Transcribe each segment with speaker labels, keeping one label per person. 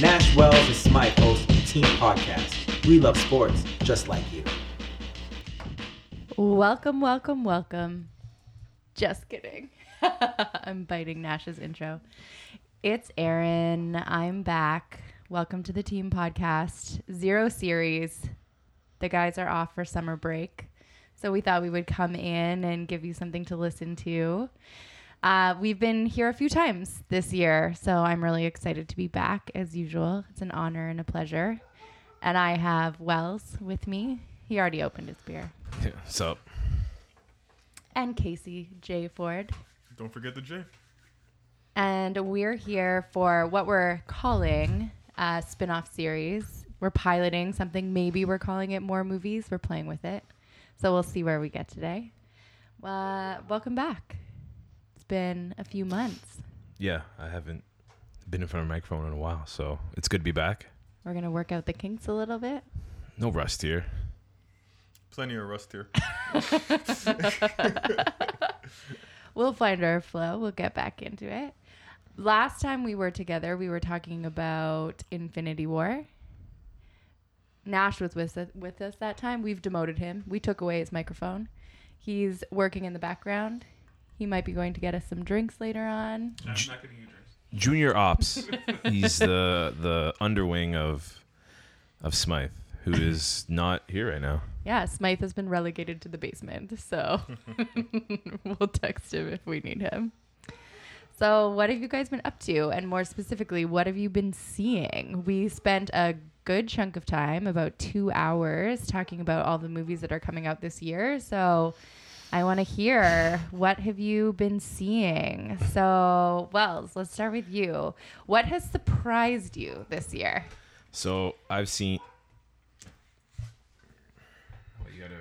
Speaker 1: Nash Wells is Smythe, host of the Team Podcast. We love sports just like you.
Speaker 2: Welcome, welcome, welcome. Just kidding. I'm biting Nash's intro. It's Erin. I'm back. Welcome to the team podcast. Zero series. The guys are off for summer break. So we thought we would come in and give you something to listen to. Uh, we've been here a few times this year, so I'm really excited to be back as usual. It's an honor and a pleasure. And I have Wells with me. He already opened his beer.
Speaker 3: Yeah, so
Speaker 2: and Casey J. Ford.
Speaker 4: Don't forget the J.
Speaker 2: And we're here for what we're calling a spin off series. We're piloting something, maybe we're calling it more movies. We're playing with it. So we'll see where we get today. Uh, welcome back. It's been a few months.
Speaker 3: yeah, I haven't been in front of a microphone in a while, so it's good to be back.
Speaker 2: We're going to work out the kinks a little bit.
Speaker 3: No rust here.
Speaker 4: Plenty of rust here.
Speaker 2: We'll find our flow. We'll get back into it. Last time we were together, we were talking about Infinity War. Nash was with us, with us that time. We've demoted him. We took away his microphone. He's working in the background. He might be going to get us some drinks later on.
Speaker 3: Junior Ops. He's the the underwing of of Smythe, who is not here right now.
Speaker 2: Yeah, Smythe has been relegated to the basement, so we'll text him if we need him. So, what have you guys been up to? And more specifically, what have you been seeing? We spent a good chunk of time, about two hours, talking about all the movies that are coming out this year. So, I want to hear what have you been seeing? So, Wells, let's start with you. What has surprised you this year?
Speaker 3: So I've seen. What you gotta,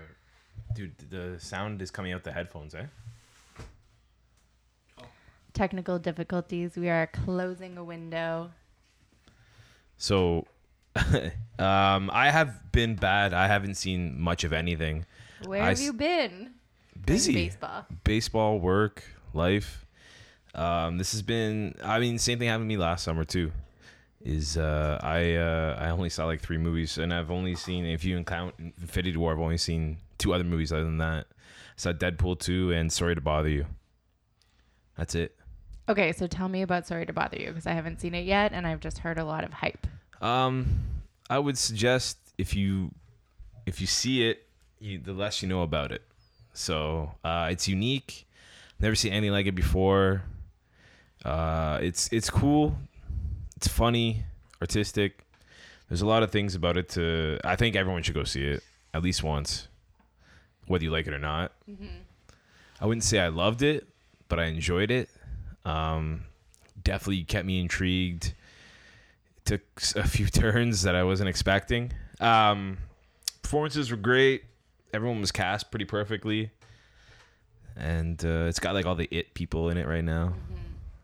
Speaker 3: dude. The sound is coming out the headphones, eh?
Speaker 2: Technical difficulties. We are closing a window.
Speaker 3: So, um, I have been bad. I haven't seen much of anything.
Speaker 2: Where
Speaker 3: I
Speaker 2: have
Speaker 3: s-
Speaker 2: you been?
Speaker 3: Busy.
Speaker 2: Baseball.
Speaker 3: baseball, work, life. Um, this has been, I mean, same thing happened to me last summer too. Is uh, I uh, I only saw like three movies, and I've only seen if you count Infinity War, I've only seen two other movies other than that. I saw Deadpool two and Sorry to Bother You. That's it.
Speaker 2: Okay, so tell me about Sorry to Bother You because I haven't seen it yet and I've just heard a lot of hype.
Speaker 3: Um, I would suggest if you if you see it, you, the less you know about it. So uh, it's unique. Never seen anything like it before. Uh, it's it's cool. It's funny, artistic. There's a lot of things about it to. I think everyone should go see it at least once, whether you like it or not. I wouldn't say I loved it, but I enjoyed it. Um, definitely kept me intrigued took s- a few turns that I wasn't expecting. Um, performances were great. Everyone was cast pretty perfectly, and uh, it's got like all the it people in it right now,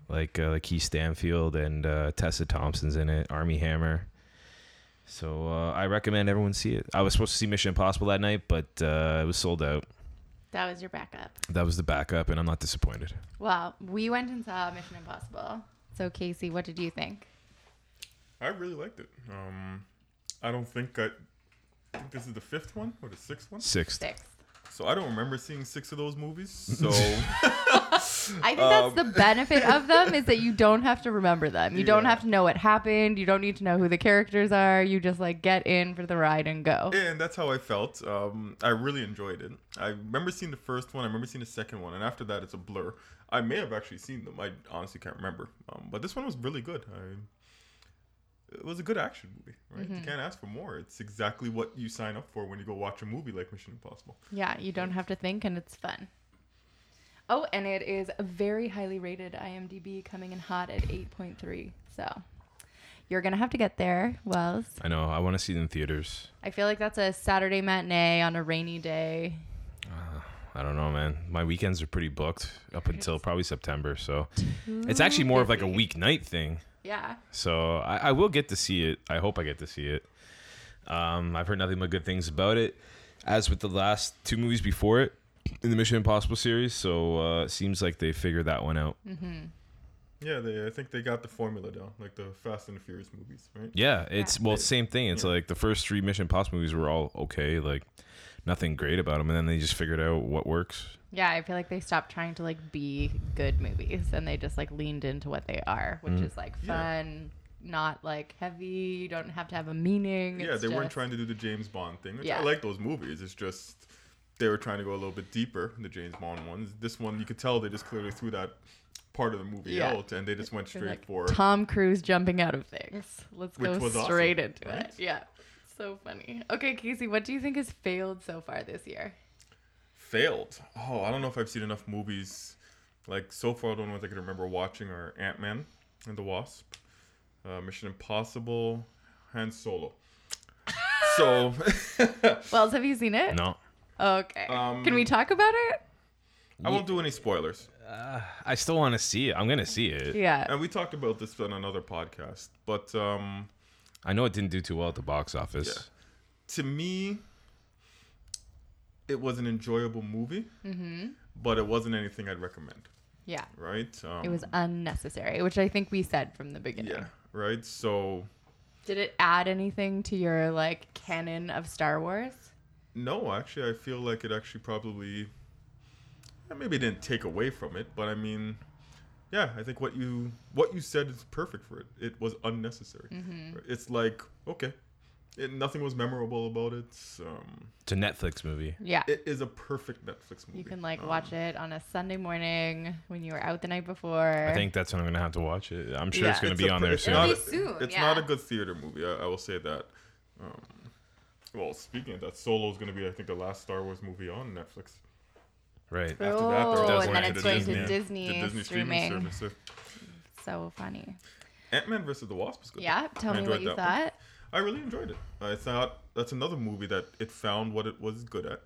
Speaker 3: like uh, like Keith Stanfield and uh, Tessa Thompson's in it, Army Hammer. So uh, I recommend everyone see it. I was supposed to see Mission Impossible that night, but uh, it was sold out.
Speaker 2: That was your backup.
Speaker 3: That was the backup, and I'm not disappointed.
Speaker 2: Well, we went and saw Mission Impossible. So, Casey, what did you think?
Speaker 4: I really liked it. Um, I don't think I. I think this is the fifth one or the sixth one.
Speaker 3: Sixth.
Speaker 2: Six.
Speaker 4: So I don't remember seeing six of those movies. So
Speaker 2: I think that's
Speaker 3: Um,
Speaker 2: the benefit of them is that you don't have to remember them. You don't
Speaker 4: Yeah.
Speaker 2: have to know what happened. You don't need to know who the characters are. You just like get in for the ride and go.
Speaker 4: and that's how I felt. Um, I really enjoyed it. I remember seeing the first one. I remember seeing the second one, and after that, it's a blur. I may have actually seen them. I honestly can't remember. Um, but this one was really good. I, it was a good action movie. Right? You can't ask for more. It's exactly what you sign up for when you go watch a movie like Mission Impossible.
Speaker 2: Yeah, you don't have to think and it's fun. Oh, and it is very highly rated IMDb coming in hot at 8.3. So you're going to have to get there, Wells.
Speaker 3: I know. I want to see it in theaters.
Speaker 2: I feel like that's a Saturday matinee on a rainy day.
Speaker 3: I don't know, man. My weekends are pretty booked up until probably September. So it's actually more of like a weeknight thing.
Speaker 2: Yeah.
Speaker 3: So I, I will get to see it. I hope I get to see it. Um, I've heard nothing but good things about it. As with the last two movies before it in the Mission Impossible series, so uh, it seems like they figured that one out.
Speaker 4: Yeah, they. I think they got the formula down, like the Fast and the Furious movies, right?
Speaker 3: Yeah, it's well, same thing. It's like the first three Mission Impossible movies were all okay, like nothing great about them, and then they just figured out what works.
Speaker 2: Yeah, I feel like they stopped trying to like be good movies and they just like leaned into what they are, which is like
Speaker 4: Mm. Yeah.
Speaker 2: fun, not like heavy. You don't have to have a meaning.
Speaker 4: Yeah,
Speaker 2: It's
Speaker 4: they weren't
Speaker 2: just-
Speaker 4: trying to do the James Bond thing. Which
Speaker 2: Yeah.
Speaker 4: I like those movies. It's just they were trying to go a little bit deeper in the James Bond ones. This one, you could tell they just clearly threw that part of the movie
Speaker 2: Yeah.
Speaker 4: out, and they just went
Speaker 2: They're
Speaker 4: straight
Speaker 2: like,
Speaker 4: for.
Speaker 2: Tom Cruise jumping out of things. Let's
Speaker 4: Which
Speaker 2: go
Speaker 4: was awesome,
Speaker 2: straight into
Speaker 4: right?
Speaker 2: it. Yeah. So funny. Okay, Casey, what do you think has failed so far this year?
Speaker 4: failed. Oh, I don't know if I've seen enough movies. Like so far, the only ones I can remember watching are Ant Man and the Wasp, uh, Mission Impossible, Han Solo. So
Speaker 2: Wells, have you seen it?
Speaker 3: No,
Speaker 2: Okay.
Speaker 4: Um,
Speaker 2: Can we talk about it?
Speaker 4: I won't do any spoilers.
Speaker 3: I still want to see it. I'm gonna see it.
Speaker 2: Yeah.
Speaker 4: And we talked about this on another podcast, but um,
Speaker 3: I know it didn't do too well at the box office.
Speaker 4: Yeah. to me, it was an enjoyable movie,
Speaker 2: Mm-hmm.
Speaker 4: but it wasn't anything I'd recommend.
Speaker 2: Yeah.
Speaker 4: Right? Um,
Speaker 2: It was unnecessary, which I think we said from the beginning.
Speaker 4: Yeah. Right. So
Speaker 2: Did it add anything to your like canon of Star Wars?
Speaker 4: No, actually, I feel like it actually probably eh, maybe it didn't take away from it, but I mean, yeah, I think what you what you said is perfect for it. It was unnecessary.
Speaker 2: Mm-hmm.
Speaker 4: It's like okay, it, nothing was memorable about it. Um,
Speaker 3: It's a Netflix movie.
Speaker 2: Yeah.
Speaker 4: it is a perfect Netflix movie.
Speaker 2: you can like watch
Speaker 4: Um,
Speaker 2: it on a Sunday morning when you were out the night before.
Speaker 3: I think that's when I'm gonna have to watch it. I'm sure it's
Speaker 2: Yeah.
Speaker 3: gonna
Speaker 4: It's
Speaker 3: be
Speaker 4: a
Speaker 3: on
Speaker 4: pr-
Speaker 3: there
Speaker 4: it's
Speaker 3: soon.
Speaker 4: not
Speaker 2: Pretty
Speaker 4: a-
Speaker 2: soon,
Speaker 4: It's
Speaker 2: yeah.
Speaker 4: not a good theater movie. I, I will say that. Um, well, speaking of that, Solo is going to be, I think, the last Star Wars movie on Netflix.
Speaker 3: Right.
Speaker 2: Right.
Speaker 4: After that, they're
Speaker 2: Oh,
Speaker 4: all
Speaker 3: and
Speaker 4: going
Speaker 3: then
Speaker 4: to
Speaker 3: it's
Speaker 4: the
Speaker 3: going to
Speaker 4: Disney,
Speaker 2: Disney
Speaker 4: the Disney
Speaker 2: streaming.
Speaker 4: streaming service.
Speaker 2: so funny.
Speaker 4: Ant Man versus the Wasp was good.
Speaker 2: Yeah. Tell
Speaker 4: I
Speaker 2: me what
Speaker 4: enjoyed
Speaker 2: you
Speaker 4: that one.
Speaker 2: thought.
Speaker 4: I really enjoyed it. I thought that's another movie that it found what it was good at,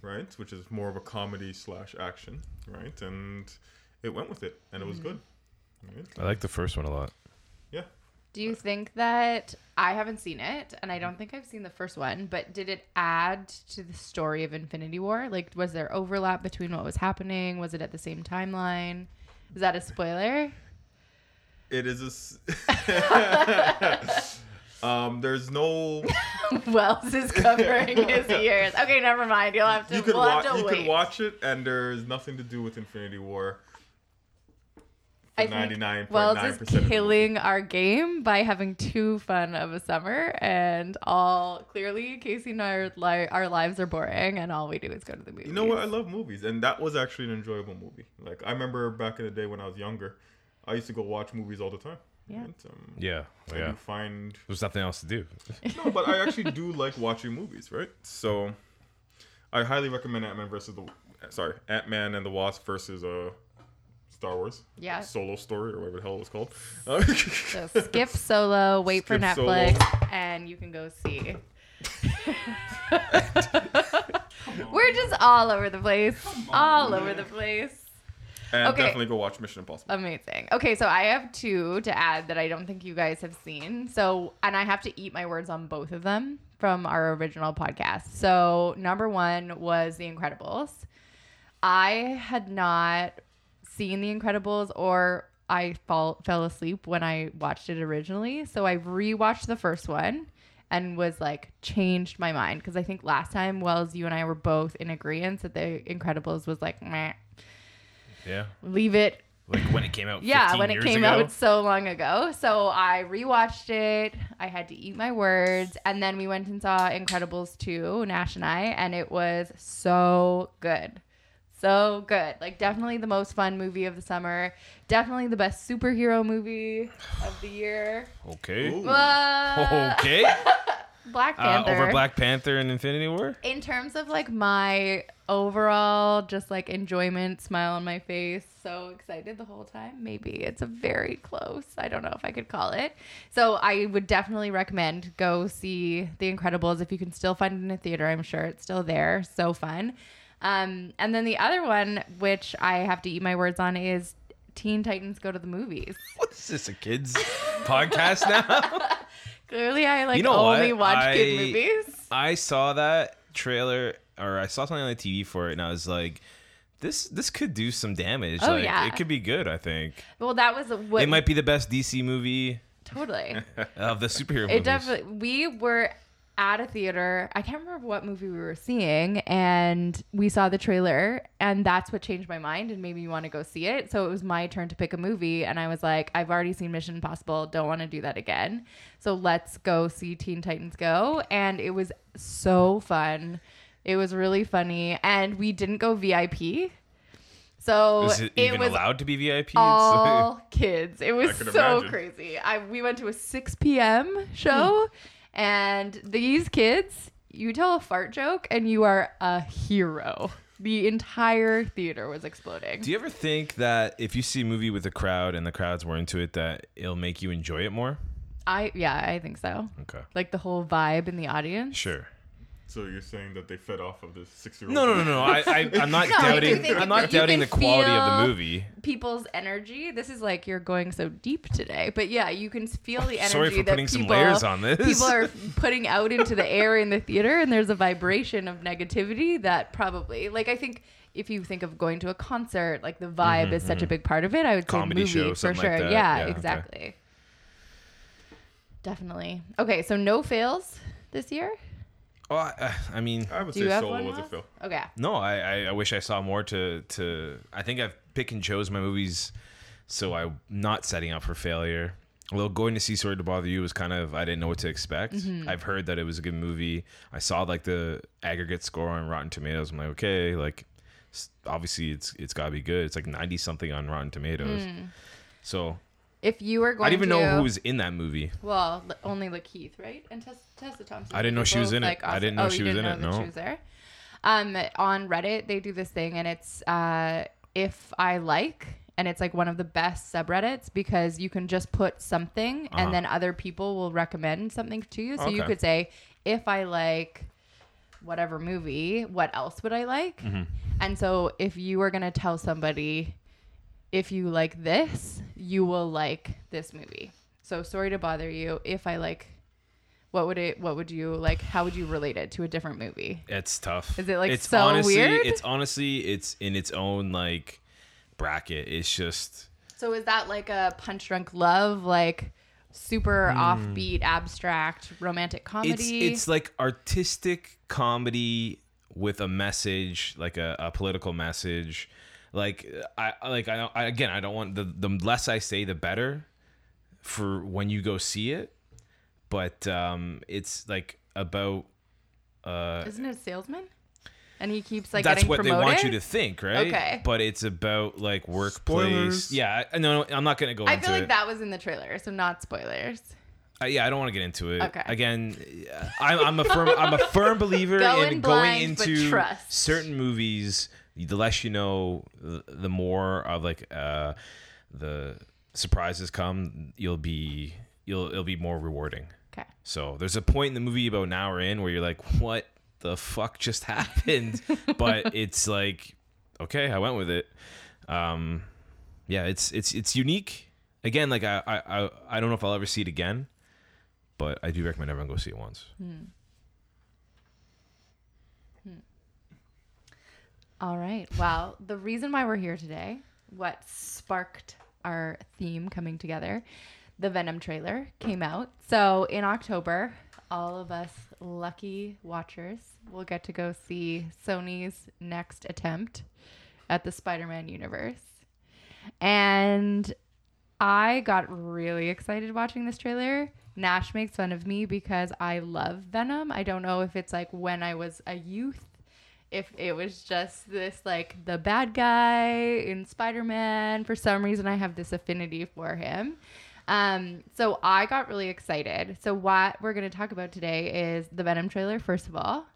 Speaker 4: right? Which is more of a comedy slash action, right? And it went with it, and it
Speaker 2: Mm-hmm.
Speaker 4: was good. Right?
Speaker 3: I like the first one a lot.
Speaker 4: Yeah.
Speaker 2: Do you think that I haven't seen it, and I don't think I've seen the first one, but did it add to the story of Infinity War? Like, was there overlap between what was happening? Was it at the same timeline? Is that a spoiler?
Speaker 4: It is a. s- um, there's no.
Speaker 2: Wells is covering his ears. Okay, never mind. You'll have to.
Speaker 4: You could
Speaker 2: we'll
Speaker 4: watch.
Speaker 2: have to
Speaker 4: You
Speaker 2: wait.
Speaker 4: could watch it, and there's nothing to do with Infinity War.
Speaker 2: I think
Speaker 4: 99.9%
Speaker 2: Wells
Speaker 4: of the
Speaker 2: is
Speaker 4: movie.
Speaker 2: killing our game by having too fun of a summer, and all clearly Casey and I are li- our lives are boring, and all we do is go to the movies.
Speaker 4: You know what? I love movies, and that was actually an enjoyable movie. Like I remember back in the day when I was younger, I used to go watch movies all the time.
Speaker 2: Yeah.
Speaker 4: And, um,
Speaker 3: Yeah.
Speaker 4: I
Speaker 3: Yeah.
Speaker 4: do find
Speaker 3: There's nothing else to do.
Speaker 4: no, but I actually do like watching movies, right? So, I highly recommend Ant Man versus the sorry Ant Man and the Wasp versus uh Star Wars.
Speaker 2: Yeah.
Speaker 4: Solo story or whatever the hell it was called. Uh,
Speaker 2: So skip solo, wait for
Speaker 4: Skip solo.
Speaker 2: Netflix, and you can go see. We're just all over the place. all over the place.
Speaker 4: and
Speaker 2: Okay.
Speaker 4: definitely go watch Mission
Speaker 2: Uh,
Speaker 4: Impossible.
Speaker 2: Amazing. Okay, so I have two to add that I don't think you guys have seen. So, and I have to eat my words on both of them from our original podcast. So, number one was The Incredibles. I had not seen The Incredibles or I fall, fell asleep when I watched it originally. So, I rewatched the first one and was like changed my mind because I think last time Wells, you and I were both in agreement that The Incredibles was like, Meh,
Speaker 3: Yeah.
Speaker 2: leave it
Speaker 3: Like when it came out.
Speaker 2: yeah
Speaker 3: 15
Speaker 2: when it
Speaker 3: years
Speaker 2: came
Speaker 3: ago.
Speaker 2: out so long ago so i rewatched it i had to eat my words and then we went and saw incredibles 2 nash and i and it was so good so good like definitely the most fun movie of the summer definitely the best superhero movie of the
Speaker 3: Oh,
Speaker 2: year
Speaker 3: Okay.
Speaker 2: Uh,
Speaker 3: Okay.
Speaker 2: black
Speaker 3: Uh,
Speaker 2: panther
Speaker 3: over Black Panther and Infinity War.
Speaker 2: in terms of like my overall just like enjoyment smile on my face so excited the whole time maybe it's a very close i don't know if i could call it so i would definitely recommend go see the incredibles if you can still find it in a theater i'm sure it's still there so fun um, and then the other one which i have to eat my words on is teen titans go to the movies
Speaker 3: What is this a kids podcast now?
Speaker 2: clearly i like
Speaker 3: You know
Speaker 2: only
Speaker 3: what?
Speaker 2: watch
Speaker 3: I-
Speaker 2: good movies
Speaker 3: I saw that trailer or I saw something on the TV for it and I was like this this could do some damage.
Speaker 2: Oh,
Speaker 3: like
Speaker 2: yeah.
Speaker 3: it could be good, I think.
Speaker 2: well that was what
Speaker 3: It might be the best DC movie
Speaker 2: totally
Speaker 3: of the superhero movies.
Speaker 2: It definitely. We were at a theater. I can't remember what movie we were seeing, and we saw the trailer, and that's what changed my mind and made me want to go see it. So it was my turn to pick a movie, and I was like, I've already seen Mission Impossible. Don't want to do that again. So let's go see Teen Titans Go, and it was so fun. It was really funny, and we didn't go VIP. So
Speaker 3: Is it even
Speaker 2: was
Speaker 3: allowed to be VIP? It's like-
Speaker 2: all kids. It was so
Speaker 4: could imagine.
Speaker 2: crazy. I we went to a 6 p.m. show,
Speaker 3: Hmm.
Speaker 2: and these kids, you tell a fart joke and you are a hero. The entire theater was exploding.
Speaker 3: Do you ever think that if you see a movie with a crowd and the crowds were into it, that it'll make you enjoy it more?
Speaker 2: I yeah, I think so.
Speaker 3: Okay.
Speaker 2: Like the whole vibe in the audience.
Speaker 3: Sure.
Speaker 4: So you're saying that they fed off of this six-year-old?
Speaker 3: No, no, no, no. I, I, I'm not
Speaker 2: No, I do
Speaker 3: doubting.
Speaker 2: think that
Speaker 3: I'm not
Speaker 2: you
Speaker 3: doubting the
Speaker 2: can
Speaker 3: quality of the
Speaker 2: feel
Speaker 3: movie.
Speaker 2: People's energy. This is like you're going so deep today, but yeah, you can feel the energy
Speaker 3: Sorry for
Speaker 2: that
Speaker 3: putting some
Speaker 2: people,
Speaker 3: layers on this.
Speaker 2: people are putting out into the air in the theater, and there's a vibration of negativity that probably, like, I think if you think of going to a concert, like the vibe is such a big part of it. I would
Speaker 3: Mm-hmm, Comedy
Speaker 2: say
Speaker 3: show,
Speaker 2: movie for
Speaker 3: something
Speaker 2: sure.
Speaker 3: like that.
Speaker 2: Yeah,
Speaker 3: Yeah, okay.
Speaker 2: exactly. Definitely. Okay, so no fails this year.
Speaker 3: Oh, I, I mean,
Speaker 4: I would
Speaker 2: Do
Speaker 4: say
Speaker 2: you have
Speaker 4: Solo
Speaker 2: one?
Speaker 4: was a
Speaker 2: Ross?
Speaker 4: fail.
Speaker 2: Okay.
Speaker 3: no. I, I, I wish I saw more to, to. I think I've picked and chose my movies, so I'm not setting up for failure. Although going to see Sorry to Bother You was kind of, I didn't know what to expect.
Speaker 2: Mm-hmm.
Speaker 3: I've heard that it was a good movie. I saw like the aggregate score on Rotten Tomatoes. I'm like, okay, like s- obviously it's it's gotta be good. It's like 90 something on Rotten Tomatoes. So
Speaker 2: If Hmm. you were going
Speaker 3: I didn't even
Speaker 2: to,
Speaker 3: know who was in that movie.
Speaker 2: Well, L- only Lakeith, right? And Tess- Tessa Thompson.
Speaker 3: I didn't know she was
Speaker 2: Both,
Speaker 3: in it. I didn't know
Speaker 2: oh,
Speaker 3: she
Speaker 2: you
Speaker 3: was
Speaker 2: didn't
Speaker 3: in
Speaker 2: know
Speaker 3: it,
Speaker 2: that
Speaker 3: no.
Speaker 2: she was there. Um, on Reddit, they do this thing, and it's uh, if I like, and it's like one of the best subreddits because you can just put something, and then other people will recommend something to you. So you
Speaker 3: Okay.
Speaker 2: could say, if I like whatever movie, what else would I like? And so if you were gonna tell somebody if you like this, you will like this movie. So sorry to bother you. If I like, what would it? What would you like? How would you relate it to a different movie?
Speaker 3: It's tough.
Speaker 2: Is it, like,
Speaker 3: it's
Speaker 2: so
Speaker 3: honestly,
Speaker 2: weird?
Speaker 3: It's honestly, it's in its own like bracket. It's just
Speaker 2: So is that like a Punch Drunk Love, like super offbeat, abstract romantic
Speaker 3: Hmm. it's
Speaker 2: comedy?
Speaker 3: it's like artistic comedy with a message, like a, a political message. Like I I- like I, don't- I again I don't want the the less I say the better for when you go see it, but um it's like about uh
Speaker 2: isn't it a salesman? And he keeps like
Speaker 3: that's
Speaker 2: getting
Speaker 3: what
Speaker 2: promoted.
Speaker 3: they want you to think, right?
Speaker 2: Okay.
Speaker 3: But it's about like workplace.
Speaker 4: Spoilers.
Speaker 3: Yeah, I- no, no, I'm not gonna go
Speaker 2: I
Speaker 3: into
Speaker 2: feel like
Speaker 3: it.
Speaker 2: that was in the trailer, so not spoilers.
Speaker 3: Uh, yeah, I don't want to get into it.
Speaker 2: Okay.
Speaker 3: Again, I'm, I'm a firm I'm a firm believer
Speaker 2: Go
Speaker 3: in
Speaker 2: in
Speaker 3: going
Speaker 2: blind, but
Speaker 3: into
Speaker 2: trust.
Speaker 3: certain movies. The less you know, the the more of like uh, the surprises come. You'll be you'll it'll be more rewarding.
Speaker 2: Okay.
Speaker 3: So there's a point in the movie about an hour in where you're like, what the fuck just happened? but it's like, okay, I went with it. Um, yeah, it's it's it's unique. Again, like I, I I I don't know if I'll ever see it again, but I do recommend everyone go see it once.
Speaker 2: All right. Well, the reason why we're here today, what sparked our theme coming together, the Venom trailer came out. So in October, all of us lucky watchers will get to go see Sony's next attempt at the Spider Man universe. And I got really excited watching this trailer. Nash makes fun of me because I love Venom. I don't know if it's like when I was a youth, if it was just this like the bad guy in Spider Man. For some reason, I have this affinity for him. Um, so I got really excited. So what we're gonna talk about today is the Venom trailer, first of all.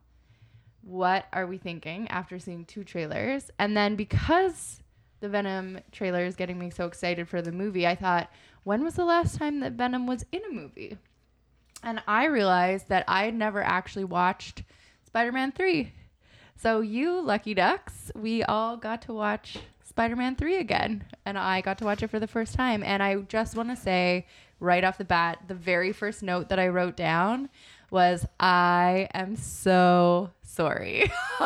Speaker 2: What are we thinking after seeing two trailers? And then because the Venom trailer is getting me so excited for the movie, I thought, when was the last time that Venom was in a movie? And I realized that I had never actually watched Spider Man 3. So, you lucky ducks, we all got to watch Spider Man 3 again. And I got to watch it for the first time. And I just want to say right off the bat the very first note that I wrote down was I am so sorry.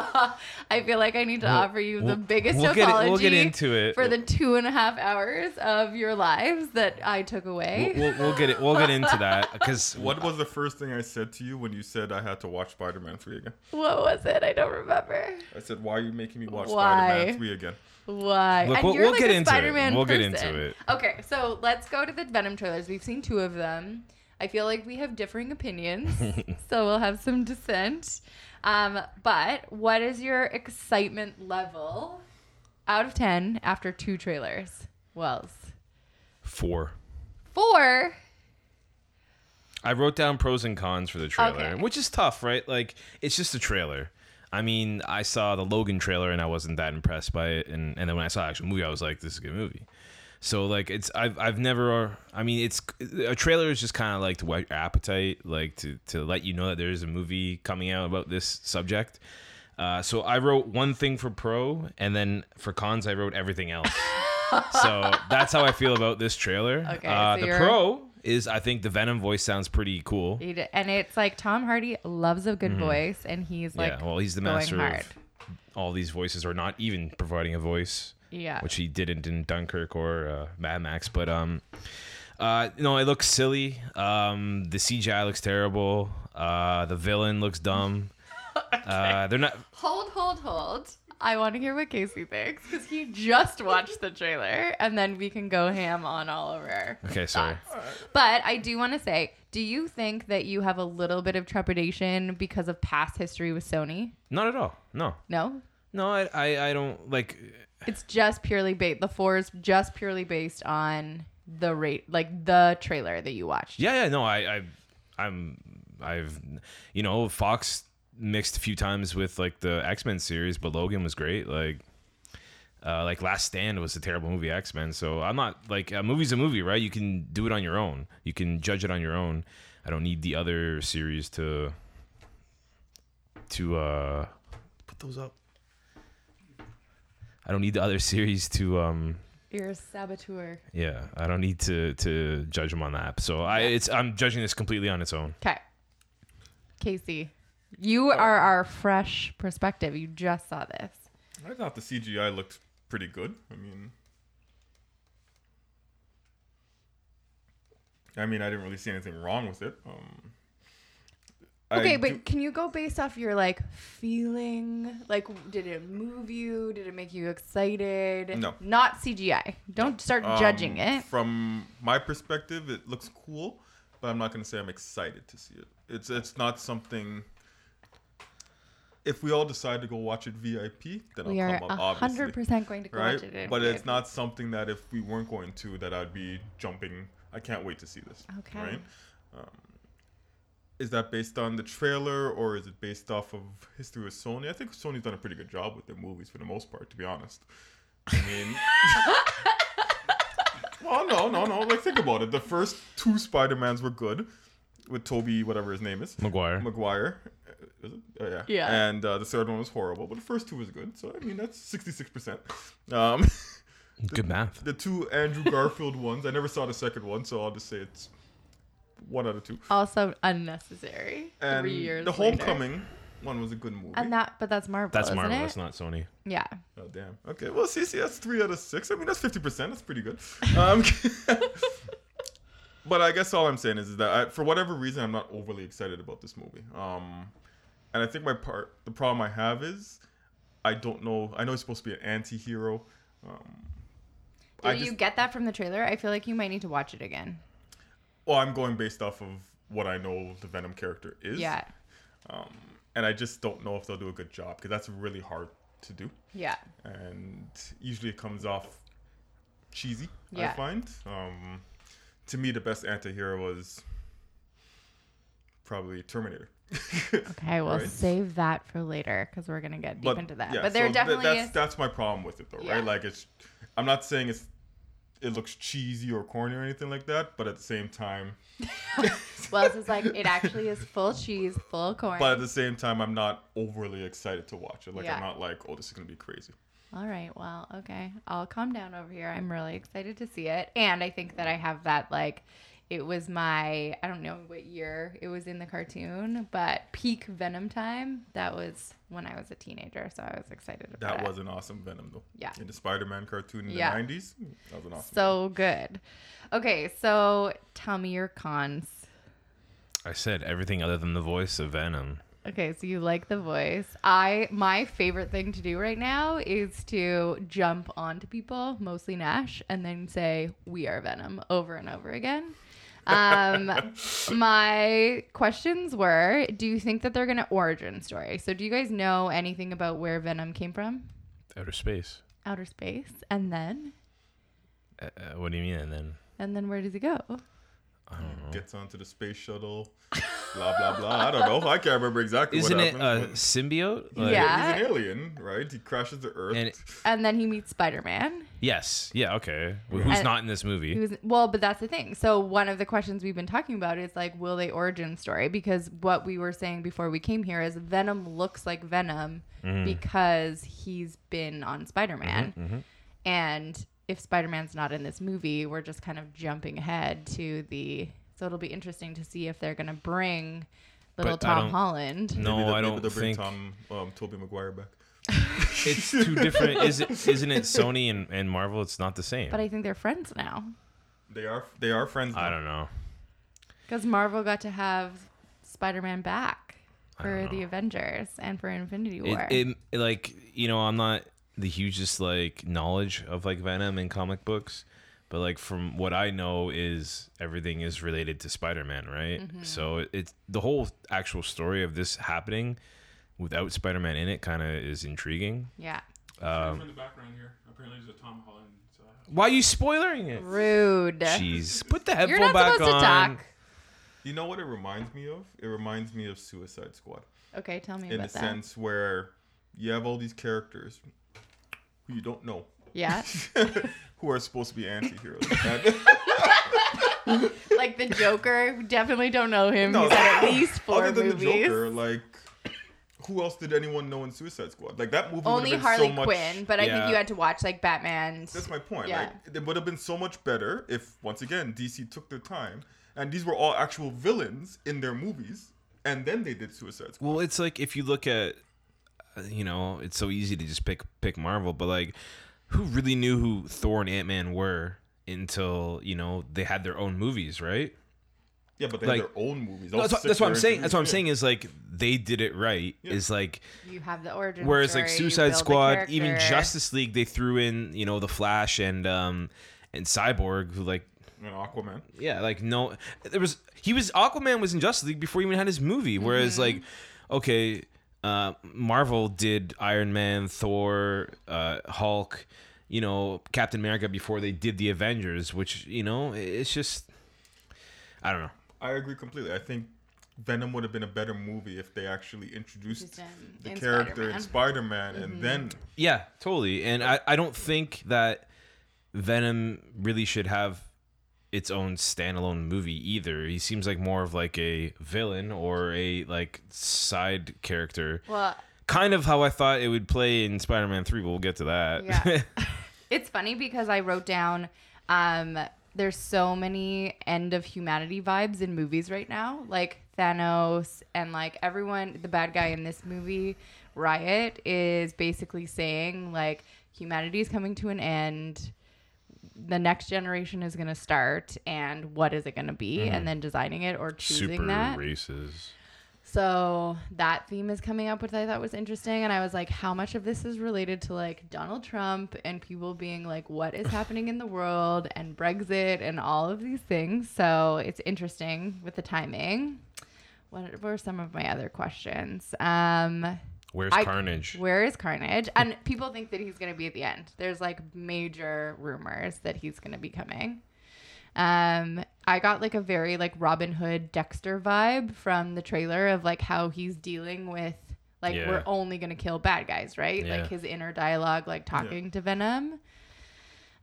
Speaker 2: I feel like I need to offer you the
Speaker 3: we'll-
Speaker 2: biggest
Speaker 3: we'll get it-
Speaker 2: apology
Speaker 3: we'll get into it.
Speaker 2: for the two and a half hours of your lives that I took away.
Speaker 3: We'll, we'll, we'll get it. We'll get into that because
Speaker 4: What was the first thing I said to you when you said I had to watch Spider Man 3 again?
Speaker 2: what was it? I don't remember.
Speaker 4: I said, Why are you making me watch
Speaker 2: Why?
Speaker 4: Spider Man 3 again?
Speaker 2: Why?
Speaker 3: Look,
Speaker 2: and
Speaker 3: we'll-
Speaker 2: you're
Speaker 3: we'll
Speaker 2: like
Speaker 3: get
Speaker 2: a
Speaker 3: into it.
Speaker 2: Spider-Man
Speaker 3: We'll get
Speaker 2: person.
Speaker 3: into it.
Speaker 2: Okay, so let's go to the Venom trailers. We've seen two of them. I feel like we have differing opinions, so we'll have some dissent. Um, but what is your excitement level out of ten after two trailers? Wells,
Speaker 3: four.
Speaker 2: four.
Speaker 3: I wrote down pros and cons for the trailer,
Speaker 2: Okay.
Speaker 3: which is tough, right? Like it's just a trailer. I mean, I saw the Logan trailer and I wasn't that impressed by it, and, and then when I saw the actual movie, I was like, "This is a good movie." So like, it's I've I've never. I mean, it's a trailer is just kind of like to whet your appetite, like to to let you know that there is a movie coming out about this subject. Uh, so I wrote one thing for pro, and then for cons, I wrote everything else. so that's how I feel about this trailer.
Speaker 2: Okay,
Speaker 3: uh,
Speaker 2: so
Speaker 3: the
Speaker 2: you're-
Speaker 3: pro is I think the Venom voice sounds pretty cool.
Speaker 2: He did- And it's like Tom Hardy loves a good voice, and he's like,
Speaker 3: Mm-hmm. yeah, well, he's the
Speaker 2: going
Speaker 3: master
Speaker 2: hard.
Speaker 3: of all these voices, or not even providing a voice.
Speaker 2: Yeah.
Speaker 3: which he didn't in Dunkirk or uh, Mad Max. But um, uh, no, it looks silly. Um, the CGI looks terrible. Uh, the villain looks dumb. Uh, they're not.
Speaker 2: Hold, hold, hold. I want to hear what Casey thinks because he just watched the trailer, and then we can go ham on all of our.
Speaker 3: Okay, sorry.
Speaker 2: But I do want to say, do you think that you have a little bit of trepidation because of past history with Sony?
Speaker 3: Not at all. No,
Speaker 2: No,
Speaker 3: no, I, I, I don't like.
Speaker 2: it's just purely based. The four is just purely based on the rate, like the trailer that you watched.
Speaker 3: Yeah, yeah, no, I, I, I'm, I've, you know, Fox mixed a few times with like the X Men series, but Logan was great. Like, uh, like Last Stand was a terrible movie, X Men. So I'm not like a movie's a movie, right? You can do it on your own. You can judge it on your own. I don't need the other series to, to uh, put those up. I don't need the other series to um
Speaker 2: You're a saboteur.
Speaker 3: yeah, I don't need to to judge them on that. So I it's I'm judging this completely on its own.
Speaker 2: Okay, Casey, you are our fresh perspective. You just saw this.
Speaker 4: I thought the CGI looked pretty good. I mean, I mean, I didn't really see anything wrong with it. Um, I
Speaker 2: Okay, but
Speaker 4: do-
Speaker 2: can you go based off your like feeling? Like, did it move you? Did it make you excited?
Speaker 4: No.
Speaker 2: Not CGI. Don't start judging
Speaker 4: Um,
Speaker 2: it.
Speaker 4: From my perspective, it looks cool, but I'm not gonna say I'm excited to see it. It's it's not something. If we all decide to go watch it VIP, then
Speaker 2: We
Speaker 4: I'll
Speaker 2: are
Speaker 4: come up, obviously.
Speaker 2: hundred percent going to go
Speaker 4: right?
Speaker 2: watch it. in
Speaker 4: But it's
Speaker 2: theaters.
Speaker 4: not something that if we weren't going to, that I'd be jumping. I can't wait to see this.
Speaker 2: Okay.
Speaker 4: Right? Um, is that based on the trailer or is it based off of history with Sony? I think Sony's done a pretty good job with their movies for the most part, to be honest. I mean. Well, no, no, no. Like, think about it. The first two Spider Mans were good, with Toby, whatever his name is,
Speaker 3: McGuire.
Speaker 4: McGuire. Is it? Oh, yeah.
Speaker 2: Yeah.
Speaker 4: And uh, the third one was horrible, but the first two was good. So I mean, that's sixty six percent. Um,
Speaker 3: Good math.
Speaker 4: the two Andrew Garfield ones. I never saw the second one, so I'll just say it's one out of two.
Speaker 2: also unnecessary.
Speaker 4: And
Speaker 2: Three years.
Speaker 4: the
Speaker 2: later.
Speaker 4: Homecoming one was a good movie.
Speaker 2: And that, but that's Marvel.
Speaker 3: That's
Speaker 2: isn't
Speaker 3: Marvel.
Speaker 2: it?
Speaker 3: That's not Sony.
Speaker 2: Yeah.
Speaker 4: Oh damn. Okay. Well, see, see, that's three out of six. I mean, that's fifty percent. That's pretty good. Um, but I guess all I'm saying is, is that I, for whatever reason, I'm not overly excited about this movie. Um, and I think my part, the problem I have is, I don't know. I know he's supposed to be an anti-hero. Um,
Speaker 2: Did
Speaker 4: I
Speaker 2: you
Speaker 4: just-
Speaker 2: get that from the trailer? I feel like you might need to watch it again.
Speaker 4: well, I'm going based off of what I know the Venom character is.
Speaker 2: Yeah.
Speaker 4: And I just don't know if they'll do a good job because that's really hard to do,
Speaker 2: Yeah.
Speaker 4: and usually it comes off cheesy.
Speaker 2: Yeah.
Speaker 4: I find. Um, to me, the best anti-hero was probably Terminator.
Speaker 2: Okay, we'll
Speaker 4: Right.
Speaker 2: save that for later because we're gonna get deep into that.
Speaker 4: yeah,
Speaker 2: but there
Speaker 4: so tha-
Speaker 2: definitely
Speaker 4: that's
Speaker 2: is.
Speaker 4: that's my problem with it though,
Speaker 2: Yeah.
Speaker 4: right? Like it's I'm not saying it's it looks cheesy or corny or anything like that, but at the same time,
Speaker 2: Wells is like it actually is full cheese, full corn.
Speaker 4: but at the same time, I'm not overly excited to watch it. Like
Speaker 2: Yeah.
Speaker 4: I'm not like, oh, this is gonna be crazy.
Speaker 2: All right, well, okay, I'll calm down over here. I'm really excited to see it, and I think that I have that like. It was my I don't know what year it was in the cartoon, but peak Venom time. That was when I was a teenager, so I was excited about
Speaker 4: That
Speaker 2: it.
Speaker 4: was an awesome Venom though.
Speaker 2: Yeah.
Speaker 4: In the Spider-Man cartoon in
Speaker 2: Yeah.
Speaker 4: the '90s, that was an awesome.
Speaker 2: so good. Okay, so tell me your cons.
Speaker 3: I said everything other than the voice of Venom.
Speaker 2: Okay, so you like the voice. I my favorite thing to do right now is to jump onto people, mostly Nash, and then say we are Venom over and over again. Um, my questions were: Do you think that they're gonna origin story? So, do you guys know anything about where Venom came from?
Speaker 3: Outer space.
Speaker 2: Outer space, and then
Speaker 3: Uh, uh, what do you mean? And then
Speaker 2: and then where does he go?
Speaker 3: Uh-huh.
Speaker 4: Gets onto the space shuttle, blah blah blah. I don't know. I can't remember exactly
Speaker 3: isn't
Speaker 4: what
Speaker 3: it
Speaker 4: happened.
Speaker 3: a
Speaker 4: but
Speaker 3: symbiote?
Speaker 2: Yeah.
Speaker 4: He's an alien, right? He crashes the Earth.
Speaker 3: And
Speaker 2: And then he meets Spider Man.
Speaker 3: yes. Yeah. Okay. Well, who's
Speaker 2: And-
Speaker 3: not in this movie?
Speaker 2: He was well, but that's the thing. So one of the questions we've been talking about is like, will they origin story? Because what we were saying before we came here is Venom looks like Venom
Speaker 3: Mm-hmm.
Speaker 2: because he's been on Spider Man, and if Spider Man's not in this movie, we're just kind of jumping ahead to the. So it'll be interesting to see if they're gonna bring little
Speaker 3: But I
Speaker 2: Tom
Speaker 3: don't-
Speaker 2: Holland.
Speaker 3: no,
Speaker 4: Maybe they'll-
Speaker 3: I
Speaker 4: maybe
Speaker 3: don't
Speaker 4: they'll bring
Speaker 3: think
Speaker 4: Tom, um, Toby Maguire back.
Speaker 3: it's two different. Is it, isn't it Sony and, and Marvel? It's not the same.
Speaker 2: But I think they're friends now
Speaker 4: They are they are friends.
Speaker 3: I
Speaker 4: now.
Speaker 3: don't know.
Speaker 2: because Marvel got to have Spider Man back. For
Speaker 3: don't
Speaker 2: the Avengers and for Infinity War.
Speaker 3: It, it, it, like you know, I'm not the hugest like knowledge of like Venom and comic books, but like from what I know is everything is related to Spider-Man, right?
Speaker 2: Mm-hmm.
Speaker 3: So it, it's the whole actual story of this happening without Spider-Man in it kind of is intriguing.
Speaker 2: yeah.
Speaker 5: from the background here. Apparently, there's a Tom Holland. Uh,
Speaker 3: Why are you spoiling it?
Speaker 2: Rude.
Speaker 3: Jeez, put the headphone
Speaker 2: You're not
Speaker 3: back
Speaker 2: supposed
Speaker 3: on.
Speaker 2: to talk.
Speaker 4: You know what it reminds me of? It reminds me of Suicide Squad
Speaker 2: Okay, tell me
Speaker 4: in
Speaker 2: about
Speaker 4: the
Speaker 2: that.
Speaker 4: sense where you have all these characters who you don't know,
Speaker 2: Yeah,
Speaker 4: who are supposed to be anti-heroes. And-
Speaker 2: like the Joker. we Definitely don't know him.
Speaker 4: No,
Speaker 2: He's had at least four
Speaker 4: other than
Speaker 2: movies.
Speaker 4: the Joker, like who else did anyone know in Suicide Squad? Like that movie
Speaker 2: Only
Speaker 4: would've been
Speaker 2: Harley
Speaker 4: so much,
Speaker 2: Quinn, but I
Speaker 3: Yeah.
Speaker 2: think you had to watch like Batman's.
Speaker 4: That's my point.
Speaker 2: Yeah.
Speaker 4: Like it would have been so much better if once again DC took their time and these were all actual villains in their movies, and then they did Suicide Squad.
Speaker 3: Well, it's like if you look at, uh, you know, it's so easy to just pick pick Marvel, but like, who really knew who Thor and Ant Man were until you know they had their own movies, right?
Speaker 4: Yeah, but they
Speaker 3: Like-
Speaker 4: had their own movies.
Speaker 3: No,
Speaker 4: All
Speaker 3: that's, what,
Speaker 4: six
Speaker 3: that's what
Speaker 4: were
Speaker 3: I'm saying. That's what I'm
Speaker 4: introduced.
Speaker 3: saying is like they did it right. Is like
Speaker 2: you have the origin.
Speaker 3: whereas
Speaker 2: story,
Speaker 3: like
Speaker 2: you
Speaker 3: Suicide
Speaker 2: build the
Speaker 3: Squad, even
Speaker 2: character.
Speaker 3: Justice League, they threw in you know the Flash and um and Cyborg who like
Speaker 4: Yeah. And Aquaman.
Speaker 3: Yeah, like no, there was he was Aquaman was in Justice League before he even had his movie. Whereas like, okay, uh, Marvel did Iron Man, Thor, uh, Hulk, you know, Captain America before they did the Avengers, which you know, i- it's just I don't know.
Speaker 4: I agree completely. I think Venom would have been a better movie if they actually introduced
Speaker 2: him
Speaker 4: the
Speaker 2: in Mm-hmm.
Speaker 4: character in Spider-Man and then
Speaker 3: Yeah, totally. And I, I don't think that Venom really should have its own standalone movie either. He seems like more of like a villain or a like side character.
Speaker 2: Well,
Speaker 3: kind of how I thought it would play in Spider-Man Three, but we'll get to that.
Speaker 2: Yeah. It's funny because I wrote down um there's so many end of humanity vibes in movies right now. Like Thanos and like everyone the bad guy in this movie, Riot, is basically saying like humanity is coming to an end. the next generation is going to start and what is it going to be and then designing it or choosing
Speaker 3: super
Speaker 2: that
Speaker 3: races.
Speaker 2: so that theme is coming up, which I thought was interesting. And I was like, how much of this is related to like Donald Trump and people being like, what is happening in the world and Brexit and all of these things? So it's interesting with the timing. What were some of my other questions? Um,
Speaker 3: Where's
Speaker 2: I-
Speaker 3: Carnage?
Speaker 2: where is Carnage? And people think that he's going to be at the end. There's like major rumors that he's going to be coming. Um, I got like a very like Robin Hood Dexter vibe from the trailer of like how he's dealing with like
Speaker 3: Yeah.
Speaker 2: we're only going to kill bad guys, right?
Speaker 3: Yeah.
Speaker 2: Like his inner dialogue, like talking to Venom.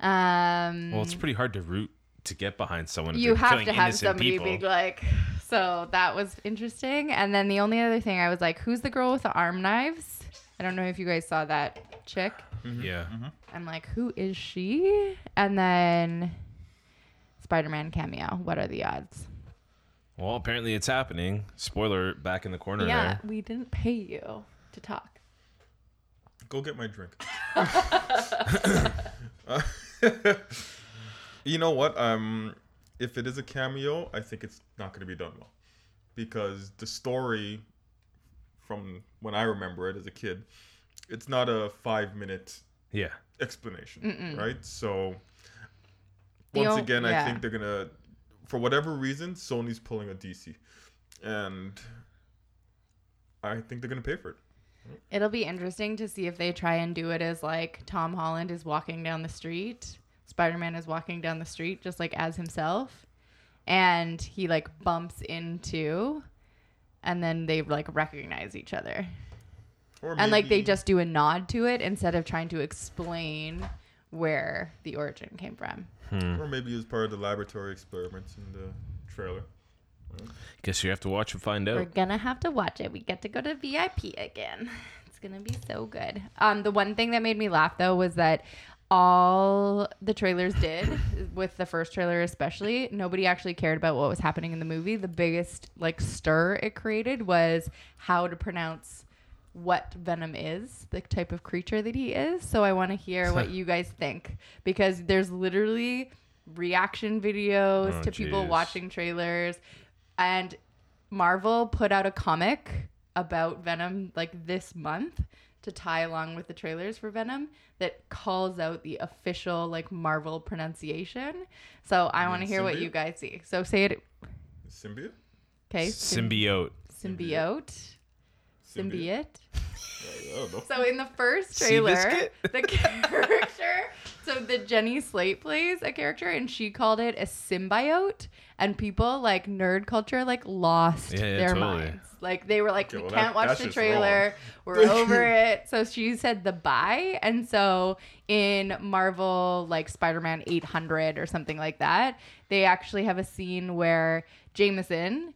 Speaker 2: Um,
Speaker 3: well, it's pretty hard to root to get behind someone. If
Speaker 2: you
Speaker 3: they're
Speaker 2: have
Speaker 3: killing
Speaker 2: to have
Speaker 3: innocent
Speaker 2: somebody be
Speaker 3: people.
Speaker 2: like so that was interesting and then the only other thing i was like who's the girl with the arm knives i don't know if you guys saw that chick
Speaker 3: Yeah.
Speaker 2: i'm like who is she and then spider-man cameo what are the odds
Speaker 3: Well, apparently it's happening. Spoiler back in the corner
Speaker 2: yeah
Speaker 3: there.
Speaker 2: we didn't pay you to talk
Speaker 4: Go get my drink. Uh, you know what? Um, if it is a cameo, I think it's not going to be done well because the story, from when I remember it as a kid, it's not a five-minute
Speaker 3: Yeah.
Speaker 4: explanation, right? So
Speaker 2: The
Speaker 4: once
Speaker 2: ol-
Speaker 4: again, I
Speaker 2: yeah.
Speaker 4: think they're gonna, for whatever reason, Sony's pulling a DC, and I think they're gonna pay for it.
Speaker 2: It'll be interesting to see if they try and do it as like Tom Holland is walking down the street, Spider Man is walking down the street just like as himself, and he like bumps into, and then they like recognize each other,
Speaker 4: Or
Speaker 2: and like they
Speaker 4: maybe-
Speaker 2: just do a nod to it instead of trying to explain where the origin came from.
Speaker 4: or maybe it was part of the laboratory experiments in the trailer.
Speaker 3: Guess you have to watch and find
Speaker 2: We're
Speaker 3: out.
Speaker 2: gonna have to watch it. We get to go to VIP again. It's gonna be so good. Um, the one thing that made me laugh though was that all the trailers did, with the first trailer especially, nobody actually cared about what was happening in the movie. The biggest like stir it created was how to pronounce what Venom is, the type of creature that he is. So I want to hear what you guys think because there's literally reaction videos
Speaker 3: Oh,
Speaker 2: to people
Speaker 3: jeez.
Speaker 2: watching trailers and Marvel put out a comic about Venom like this month to tie along with the trailers for Venom that calls out the official like Marvel pronunciation. So I want to hear what
Speaker 4: symbiote?
Speaker 2: you guys see. So say it
Speaker 4: Symbiote?
Speaker 2: okay. Sym-
Speaker 3: Symbiote.
Speaker 2: symbiote. Symbiote.
Speaker 4: I don't know.
Speaker 2: So in the first
Speaker 3: Sea
Speaker 2: trailer,
Speaker 3: biscuit?
Speaker 2: the character, so the Jenny Slate plays a character, and she called it a symbiote, and people like nerd culture like lost
Speaker 3: Yeah, yeah,
Speaker 2: their
Speaker 3: totally.
Speaker 2: minds. Like they were like,
Speaker 4: Okay,
Speaker 2: we
Speaker 4: well, that-
Speaker 2: can't watch
Speaker 4: that's
Speaker 2: the
Speaker 4: just wrong.
Speaker 2: trailer, we're over it. So she said the bye, and so in Marvel like Spider-Man 800 or something like that, they actually have a scene where Jameson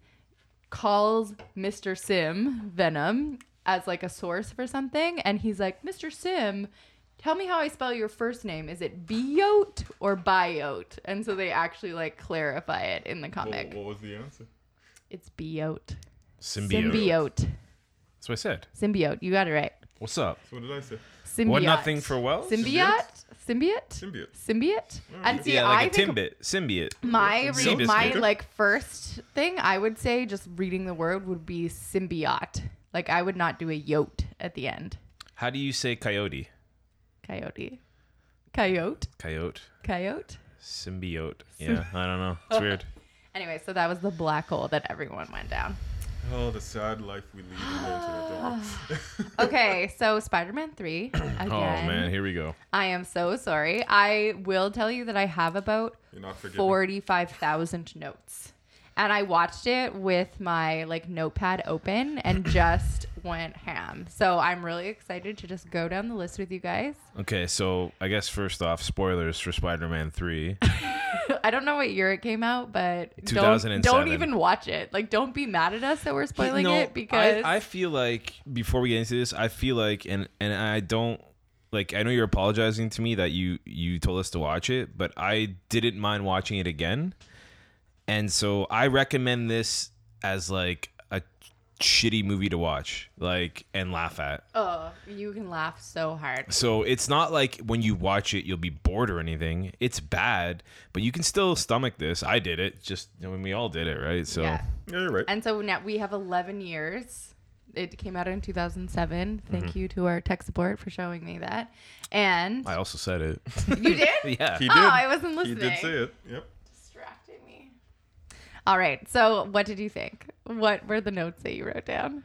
Speaker 2: calls Mr. Sim Venom as like a source for something, and he's like, Mr. Sim, tell me how I spell your first name. Is it Biote or Biote? And so they actually like clarify it in the comic.
Speaker 4: What, what was the answer?
Speaker 2: It's Biote.
Speaker 3: Symbiote.
Speaker 2: Symbiote.
Speaker 3: That's what I said.
Speaker 2: Symbiote. You got it right.
Speaker 3: What's up?
Speaker 4: So what did I say?
Speaker 2: Symbiote.
Speaker 3: One nothing for Wells?
Speaker 2: symbiote. Symbiote.
Speaker 4: Symbiote.
Speaker 2: Symbiote. And see,
Speaker 3: Mm. yeah, like
Speaker 2: I
Speaker 3: a
Speaker 2: think
Speaker 3: Timbit. Symbiote.
Speaker 2: my
Speaker 3: Sea
Speaker 2: re- my
Speaker 3: biscuit.
Speaker 2: like first thing I would say just reading the word would be symbiote. Like I would not do a yote at the end.
Speaker 3: How do you say coyote?
Speaker 2: Coyote. Coyote.
Speaker 3: Coyote.
Speaker 2: Coyote.
Speaker 3: Symbiote. Yeah, I don't know. It's weird.
Speaker 2: Anyway, so that was the black hole that everyone went down.
Speaker 4: Oh, the sad life we lead in the internet. don't we?
Speaker 2: Okay, so Spider-Man 3 again.
Speaker 3: Oh man, here we go.
Speaker 2: I am so sorry. I will tell you that I have about
Speaker 4: You're not forgiven.
Speaker 2: 45,000 notes. And I watched it with my like notepad open and just went ham. So I'm really excited to just go down the list with you guys.
Speaker 3: Okay, so I guess first off, spoilers for Spider-Man Three.
Speaker 2: I don't know what year it came out, but don't,
Speaker 3: 2007.
Speaker 2: don't even watch it. Like don't be mad at us that we're spoiling
Speaker 3: No,
Speaker 2: it because
Speaker 3: I, I feel like before we get into this, I feel like and and I don't like I know you're apologizing to me that you you told us to watch it, but I didn't mind watching it again. And so I recommend this as like a shitty movie to watch, like and laugh at.
Speaker 2: Oh, you can laugh so hard.
Speaker 3: So it's not like when you watch it you'll be bored or anything. It's bad, but you can still stomach this. I did it, just I mean, we all did it, right? So
Speaker 2: Yeah.
Speaker 4: Yeah, you're right.
Speaker 2: And so now we have 11 years. It came out in 2007. Thank you to our tech support for showing me that. And
Speaker 3: Mm-hmm. I also said it.
Speaker 2: you did?
Speaker 3: yeah.
Speaker 4: he did.
Speaker 2: Oh, I wasn't
Speaker 4: he
Speaker 2: listening.
Speaker 4: did say it. Yep.
Speaker 2: Distracted me. All right. So, what did you think? What were the notes that you wrote down?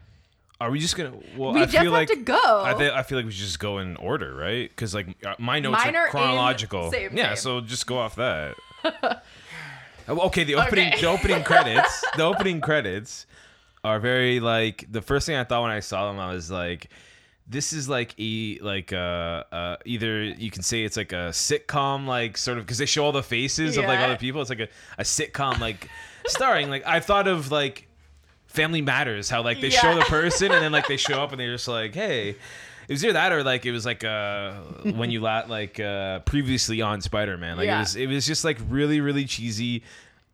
Speaker 3: Are we just gonna? Well,
Speaker 2: We
Speaker 3: I
Speaker 2: just
Speaker 3: feel
Speaker 2: have
Speaker 3: like
Speaker 2: to go.
Speaker 3: I, thi- I feel like we should just go in order, right? Because like uh, my notes
Speaker 2: Mine are
Speaker 3: are
Speaker 2: in-
Speaker 3: chronological.
Speaker 2: same,
Speaker 3: yeah,
Speaker 2: same.
Speaker 3: so just go off that. Oh, okay, the opening
Speaker 2: Okay.
Speaker 3: the opening credits the opening credits are very like the first thing I thought when I saw them I was like. This is like e like uh, uh either you can say it's like a sitcom like sort of because they show all the faces of like
Speaker 2: Yeah.
Speaker 3: other people it's like a, a sitcom like starring like I thought of like Family Matters, how like they
Speaker 2: Yeah.
Speaker 3: show the person and then like they show up and they're just like, hey, it was either that or like it was like uh when you la- like uh previously on Spider Man, like it
Speaker 2: Yeah.
Speaker 3: was it was just like really really cheesy.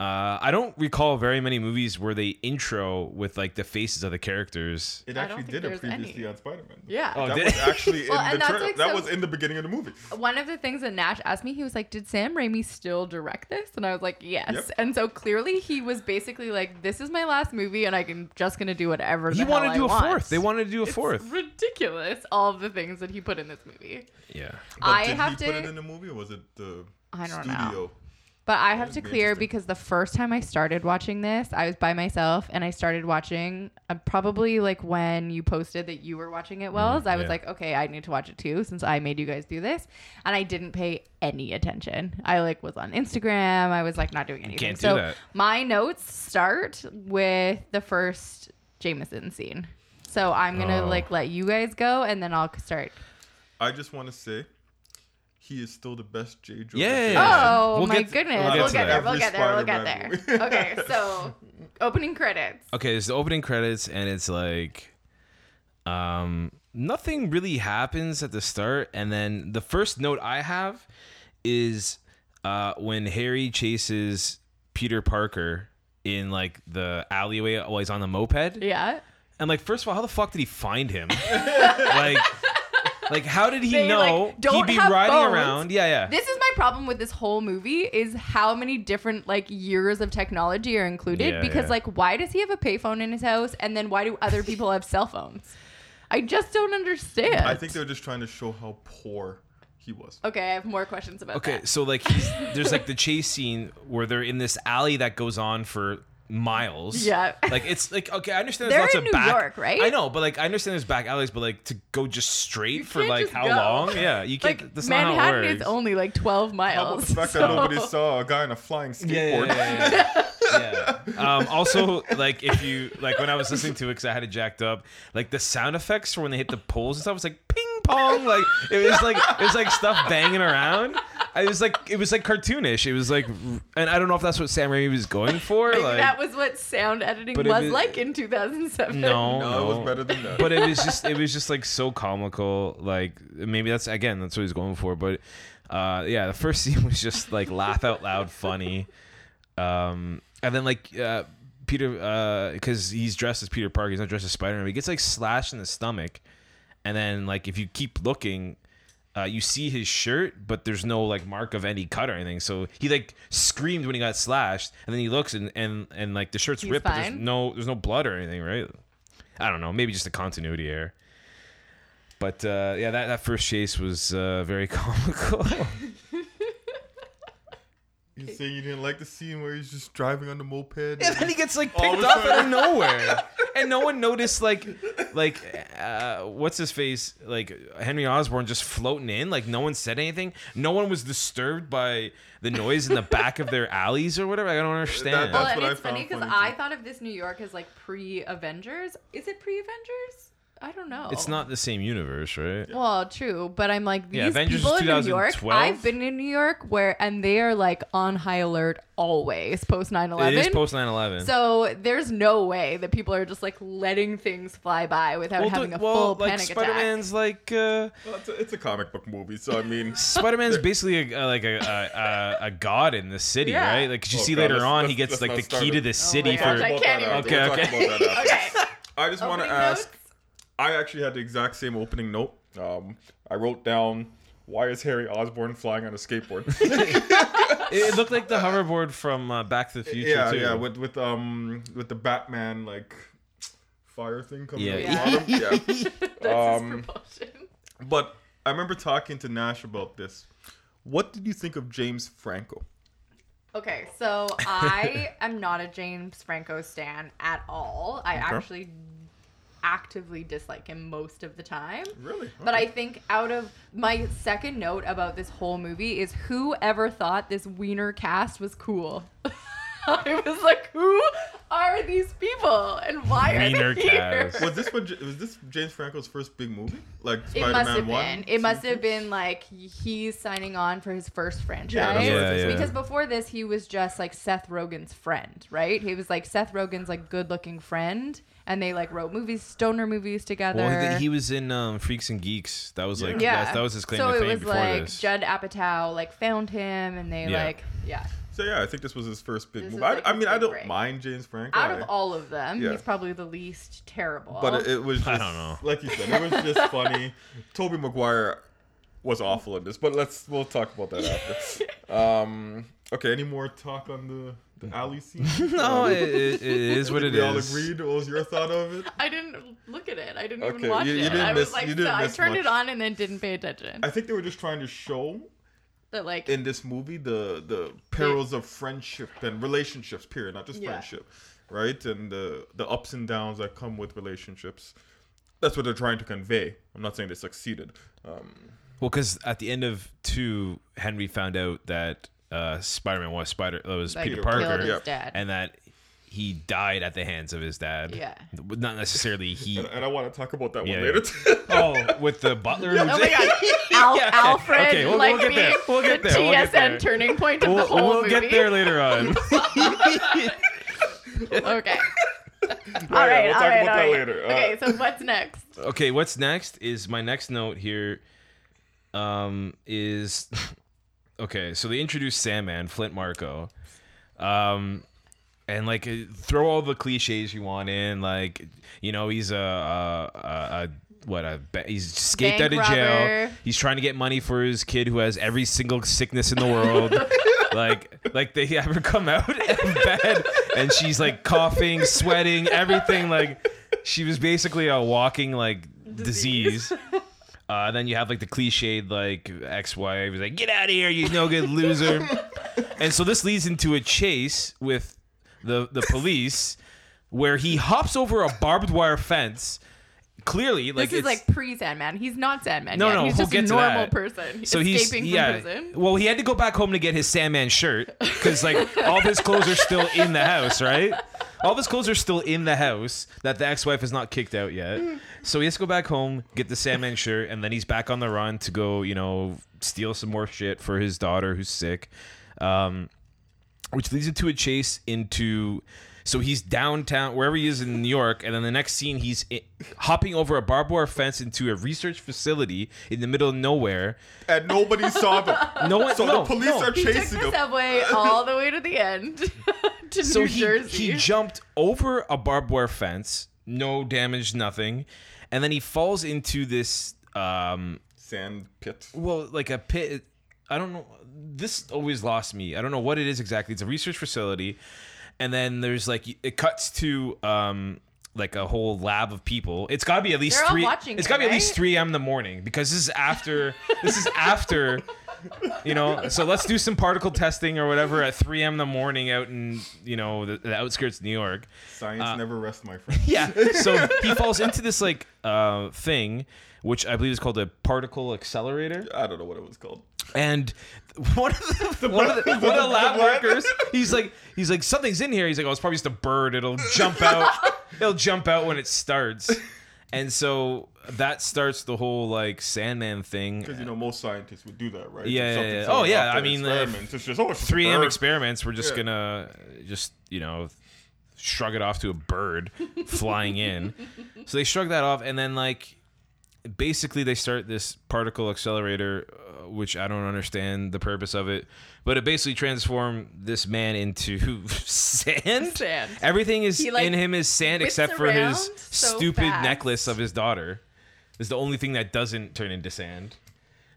Speaker 3: Uh, I don't recall very many movies where they intro with like the faces of the characters.
Speaker 4: It
Speaker 2: I don't
Speaker 4: actually
Speaker 2: think
Speaker 4: did it
Speaker 2: there's
Speaker 4: previously
Speaker 2: any.
Speaker 4: on Spider-Man.
Speaker 2: Yeah.
Speaker 3: Oh,
Speaker 4: That
Speaker 3: did
Speaker 4: was
Speaker 3: it?
Speaker 4: actually in
Speaker 2: Well,
Speaker 4: the
Speaker 2: and that's
Speaker 4: tra-
Speaker 2: like
Speaker 4: that
Speaker 2: some-
Speaker 4: was in the beginning of the movie.
Speaker 2: One of the things that Nash asked me, he was like, Did Sam Raimi still direct this? And I was like, Yes.
Speaker 4: Yep.
Speaker 2: And so clearly he was basically like, This is my last movie and I'm just going to do whatever the
Speaker 3: He wanted
Speaker 2: hell
Speaker 3: to do
Speaker 2: I
Speaker 3: a
Speaker 2: want.
Speaker 3: fourth. They wanted to do a
Speaker 2: It's
Speaker 3: fourth.
Speaker 2: ridiculous, all of the things that he put in this movie.
Speaker 3: yeah.
Speaker 4: But
Speaker 2: I
Speaker 4: did
Speaker 2: have
Speaker 4: he
Speaker 2: to-
Speaker 4: put it in the movie or was it the
Speaker 2: I don't know.
Speaker 4: studio?
Speaker 2: But I have
Speaker 4: would
Speaker 2: to
Speaker 4: be
Speaker 2: clear
Speaker 4: interesting.
Speaker 2: because the first time I started watching this, I was by myself and I started watching uh, probably like when you posted that you were watching it, Wells. I was
Speaker 3: Mm-hmm. yeah.
Speaker 2: like, okay, I need to watch it too since I made you guys do this. And I didn't pay any attention. I like was on Instagram. I was like not doing anything.
Speaker 3: can't do
Speaker 2: so
Speaker 3: that.
Speaker 2: my notes start with the first Jameson scene. So I'm going to
Speaker 3: Oh.
Speaker 2: like let you guys go and then I'll start.
Speaker 4: I just want to say he is still the best J. Jonah
Speaker 3: Yeah.
Speaker 4: Jameson.
Speaker 2: Oh
Speaker 3: We'll
Speaker 2: my
Speaker 3: get to-
Speaker 2: goodness.
Speaker 3: we'll
Speaker 2: We'll get,
Speaker 3: get to
Speaker 2: there.
Speaker 4: that.
Speaker 2: We'll get there. We'll get
Speaker 4: Every
Speaker 2: there. okay, so opening credits.
Speaker 3: Okay, it's the opening credits, and it's like, um, nothing really happens at the start, and then the first note I have is, uh, when Harry chases Peter Parker in like the alleyway while he's on the moped,
Speaker 2: Yeah.
Speaker 3: and like, first of all, how the fuck did he find him? like, like how did he
Speaker 2: They, like,
Speaker 3: know
Speaker 2: don't
Speaker 3: he'd be
Speaker 2: have
Speaker 3: riding
Speaker 2: phones.
Speaker 3: around? Yeah, yeah.
Speaker 2: This is my problem with this whole movie is how many different like years of technology are included
Speaker 3: Yeah,
Speaker 2: because
Speaker 3: yeah.
Speaker 2: like why does he have a payphone in his house and then why do other people have cell phones? I just don't understand.
Speaker 4: I think they were just trying to show how poor he was.
Speaker 2: okay, I have more questions about
Speaker 3: Okay,
Speaker 2: that.
Speaker 3: so like he's, there's like the chase scene where they're in this alley that goes on for miles.
Speaker 2: Yeah.
Speaker 3: Like it's like okay, I understand
Speaker 2: They're
Speaker 3: there's lots
Speaker 2: in
Speaker 3: of
Speaker 2: New
Speaker 3: back
Speaker 2: York, right?
Speaker 3: I know, but like I understand there's back alleys, but like to go just straight
Speaker 2: You
Speaker 3: for
Speaker 2: can't
Speaker 3: like
Speaker 2: just
Speaker 3: how
Speaker 2: go.
Speaker 3: long? Yeah, you can't.
Speaker 2: Like
Speaker 3: that's not how it
Speaker 2: Manhattan
Speaker 3: works.
Speaker 2: is only like 12
Speaker 4: How about
Speaker 2: miles.
Speaker 4: the fact
Speaker 2: so-
Speaker 4: that nobody saw a guy on a flying skateboard?
Speaker 3: yeah, yeah, yeah, yeah. Yeah. Um, also, like if you like when I was listening to it because I had it jacked up, like the sound effects for when they hit the poles and stuff was like ping pong, like it was like it was like stuff banging around. I was like it was like cartoonish. It was like, and I don't know if that's what Sam Raimi was going for.
Speaker 2: Like,
Speaker 3: Like
Speaker 2: that was what sound editing
Speaker 3: But
Speaker 2: was
Speaker 3: if it-
Speaker 2: like in 2007.
Speaker 3: no,
Speaker 4: No, it was better than that.
Speaker 3: but it was just it was just like so comical like maybe that's again that's what he's going for but uh yeah the first scene was just like laugh out loud funny um and then like uh peter uh because he's dressed as peter parker he's not dressed as spider-man but he gets like slashed in the stomach and then like if you keep looking uh, you see his shirt, but there's no like mark of any cut or anything. So he like screamed when he got slashed, and then he looks and and, and like the shirt's
Speaker 2: He's
Speaker 3: ripped, but there's
Speaker 2: fine?
Speaker 3: no there's no blood or anything, right? I don't know, maybe just a continuity error. But uh, yeah, that, that first chase was uh, very comical.
Speaker 4: You say you didn't like the scene where he's just driving on the moped?
Speaker 3: and then he gets like
Speaker 4: All
Speaker 3: picked
Speaker 4: the
Speaker 3: up out of
Speaker 4: time.
Speaker 3: nowhere, and no one noticed. Like, like uh, what's his face? Like Henry Osborne just floating in. Like no one said anything. No one was disturbed by the noise in the back of their alleys or whatever. I don't understand.
Speaker 2: Well,
Speaker 4: That's
Speaker 2: and
Speaker 4: what I
Speaker 2: it's funny
Speaker 4: found
Speaker 2: because
Speaker 4: funny,
Speaker 2: I
Speaker 4: too.
Speaker 2: thought of this New York as like pre Avengers. Is it pre Avengers? I don't know.
Speaker 3: it's not the same universe, right?
Speaker 2: Well, true, but I'm like these
Speaker 3: Yeah, Avengers
Speaker 2: people in New York.
Speaker 3: 2012?
Speaker 2: I've been in New York where, and they are like on high alert always post 9/11.
Speaker 3: It is post 9-11.
Speaker 2: so there's no way that people are just like letting things fly by without
Speaker 3: well,
Speaker 2: having
Speaker 3: do-
Speaker 2: a
Speaker 3: well,
Speaker 2: full
Speaker 3: like
Speaker 2: panic attack.
Speaker 3: Spider-Man's like uh,
Speaker 4: Well, it's, a, it's a comic book movie, so I mean,
Speaker 3: Spider-Man's basically a, a- like a, a, a a god in the city,
Speaker 2: Yeah. Oh,
Speaker 3: right? Like 'cause you
Speaker 4: Oh,
Speaker 3: see
Speaker 4: God,
Speaker 3: later
Speaker 4: let's-
Speaker 3: on, he
Speaker 4: let's-
Speaker 3: gets
Speaker 4: let's
Speaker 3: like
Speaker 4: not
Speaker 3: the
Speaker 4: start
Speaker 3: key
Speaker 4: it.
Speaker 3: to the
Speaker 4: We'll
Speaker 3: city
Speaker 2: my
Speaker 4: talk
Speaker 3: for
Speaker 2: gosh, I
Speaker 4: about
Speaker 2: can't
Speaker 4: that
Speaker 2: even-
Speaker 4: after. We'll
Speaker 3: Okay,
Speaker 4: talk about that after.
Speaker 2: Okay,
Speaker 4: I just want to
Speaker 2: Opening
Speaker 4: ask.
Speaker 2: notes?
Speaker 4: I actually had the exact same opening note. Um, I wrote down, "Why is Harry Osborn flying on a skateboard?"
Speaker 3: It, it looked like the hoverboard from uh, Back to the Future.
Speaker 4: yeah,
Speaker 3: too.
Speaker 4: yeah, with with um with the Batman like fire thing coming.
Speaker 3: Yeah.
Speaker 4: out of the bottom. yeah.
Speaker 2: That's
Speaker 4: Um,
Speaker 2: his propulsion.
Speaker 4: But I remember talking to Nash about this. What did you think of James Franco?
Speaker 2: Okay, so I am not a James Franco stan at all. I actually actively dislike him most of the time.
Speaker 4: Really?
Speaker 2: But I think out of my second note about this whole movie is who ever thought this wiener cast was cool. I was like, who are these people and why are
Speaker 3: Wiener
Speaker 2: they here?
Speaker 3: cast.
Speaker 4: Was this what, J- was this James Franco's first big movie? Like
Speaker 2: It must have
Speaker 4: Spider-Man
Speaker 2: been.
Speaker 4: One?
Speaker 2: It must have been like he's signing on for his first franchise.
Speaker 4: Yeah, that's
Speaker 3: what I was Yeah, yeah.
Speaker 2: Because before this, he was just like Seth Rogen's friend, right? He was like Seth Rogen's like good-looking friend, and they like wrote movies, stoner movies together.
Speaker 3: Well, he- he was in um, Freaks and Geeks. That was like
Speaker 2: yeah,
Speaker 3: that, that was his claim
Speaker 2: so
Speaker 3: to fame
Speaker 2: it was
Speaker 3: before
Speaker 2: like
Speaker 3: this.
Speaker 2: Judd Apatow like found him, and they
Speaker 3: Yeah.
Speaker 2: like yeah.
Speaker 4: So yeah, I think this was his first big
Speaker 2: This
Speaker 4: movie.
Speaker 2: is, like,
Speaker 4: I, I
Speaker 2: his
Speaker 4: mean, I
Speaker 2: big
Speaker 4: don't
Speaker 2: break.
Speaker 4: mind James Franco.
Speaker 2: Out
Speaker 4: I-
Speaker 2: of all of them,
Speaker 4: Yeah.
Speaker 2: he's probably the least terrible.
Speaker 4: but it, it was just,
Speaker 3: I don't know.
Speaker 4: like you said, it was just funny. Toby Maguire was awful in this, but let's we'll talk about that after. um, okay, any more talk on the, the alley scene?
Speaker 3: no,
Speaker 4: Um,
Speaker 3: it, it, it is what
Speaker 4: we
Speaker 3: it
Speaker 4: all
Speaker 3: is.
Speaker 4: agreed. What was your thought of it?
Speaker 2: I didn't look at it. I didn't
Speaker 4: Okay,
Speaker 2: even watch
Speaker 4: you- you
Speaker 2: it.
Speaker 4: didn't
Speaker 2: I
Speaker 4: miss-
Speaker 2: was like,
Speaker 4: you
Speaker 2: so
Speaker 4: didn't
Speaker 2: I
Speaker 4: miss
Speaker 2: turned
Speaker 4: much.
Speaker 2: it on and then didn't pay attention.
Speaker 4: I think they were just trying to show
Speaker 2: That like
Speaker 4: in this movie the the perils of friendship and relationships. Period, not just
Speaker 2: Yeah.
Speaker 4: friendship, right? And the the ups and downs that come with relationships. That's what they're trying to convey. I'm not saying they succeeded. Um,
Speaker 3: Well, because at the end of two, Henry found out that uh, Spider-Man was Spider. That was
Speaker 2: Like,
Speaker 3: Peter
Speaker 2: killed
Speaker 3: Parker,
Speaker 2: his
Speaker 4: Yep.
Speaker 2: dad.
Speaker 3: and that he died at the hands of his dad.
Speaker 2: Yeah.
Speaker 3: not necessarily he.
Speaker 4: and, and I want to talk about that
Speaker 3: Yeah,
Speaker 4: one
Speaker 3: yeah.
Speaker 4: later.
Speaker 3: oh, with the butler. who
Speaker 2: Oh my
Speaker 3: did-
Speaker 2: god, Al-
Speaker 3: Yeah, okay.
Speaker 2: Alfred
Speaker 3: Okay, we'll-
Speaker 2: like
Speaker 3: we'll get
Speaker 2: being
Speaker 3: there. We'll get
Speaker 2: the
Speaker 3: there. We'll get
Speaker 2: TSN
Speaker 3: there.
Speaker 2: turning point of the
Speaker 3: We'll,
Speaker 2: whole
Speaker 3: we'll
Speaker 2: movie.
Speaker 3: get there later on.
Speaker 2: Okay.
Speaker 4: Yeah,
Speaker 2: all right, all
Speaker 4: we'll talk
Speaker 2: right,
Speaker 4: about
Speaker 2: all
Speaker 4: that
Speaker 2: right.
Speaker 4: later. Uh,
Speaker 2: okay, so what's next?
Speaker 3: okay, what's next is my next note here. Um, is okay. So they introduced Sandman, Flint Marco, um, and like uh, throw all the cliches you want in. Like you know, he's a, a, a, a what a ba- he's escaped
Speaker 2: Bank
Speaker 3: out of jail.
Speaker 2: robber.
Speaker 3: He's trying to get money for his kid who has every single sickness in the world. like like they have her come out of bed and she's like coughing, sweating, everything. Like she was basically a walking like disease. Uh, then you have like the cliched like ex-wife is like get out of here you no good loser, and so this leads into a chase with the the police, where he hops over a barbed wire fence. Clearly, like
Speaker 2: This is
Speaker 3: it's-
Speaker 2: like pre Sandman. He's not Sandman.
Speaker 3: No,
Speaker 2: yet.
Speaker 3: no,
Speaker 2: he's
Speaker 3: we'll
Speaker 2: just
Speaker 3: get
Speaker 2: a
Speaker 3: to
Speaker 2: normal
Speaker 3: that.
Speaker 2: person
Speaker 3: so he's
Speaker 2: escaping
Speaker 3: yeah.
Speaker 2: from prison.
Speaker 3: Well, he had to go back home to get his Sandman shirt because like all of his clothes are still in the house, right? All of his clothes are still in the house that the ex-wife has not kicked out yet. So he has to go back home, get the Sandman shirt, and then he's back on the run to go, you know, steal some more shit for his daughter who's sick. Um, which leads into a chase into so he's downtown wherever he is in new york and then the next scene he's i hopping over a barbed wire fence into a research facility in the middle of nowhere
Speaker 4: and nobody saw them.
Speaker 3: no one
Speaker 4: So
Speaker 3: no,
Speaker 4: the police
Speaker 3: no.
Speaker 4: are
Speaker 2: he took
Speaker 4: chasing
Speaker 2: the
Speaker 4: him.
Speaker 2: subway all the way to the end to
Speaker 3: so
Speaker 2: New
Speaker 3: he,
Speaker 2: Jersey.
Speaker 3: he jumped over a barbed wire fence no damage nothing and then he falls into this um
Speaker 4: Sand pit.
Speaker 3: well like a pit i don't know this always lost me i don't know what it is exactly it's a research facility and then there's like it cuts to um like a whole lab of people it's got to be at least
Speaker 2: They're all
Speaker 3: three
Speaker 2: watching
Speaker 3: it's
Speaker 2: it,
Speaker 3: got to be at least
Speaker 2: right?
Speaker 3: 3 a.m in the morning because this is after this is after you know so let's do some particle testing or whatever at 3 a.m in the morning out in you know the, the outskirts of new york
Speaker 4: Science
Speaker 3: Uh,
Speaker 4: never rests, my friend.
Speaker 3: yeah. So he falls into this like uh, thing, which I believe is called a particle accelerator.
Speaker 4: I don't know what it was called.
Speaker 3: And one of the, one of the, one of the lab workers, he's like he's like something's in here. He's like, oh, it's probably just a bird. It'll jump out. It'll jump out when it starts. And so that starts the whole like Sandman thing.
Speaker 4: Because you know most scientists would do that, right?
Speaker 3: Yeah,
Speaker 4: If
Speaker 3: yeah,
Speaker 4: something's
Speaker 3: yeah.
Speaker 4: going
Speaker 3: Oh, yeah,
Speaker 4: off
Speaker 3: I
Speaker 4: their
Speaker 3: mean, like,
Speaker 4: experiments, it's just oh, it's just a
Speaker 3: 3 a.m.
Speaker 4: bird.
Speaker 3: experiments. We're just
Speaker 4: Yeah.
Speaker 3: gonna just you know shrug it off to a bird flying in. So they shrug that off, and then like basically they start this particle accelerator, uh, which I don't understand the purpose of it, but it basically transformed this man into sand.
Speaker 2: Sand.
Speaker 3: Everything is
Speaker 2: He, like,
Speaker 3: in him is sand,
Speaker 2: whips
Speaker 3: except for his
Speaker 2: around so
Speaker 3: stupid
Speaker 2: fast.
Speaker 3: necklace of his daughter. Is the only thing that doesn't turn into sand.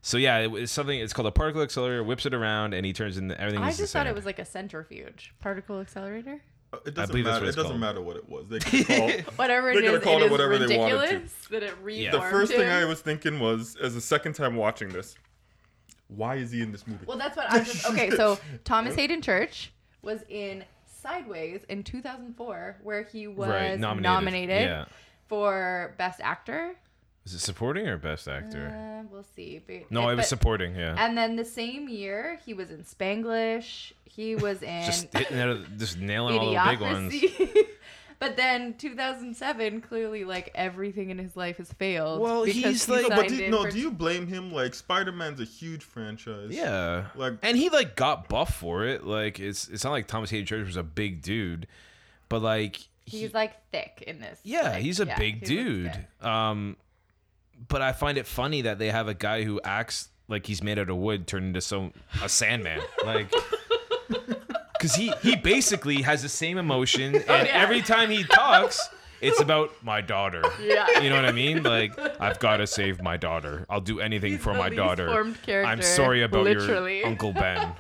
Speaker 3: So yeah, it, it's something. It's called a particle accelerator. Whips it around, and he turns into everything.
Speaker 2: I
Speaker 3: is
Speaker 2: just
Speaker 3: sand.
Speaker 2: thought it was like a centrifuge, particle accelerator,
Speaker 4: Uh, It doesn't
Speaker 3: believe that's
Speaker 4: matter.
Speaker 3: what
Speaker 4: It
Speaker 3: it's
Speaker 4: doesn't
Speaker 3: called.
Speaker 4: matter what it was. They could call.
Speaker 2: whatever
Speaker 4: They
Speaker 2: it
Speaker 4: could've
Speaker 2: is.
Speaker 4: called
Speaker 2: It
Speaker 4: it
Speaker 2: is
Speaker 4: whatever they wanted to.
Speaker 2: ridiculous that it reformed
Speaker 4: the first thing I
Speaker 2: him.
Speaker 4: was thinking was, as the second time watching this, why is he in this movie?
Speaker 2: Well, that's what I was. okay, so Thomas Hayden Church was in Sideways in 2004, where he was
Speaker 3: Right,
Speaker 2: nominated,
Speaker 3: nominated. Yeah.
Speaker 2: for Best Actor.
Speaker 3: Is it supporting or best actor?
Speaker 2: Uh, we'll see. but-
Speaker 3: no, it was
Speaker 2: but-
Speaker 3: supporting. Yeah.
Speaker 2: And then the same year, he was in Spanglish. He was in
Speaker 3: just hitting out of, just nailing all the big ones.
Speaker 2: Idiocracy. but then 2007, clearly, like everything in his life has failed.
Speaker 3: Well, he's
Speaker 2: he
Speaker 4: no,
Speaker 3: like-
Speaker 4: but
Speaker 2: signed
Speaker 4: do,
Speaker 2: in
Speaker 4: no,
Speaker 2: for-
Speaker 4: do you blame him? Like Spider Man's a huge franchise.
Speaker 3: Yeah.
Speaker 4: Like-
Speaker 3: and he like got buff for it. Like it's it's not like Thomas Hayden Church was a big dude, but like he-
Speaker 2: He's like thick in this.
Speaker 3: yeah,
Speaker 2: like,
Speaker 3: he's a
Speaker 2: yeah,
Speaker 3: big
Speaker 2: he looks
Speaker 3: dude.
Speaker 2: thick.
Speaker 3: Um but I find it funny that they have a guy who acts like he's made out of wood turned into some a sandman. like cuz he he basically has the same emotion
Speaker 2: Oh,
Speaker 3: and every time he talks it's about my daughter.
Speaker 2: Yeah.
Speaker 3: You know what I mean? Like, I've got to save my daughter. I'll do anything
Speaker 2: He's
Speaker 3: for
Speaker 2: the
Speaker 3: my
Speaker 2: least
Speaker 3: daughter.
Speaker 2: formed character,
Speaker 3: I'm sorry about
Speaker 2: literally.
Speaker 3: your Uncle Ben.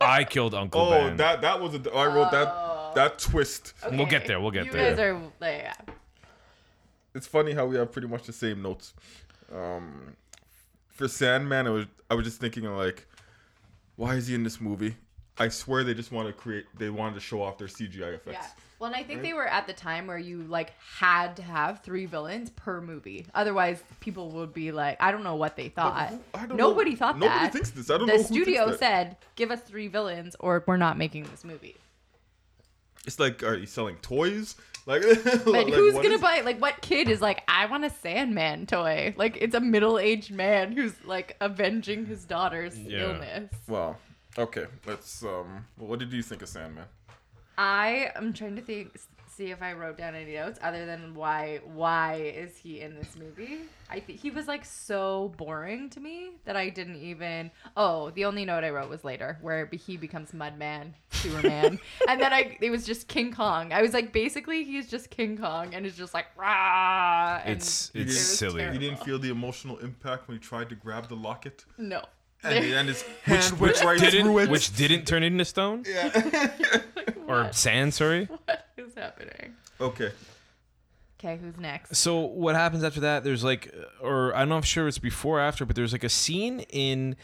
Speaker 3: I killed Uncle
Speaker 4: Oh,
Speaker 3: Ben.
Speaker 4: that that was a, I wrote
Speaker 2: Oh.
Speaker 4: that that twist.
Speaker 3: We'll get there, we'll get
Speaker 2: you
Speaker 3: there.
Speaker 2: guys are like, yeah.
Speaker 4: It's funny how we have pretty much the same notes. Um, for Sandman, I was I was just thinking like, why is he in this movie? I swear they just want to create. They wanted to show off their CGI effects.
Speaker 2: Yeah. Well, and I think they were at the time where you like had to have three villains per movie. Otherwise, people would be like, I don't know what they thought.
Speaker 4: I don't
Speaker 2: nobody
Speaker 4: know-
Speaker 2: thought
Speaker 4: nobody
Speaker 2: that.
Speaker 4: thinks this. I don't
Speaker 2: the
Speaker 4: know who thinks
Speaker 2: studio
Speaker 4: that.
Speaker 2: said, "Give us three villains, or we're not making this movie."
Speaker 4: It's like, are you selling toys? Like,
Speaker 2: But who's gonna buy? Like, what kid is like, I want a Sandman toy? Like, it's a middle-aged man who's like avenging his daughter's
Speaker 3: Yeah.
Speaker 2: illness.
Speaker 4: Well, okay. Let's. Um. What did you think of Sandman?
Speaker 2: I am trying to think, see if I wrote down any notes other than why. Why is he in this movie? I think he was like so boring to me that I didn't even. Oh, the only note I wrote was later where he becomes Mudman, Sewerman, and then I it was just King Kong. I was like, basically, he's just King Kong and is just like rah. And
Speaker 3: it's
Speaker 4: It
Speaker 3: it's
Speaker 4: was
Speaker 3: silly.
Speaker 4: You
Speaker 2: terrible.
Speaker 4: didn't feel the emotional impact when he tried to grab the locket,
Speaker 2: no.
Speaker 4: and, he- and his
Speaker 3: Which,
Speaker 4: hand
Speaker 3: which
Speaker 4: went right
Speaker 3: didn't
Speaker 4: through it.
Speaker 3: which didn't turn into stone or sand. Sorry.
Speaker 2: what is happening?
Speaker 4: okay.
Speaker 2: Okay, who's next?
Speaker 3: So what happens after that? There's like, or I'm not sure it's before or after, but there's like a scene in,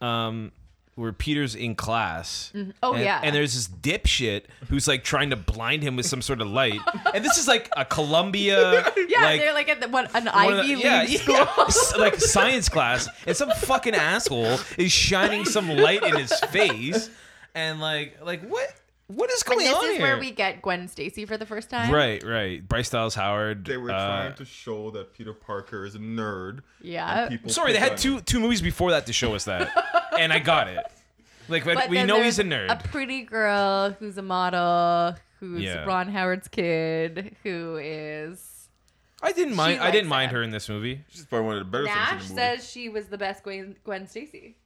Speaker 3: um, where Peter's in class.
Speaker 2: Oh,
Speaker 3: and-
Speaker 2: yeah.
Speaker 3: And there's this dipshit who's like trying to blind him with some sort of light. and this is like a Columbia.
Speaker 2: Yeah, they're like at the, what an
Speaker 3: one
Speaker 2: Ivy
Speaker 3: of the-
Speaker 2: League
Speaker 3: yeah,
Speaker 2: school.
Speaker 3: yeah, s- like science class, and some fucking asshole is shining some light in his face, and like, like what, what is going
Speaker 2: This
Speaker 3: on
Speaker 2: is
Speaker 3: here?
Speaker 2: where we get Gwen Stacy for the first time.
Speaker 3: right, right. Bryce Dallas Howard.
Speaker 4: They were
Speaker 3: uh,
Speaker 4: trying to show that Peter Parker is a nerd.
Speaker 2: Yeah.
Speaker 4: and people
Speaker 3: Sorry, they
Speaker 4: pick
Speaker 3: had
Speaker 4: on
Speaker 3: two
Speaker 4: him.
Speaker 3: two movies before that to show us that, and I got it. Like, but
Speaker 2: But
Speaker 3: we
Speaker 2: then
Speaker 3: know he's a
Speaker 2: there's
Speaker 3: nerd.
Speaker 2: A pretty girl who's a model, who's
Speaker 3: Yeah.
Speaker 2: Ron Howard's kid, who is.
Speaker 3: I didn't mind. I
Speaker 2: likes
Speaker 3: didn't mind
Speaker 2: him.
Speaker 3: her in this movie.
Speaker 4: She's probably one of the better
Speaker 2: Nash
Speaker 4: things in the movie.
Speaker 2: says she was the best Gwen, Gwen Stacy.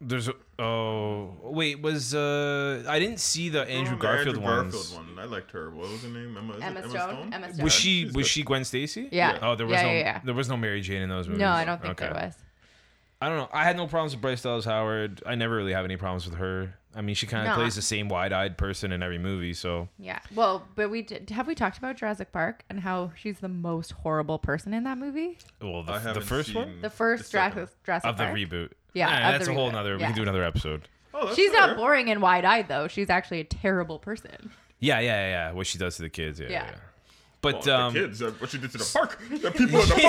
Speaker 3: There's a, oh wait was uh I didn't see the Andrew
Speaker 4: Oh, the
Speaker 3: Garfield
Speaker 4: Andrew
Speaker 3: ones.
Speaker 4: Garfield one. I liked her. What was her name? Emma. is it
Speaker 2: Emma
Speaker 4: Emma
Speaker 2: Stone?
Speaker 4: Stone.
Speaker 2: Emma Stone.
Speaker 3: Was she
Speaker 4: She's
Speaker 3: was
Speaker 4: good.
Speaker 3: she Gwen Stacy?
Speaker 2: Yeah.
Speaker 3: Oh, there was
Speaker 2: Yeah,
Speaker 3: no
Speaker 2: yeah, yeah.
Speaker 3: there was no Mary Jane in those movies.
Speaker 2: No, I don't think
Speaker 3: Okay.
Speaker 2: there was.
Speaker 3: I don't know. I had no problems with Bryce Dallas Howard. I never really have any problems with her. I mean, she kind
Speaker 2: Nah.
Speaker 3: of plays the same wide-eyed person in every movie, so
Speaker 2: Yeah. Well, but we did, have we talked about Jurassic Park and how she's the most horrible person in that movie?
Speaker 3: well
Speaker 4: I
Speaker 3: the, the
Speaker 4: haven't
Speaker 3: first one
Speaker 4: seen
Speaker 2: The first
Speaker 4: second
Speaker 2: Jurassic,
Speaker 4: one.
Speaker 2: Jurassic
Speaker 3: of the
Speaker 2: Park.
Speaker 3: reboot.
Speaker 2: Yeah,
Speaker 3: Eh,
Speaker 2: of
Speaker 3: that's
Speaker 2: the
Speaker 3: a whole
Speaker 2: reboot.
Speaker 3: nother. We
Speaker 2: Yeah.
Speaker 3: can do another episode.
Speaker 4: Oh, that's
Speaker 2: She's not
Speaker 4: fair.
Speaker 2: boring and wide-eyed though. She's actually a terrible person.
Speaker 3: Yeah, yeah, yeah, yeah. What she does to the kids. Yeah, yeah.
Speaker 2: Yeah.
Speaker 3: yeah. But
Speaker 4: The
Speaker 3: um,
Speaker 4: kids, uh, what she did to the park, the people in the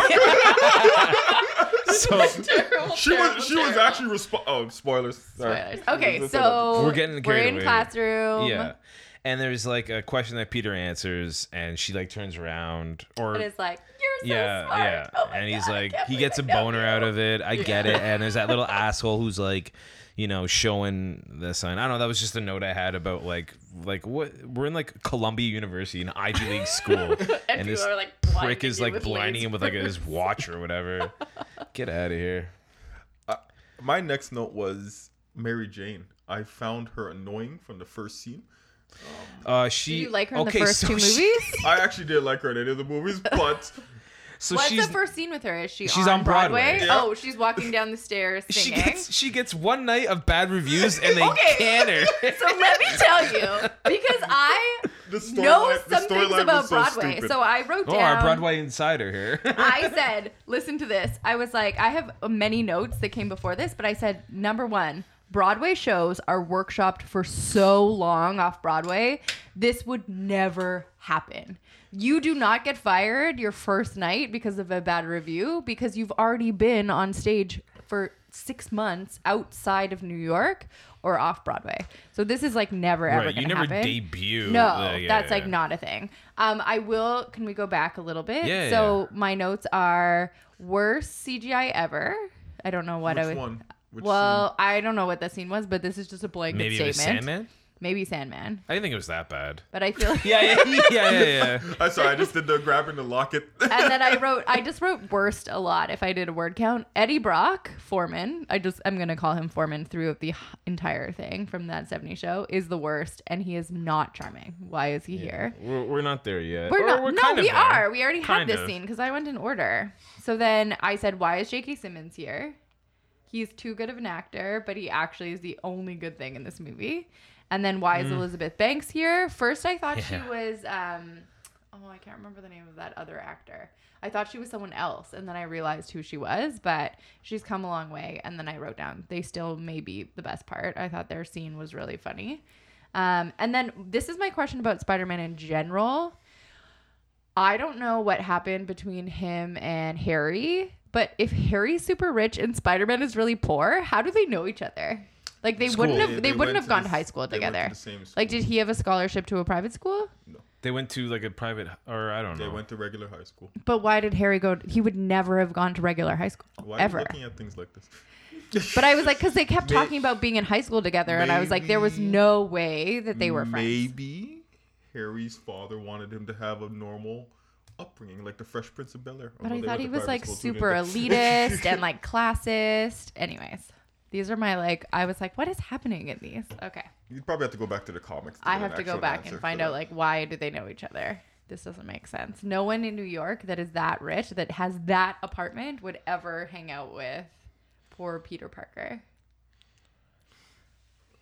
Speaker 4: park.
Speaker 3: so
Speaker 2: terrible,
Speaker 4: She was she was actually resp- oh spoilers. Sorry.
Speaker 2: Spoilers. Okay,
Speaker 4: Let's say that.
Speaker 2: so
Speaker 3: We're getting
Speaker 2: we're
Speaker 3: carried
Speaker 2: in
Speaker 3: away.
Speaker 2: classroom.
Speaker 3: yeah, and there's like a question that Peter answers, and she like turns around, or
Speaker 2: And it's like, you're so
Speaker 3: yeah,
Speaker 2: smart.
Speaker 3: yeah,
Speaker 2: Oh my
Speaker 3: and he's
Speaker 2: God, I
Speaker 3: like,
Speaker 2: can't
Speaker 3: he
Speaker 2: believe
Speaker 3: gets
Speaker 2: I
Speaker 3: a
Speaker 2: know
Speaker 3: boner
Speaker 2: you."
Speaker 3: out of it. I get it. And there's that little asshole who's like, you know, showing the sign. I don't know. That was just a note I had about like, like what we're in like Columbia University, an Ivy League school, and,
Speaker 2: people
Speaker 3: this
Speaker 2: are, like,
Speaker 3: prick
Speaker 2: blinding
Speaker 3: is
Speaker 2: you
Speaker 3: like
Speaker 2: with
Speaker 3: blinding him with like his watch or whatever. Get out of here.
Speaker 4: Uh, My next note was Mary Jane. I found her annoying from the first scene.
Speaker 3: Uh, she
Speaker 2: Do you like her in
Speaker 3: okay,
Speaker 2: the first
Speaker 3: so
Speaker 2: two
Speaker 3: she-
Speaker 2: movies?
Speaker 4: I actually did like her in any of the movies, but
Speaker 3: So
Speaker 2: What's
Speaker 3: she's
Speaker 2: the first scene with her? Is she
Speaker 3: she's
Speaker 2: on,
Speaker 3: on Broadway.
Speaker 4: Yeah.
Speaker 2: Oh, she's walking down the stairs
Speaker 3: she
Speaker 2: singing.
Speaker 3: gets she gets one night of bad reviews and they
Speaker 2: eh? Okay.
Speaker 3: can her.
Speaker 2: so let me tell you, because I
Speaker 4: the storyline
Speaker 2: know
Speaker 4: the
Speaker 2: some things
Speaker 4: storyline
Speaker 2: about
Speaker 4: was so
Speaker 2: Broadway.
Speaker 4: stupid.
Speaker 2: So I wrote
Speaker 3: Oh,
Speaker 2: down.
Speaker 3: our Broadway insider here.
Speaker 2: I said, listen to this. I was like, I have many notes that came before this, but I said, number one, Broadway shows are workshopped for so long off Broadway. This would never happen. You do not get fired your first night because of a bad review because you've already been on stage for six months outside of New York or off Broadway. So this is like never ever
Speaker 3: Right, you
Speaker 2: gonna
Speaker 3: never
Speaker 2: happen.
Speaker 3: debut.
Speaker 2: No,
Speaker 3: Uh, yeah,
Speaker 2: that's
Speaker 3: yeah.
Speaker 2: like not a thing. Um, I will. Can we go back a little bit?
Speaker 3: Yeah,
Speaker 2: so my notes are worst CGI ever. I don't know what I
Speaker 4: which
Speaker 2: would.
Speaker 4: one? Which
Speaker 2: Well, I don't know what that scene was, but this is just a blanket
Speaker 3: Maybe it was
Speaker 2: statement.
Speaker 3: Sandman.
Speaker 2: Maybe Sandman.
Speaker 3: I didn't think it was that bad.
Speaker 2: But I feel.
Speaker 3: Yeah, yeah, yeah, yeah. yeah.
Speaker 4: scene? I'm sorry, I just did the grabbing the locket.
Speaker 2: and then I wrote. I just wrote worst a lot. If I did a word count, Eddie Brock Foreman. I just I'm gonna call him Foreman throughout the h- entire thing from that 70 show is the worst, and he is not charming. Why is he here?
Speaker 3: We're, we're not there yet.
Speaker 2: We're
Speaker 3: Or
Speaker 2: not. no,
Speaker 3: kind of
Speaker 2: we
Speaker 3: there.
Speaker 2: are. We already had
Speaker 3: Kind
Speaker 2: this
Speaker 3: of.
Speaker 2: scene because I went in order. So then I said, "Why is J.K. Simmons here? He's too good of an actor, but he actually is the only good thing in this movie." And then why is Elizabeth Banks here? First, I thought
Speaker 3: Mm. Yeah.
Speaker 2: she was. Um, oh, I can't remember the name of that other actor. I thought she was someone else, and then I realized who she was. But she's come a long way. And then I wrote down they still may be the best part. I thought their scene was really funny. Um, and then this is my question about Spider-Man in general. I don't know what happened between him and Harry, but if Harry's super rich and Spider Man is really poor, how do they know each other? Like they wouldn't
Speaker 3: School.
Speaker 2: have they, wouldn't
Speaker 4: went
Speaker 2: have
Speaker 4: to
Speaker 2: gone to
Speaker 4: the-
Speaker 2: high school
Speaker 4: they went to
Speaker 2: together.
Speaker 4: the same school.
Speaker 2: Like did he have a scholarship to a private school?
Speaker 3: They went to like a private, or I don't know.
Speaker 4: They went to regular high school.
Speaker 2: But why did Harry go he would never have gone to regular high school
Speaker 4: Why are
Speaker 2: ever.
Speaker 4: you looking at things like this?
Speaker 2: But I was like cuz they kept
Speaker 4: May-
Speaker 2: talking about being in high school together and I was like there was
Speaker 4: maybe-
Speaker 2: no way that they were friends.
Speaker 4: Maybe Harry's father wanted him to have a normal upbringing, like the Fresh Prince of Oh, Bel Air.
Speaker 2: But I thought he was like super elitist and like classist. Anyways, these are my like. I was like, what is happening in these? Okay,
Speaker 4: You'd probably have to go back to the comics.
Speaker 2: I
Speaker 4: get an
Speaker 2: have to go
Speaker 4: actual
Speaker 2: back
Speaker 4: answer
Speaker 2: and
Speaker 4: for
Speaker 2: find
Speaker 4: that.
Speaker 2: out like why do they know each other? This doesn't make sense. No one in New York that is that rich that has that apartment would ever hang out with poor Peter Parker.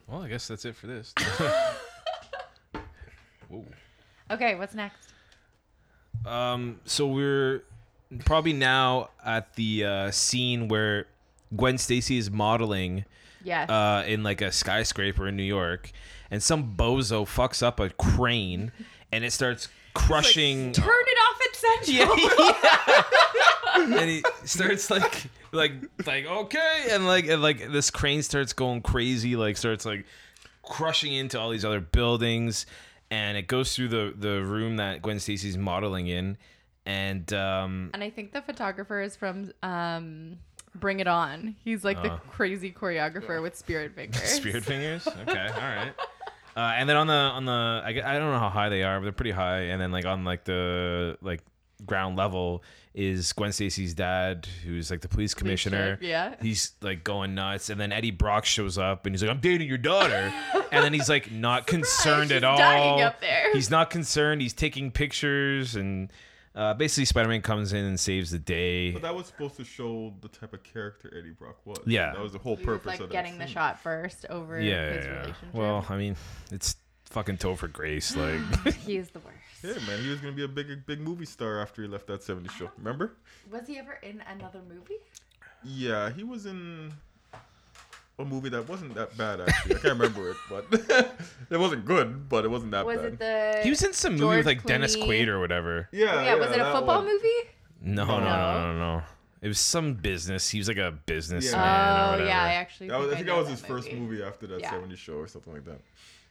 Speaker 3: well, I guess that's it for this. Whoa.
Speaker 2: Okay, what's next?
Speaker 3: Um, so we're probably now at the uh, scene where Gwen Stacy is modeling
Speaker 2: Yes.
Speaker 3: uh, in like a skyscraper in New York, and some bozo fucks up a crane, and it starts crushing.
Speaker 2: Turn it off at Central.
Speaker 3: yeah, and he starts like, like, like, okay, and like, and like this crane starts going crazy, like starts like crushing into all these other buildings, and it goes through the the room that Gwen Stacy's modeling in, and um,
Speaker 2: And I think the photographer is from um, Bring It On. He's like the crazy choreographer with Spirit Fingers.
Speaker 3: Uh. Spirit fingers. Okay, all right. Uh, and then on the on the I, gu- I don't know how high they are, but they're pretty high. And then like on like the like ground level is Gwen Stacy's dad, who's like the police commissioner.
Speaker 2: chief, yeah.
Speaker 3: he's like going nuts. And then Eddie Brock shows up and he's like, "I'm dating your daughter," and then he's like not concerned
Speaker 2: she's
Speaker 3: at all.
Speaker 2: dying up there.
Speaker 3: He's not concerned. He's taking pictures and. Uh, basically, Spider-Man comes in and saves the day.
Speaker 4: But that was supposed to show the type of character Eddie Brock was.
Speaker 3: Yeah.
Speaker 4: that was the whole
Speaker 2: He was
Speaker 4: purpose
Speaker 2: like
Speaker 4: of that
Speaker 2: getting the
Speaker 4: scene.
Speaker 2: shot first over
Speaker 3: yeah,
Speaker 2: his
Speaker 3: yeah, yeah.
Speaker 2: relationship.
Speaker 3: Well, I mean, it's fucking Topher Grace. Like,
Speaker 2: he is the worst.
Speaker 4: Yeah, man, he was gonna be a big, big movie star after he left that '70s show. Remember?
Speaker 2: Was he ever in another movie?
Speaker 4: Yeah, he was in a movie that wasn't that bad actually. I can't remember it, but it wasn't good, but it wasn't that
Speaker 2: Was
Speaker 4: bad.
Speaker 2: it the
Speaker 3: He was in some movie
Speaker 2: George
Speaker 3: with like Dennis
Speaker 2: Clooney.
Speaker 3: Quaid or whatever.
Speaker 4: yeah,
Speaker 2: Yeah, was it a
Speaker 4: that
Speaker 2: football
Speaker 4: one.
Speaker 2: movie?
Speaker 3: No, no, no,
Speaker 2: No.
Speaker 3: no, no, It was some business. He was like a businessman
Speaker 4: Yeah.
Speaker 3: or
Speaker 2: Oh
Speaker 3: whatever.
Speaker 2: yeah, I actually
Speaker 4: That was, I think that
Speaker 2: know
Speaker 4: was his
Speaker 2: that
Speaker 4: first movie after that
Speaker 2: Yeah.
Speaker 4: '70s show or something like that.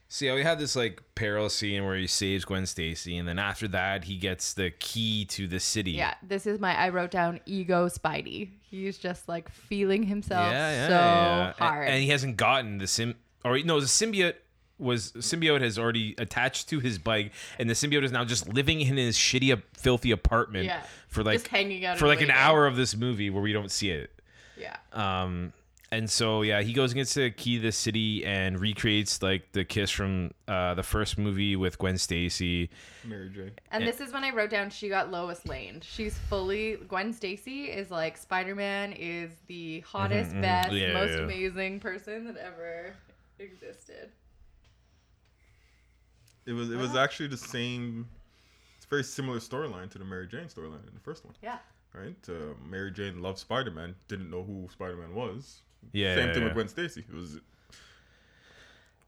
Speaker 3: So yeah, we had this like parallel scene where he saves Gwen Stacy, and then after that, he gets the key to the city.
Speaker 2: Yeah, this is my. I wrote down ego Spidey. He's just like feeling himself
Speaker 3: yeah, yeah,
Speaker 2: so
Speaker 3: yeah. A-
Speaker 2: hard.
Speaker 3: And, he hasn't gotten the sim, or no, the symbiote was symbiote has already attached to his bike, and the symbiote is now just living in his shitty, ap- filthy apartment
Speaker 2: Yeah.
Speaker 3: for like
Speaker 2: Just hanging out
Speaker 3: for
Speaker 2: and
Speaker 3: like an
Speaker 2: waiting.
Speaker 3: hour of this movie where we don't see it.
Speaker 2: yeah,
Speaker 3: Um, and so yeah, he goes and gets the key to the city and recreates like the kiss from uh, the first movie with Gwen Stacy.
Speaker 4: Mary J.
Speaker 2: and
Speaker 3: Eh.
Speaker 2: this is when I wrote down she got Lois Lane. She's fully Gwen Stacy is like Spider Man is the hottest, best,
Speaker 3: Mm-hmm, Yeah,
Speaker 2: most
Speaker 3: yeah.
Speaker 2: amazing person that ever existed.
Speaker 4: It was it was
Speaker 2: Oh.
Speaker 4: actually the same. It's a very similar storyline to the Mary Jane storyline in the first one,
Speaker 2: Yeah,
Speaker 4: right? Uh, Mary Jane loved Spider Man, didn't know who Spider Man was.
Speaker 3: Yeah,
Speaker 4: same
Speaker 3: yeah,
Speaker 4: thing
Speaker 3: yeah.
Speaker 4: with Gwen Stacy. It was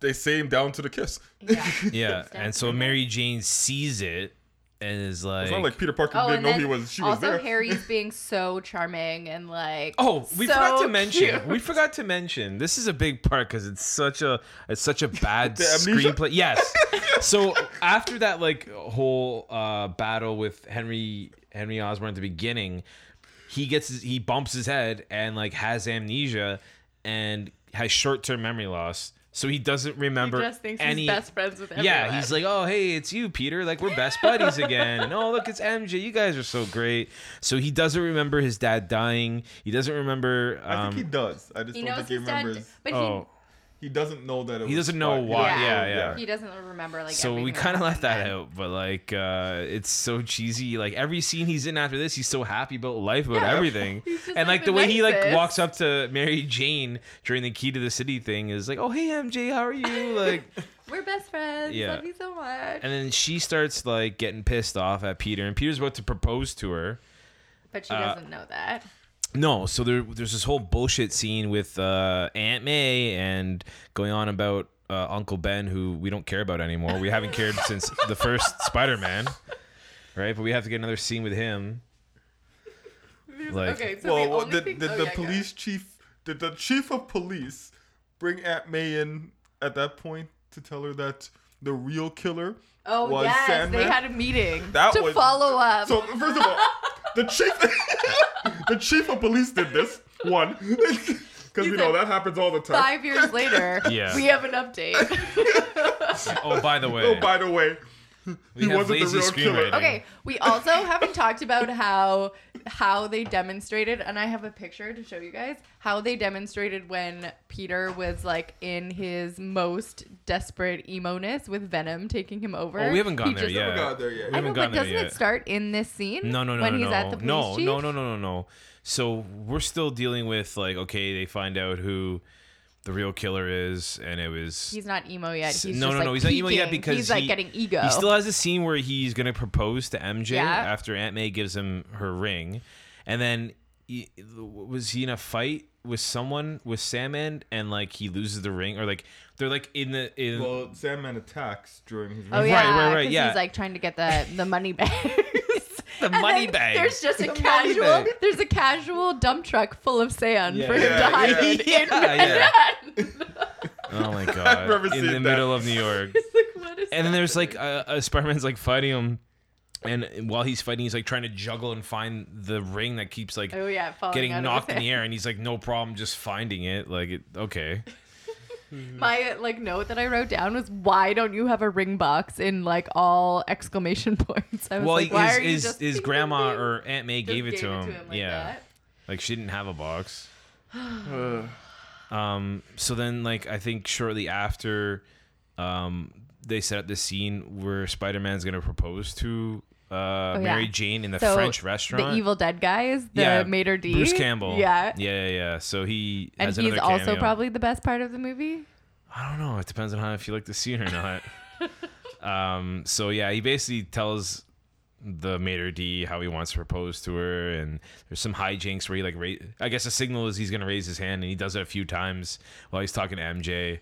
Speaker 4: they same down to the kiss.
Speaker 2: yeah.
Speaker 3: Yeah,
Speaker 2: Stamp
Speaker 3: and so
Speaker 2: approval.
Speaker 3: Mary Jane sees it and is like,
Speaker 4: It's not like Peter Parker
Speaker 2: Oh,
Speaker 4: didn't
Speaker 2: and
Speaker 4: know
Speaker 2: then
Speaker 4: he was. She was
Speaker 2: also
Speaker 4: there.
Speaker 2: Harry's being so charming and like
Speaker 3: "Oh, we forgot
Speaker 2: so
Speaker 3: to mention.
Speaker 2: cute.
Speaker 3: We forgot to mention. This is a big part because it's such a it's such a bad
Speaker 4: The amnesia?
Speaker 3: screenplay. Yes. so after that, like whole uh, battle with Henry Henry Osborn at the beginning, he gets his, he bumps his head and like has amnesia and has short term memory loss. So he doesn't remember
Speaker 2: just thinks
Speaker 3: any.
Speaker 2: he's best friends with everyone.
Speaker 3: Yeah, he's like, oh hey, it's you, Peter. Like we're best buddies again. oh look, it's MJ. You guys are so great. So he doesn't remember his dad dying. He doesn't remember.
Speaker 4: I
Speaker 3: Um,
Speaker 4: think he does. I just
Speaker 2: he
Speaker 4: don't
Speaker 2: knows
Speaker 4: think he
Speaker 2: his dad,
Speaker 4: remembers.
Speaker 2: but
Speaker 3: oh,
Speaker 4: He doesn't know that. It
Speaker 3: He
Speaker 4: was
Speaker 3: doesn't know
Speaker 4: Spider-
Speaker 2: he,
Speaker 3: why.
Speaker 4: Yeah.
Speaker 3: yeah, yeah.
Speaker 2: he doesn't remember like.
Speaker 3: so we
Speaker 2: everything
Speaker 3: kind of left that
Speaker 2: happened
Speaker 3: out, but like, uh, it's so cheesy. Like every scene he's in after this, he's so happy about life, about everything,
Speaker 2: He's just, like,
Speaker 3: and like the
Speaker 2: the
Speaker 3: way he like
Speaker 2: nicest.
Speaker 3: walks up to Mary Jane during the Key to the City thing is like, oh hey MJ, how are you? Like,
Speaker 2: then. We're best friends.
Speaker 3: Yeah.
Speaker 2: Love you so much.
Speaker 3: and then she starts like getting pissed off at Peter, and Peter's about to propose to her.
Speaker 2: but she
Speaker 3: uh,
Speaker 2: doesn't know that.
Speaker 3: No, so there, there's this whole bullshit scene with uh, Aunt May and going on about uh, Uncle Ben, who we don't care about anymore. We haven't cared since the first Spider-Man, right? But we have to get another scene with him. Like,
Speaker 2: okay, so
Speaker 4: Well,
Speaker 2: the
Speaker 4: well,
Speaker 2: only
Speaker 4: did,
Speaker 2: thing-
Speaker 4: did
Speaker 2: oh,
Speaker 4: the
Speaker 2: yeah, go.
Speaker 4: police chief, did the chief of police, bring Aunt May in at that point to tell her that the real killer
Speaker 2: Oh
Speaker 4: was
Speaker 2: yes,
Speaker 4: Sandman?
Speaker 2: they had a meeting
Speaker 4: That
Speaker 2: to
Speaker 4: was-
Speaker 2: follow up.
Speaker 4: So first of all, the chief, the chief of police did this one, because
Speaker 2: He's
Speaker 4: you know
Speaker 2: like,
Speaker 4: that happens all the time.
Speaker 2: Five years later,
Speaker 3: Yeah.
Speaker 2: we have an update.
Speaker 3: oh, by the way,
Speaker 4: Oh, by the way,
Speaker 3: we
Speaker 4: he
Speaker 3: have
Speaker 4: wasn't the
Speaker 3: lazy
Speaker 4: real killer.
Speaker 3: screenwriting.
Speaker 2: Okay, we also haven't talked about how how they demonstrated, and I have a picture to show you guys how they demonstrated when Peter was like in his most desperate emo-ness with Venom taking him over.
Speaker 3: Oh, we haven't gotten
Speaker 2: He
Speaker 3: there
Speaker 2: just-
Speaker 3: yet.
Speaker 4: Oh, God, there, yeah.
Speaker 3: We
Speaker 2: I
Speaker 3: haven't
Speaker 2: know,
Speaker 3: gotten
Speaker 2: but
Speaker 3: there
Speaker 2: doesn't it
Speaker 3: yet.
Speaker 2: start in this scene?
Speaker 3: No, no, no,
Speaker 2: when
Speaker 3: no,
Speaker 2: he's
Speaker 3: no.
Speaker 2: at the police
Speaker 3: no,
Speaker 2: chief?
Speaker 3: no, no, no, no, no. So we're still dealing with like, okay, they find out who the real killer is, and it was
Speaker 2: He's not emo yet. He's
Speaker 3: no,
Speaker 2: just,
Speaker 3: no,
Speaker 2: like,
Speaker 3: no. He's not emo yet
Speaker 2: peaking.
Speaker 3: because
Speaker 2: he's like
Speaker 3: he-
Speaker 2: getting ego.
Speaker 3: He still has a scene where he's gonna propose to MJ
Speaker 2: Yeah.
Speaker 3: after Aunt May gives him her ring, and then he, was he in a fight with someone with Sandman and like he loses the ring or like they're like in the in
Speaker 4: Well, Sandman attacks during his.
Speaker 2: Oh yeah,
Speaker 3: right, right,
Speaker 2: 'cause
Speaker 3: yeah.
Speaker 2: He's like trying to get the the money bags.
Speaker 3: The
Speaker 2: And
Speaker 3: money
Speaker 2: then
Speaker 3: bags.
Speaker 2: There's just a
Speaker 3: The money
Speaker 2: casual.
Speaker 3: bag.
Speaker 2: There's a casual dump truck full of sand for him
Speaker 4: yeah,
Speaker 2: to hide in.
Speaker 3: yeah, yeah.
Speaker 2: It's
Speaker 3: Oh my god!
Speaker 4: never
Speaker 3: in
Speaker 4: seen
Speaker 3: the
Speaker 4: that.
Speaker 3: middle of New York.
Speaker 2: like, what is
Speaker 3: and then
Speaker 2: that?
Speaker 3: there's like a, a Spider-Man's like fighting him, and while he's fighting, he's like trying to juggle and find the ring that keeps like
Speaker 2: Oh, yeah, falling out
Speaker 3: getting
Speaker 2: of
Speaker 3: knocked
Speaker 2: his
Speaker 3: in the air, and he's like, no problem, just finding it. Like, it, okay,
Speaker 2: my like note that I wrote down was why don't you have a ring box in like all exclamation points? I was
Speaker 3: well,
Speaker 2: like, why
Speaker 3: his
Speaker 2: are you
Speaker 3: his,
Speaker 2: just
Speaker 3: his
Speaker 2: ding,
Speaker 3: grandma
Speaker 2: ding, ding?
Speaker 3: or Aunt May
Speaker 2: Just
Speaker 3: gave it to him.
Speaker 2: like
Speaker 3: yeah,
Speaker 2: that?
Speaker 3: like she didn't have a box.
Speaker 4: Uh,
Speaker 3: Um, so then like I think shortly after, um, they set up this scene where Spider-Man's gonna propose to. Uh,
Speaker 2: Oh, yeah.
Speaker 3: Mary Jane in the
Speaker 2: So,
Speaker 3: French restaurant.
Speaker 2: The Evil Dead guy is the Mater D.
Speaker 3: Bruce Campbell.
Speaker 2: Yeah.
Speaker 3: Yeah, yeah, yeah. So he
Speaker 2: And
Speaker 3: has
Speaker 2: he's
Speaker 3: another
Speaker 2: also
Speaker 3: cameo.
Speaker 2: probably the best part of the movie.
Speaker 3: I don't know. It depends on how if you like the scene or not. um. So yeah, he basically tells the maitre d how he wants to propose to her, and there's some hijinks where he like. Ra- I guess a signal is he's gonna raise his hand, and he does it a few times while he's talking to MJ.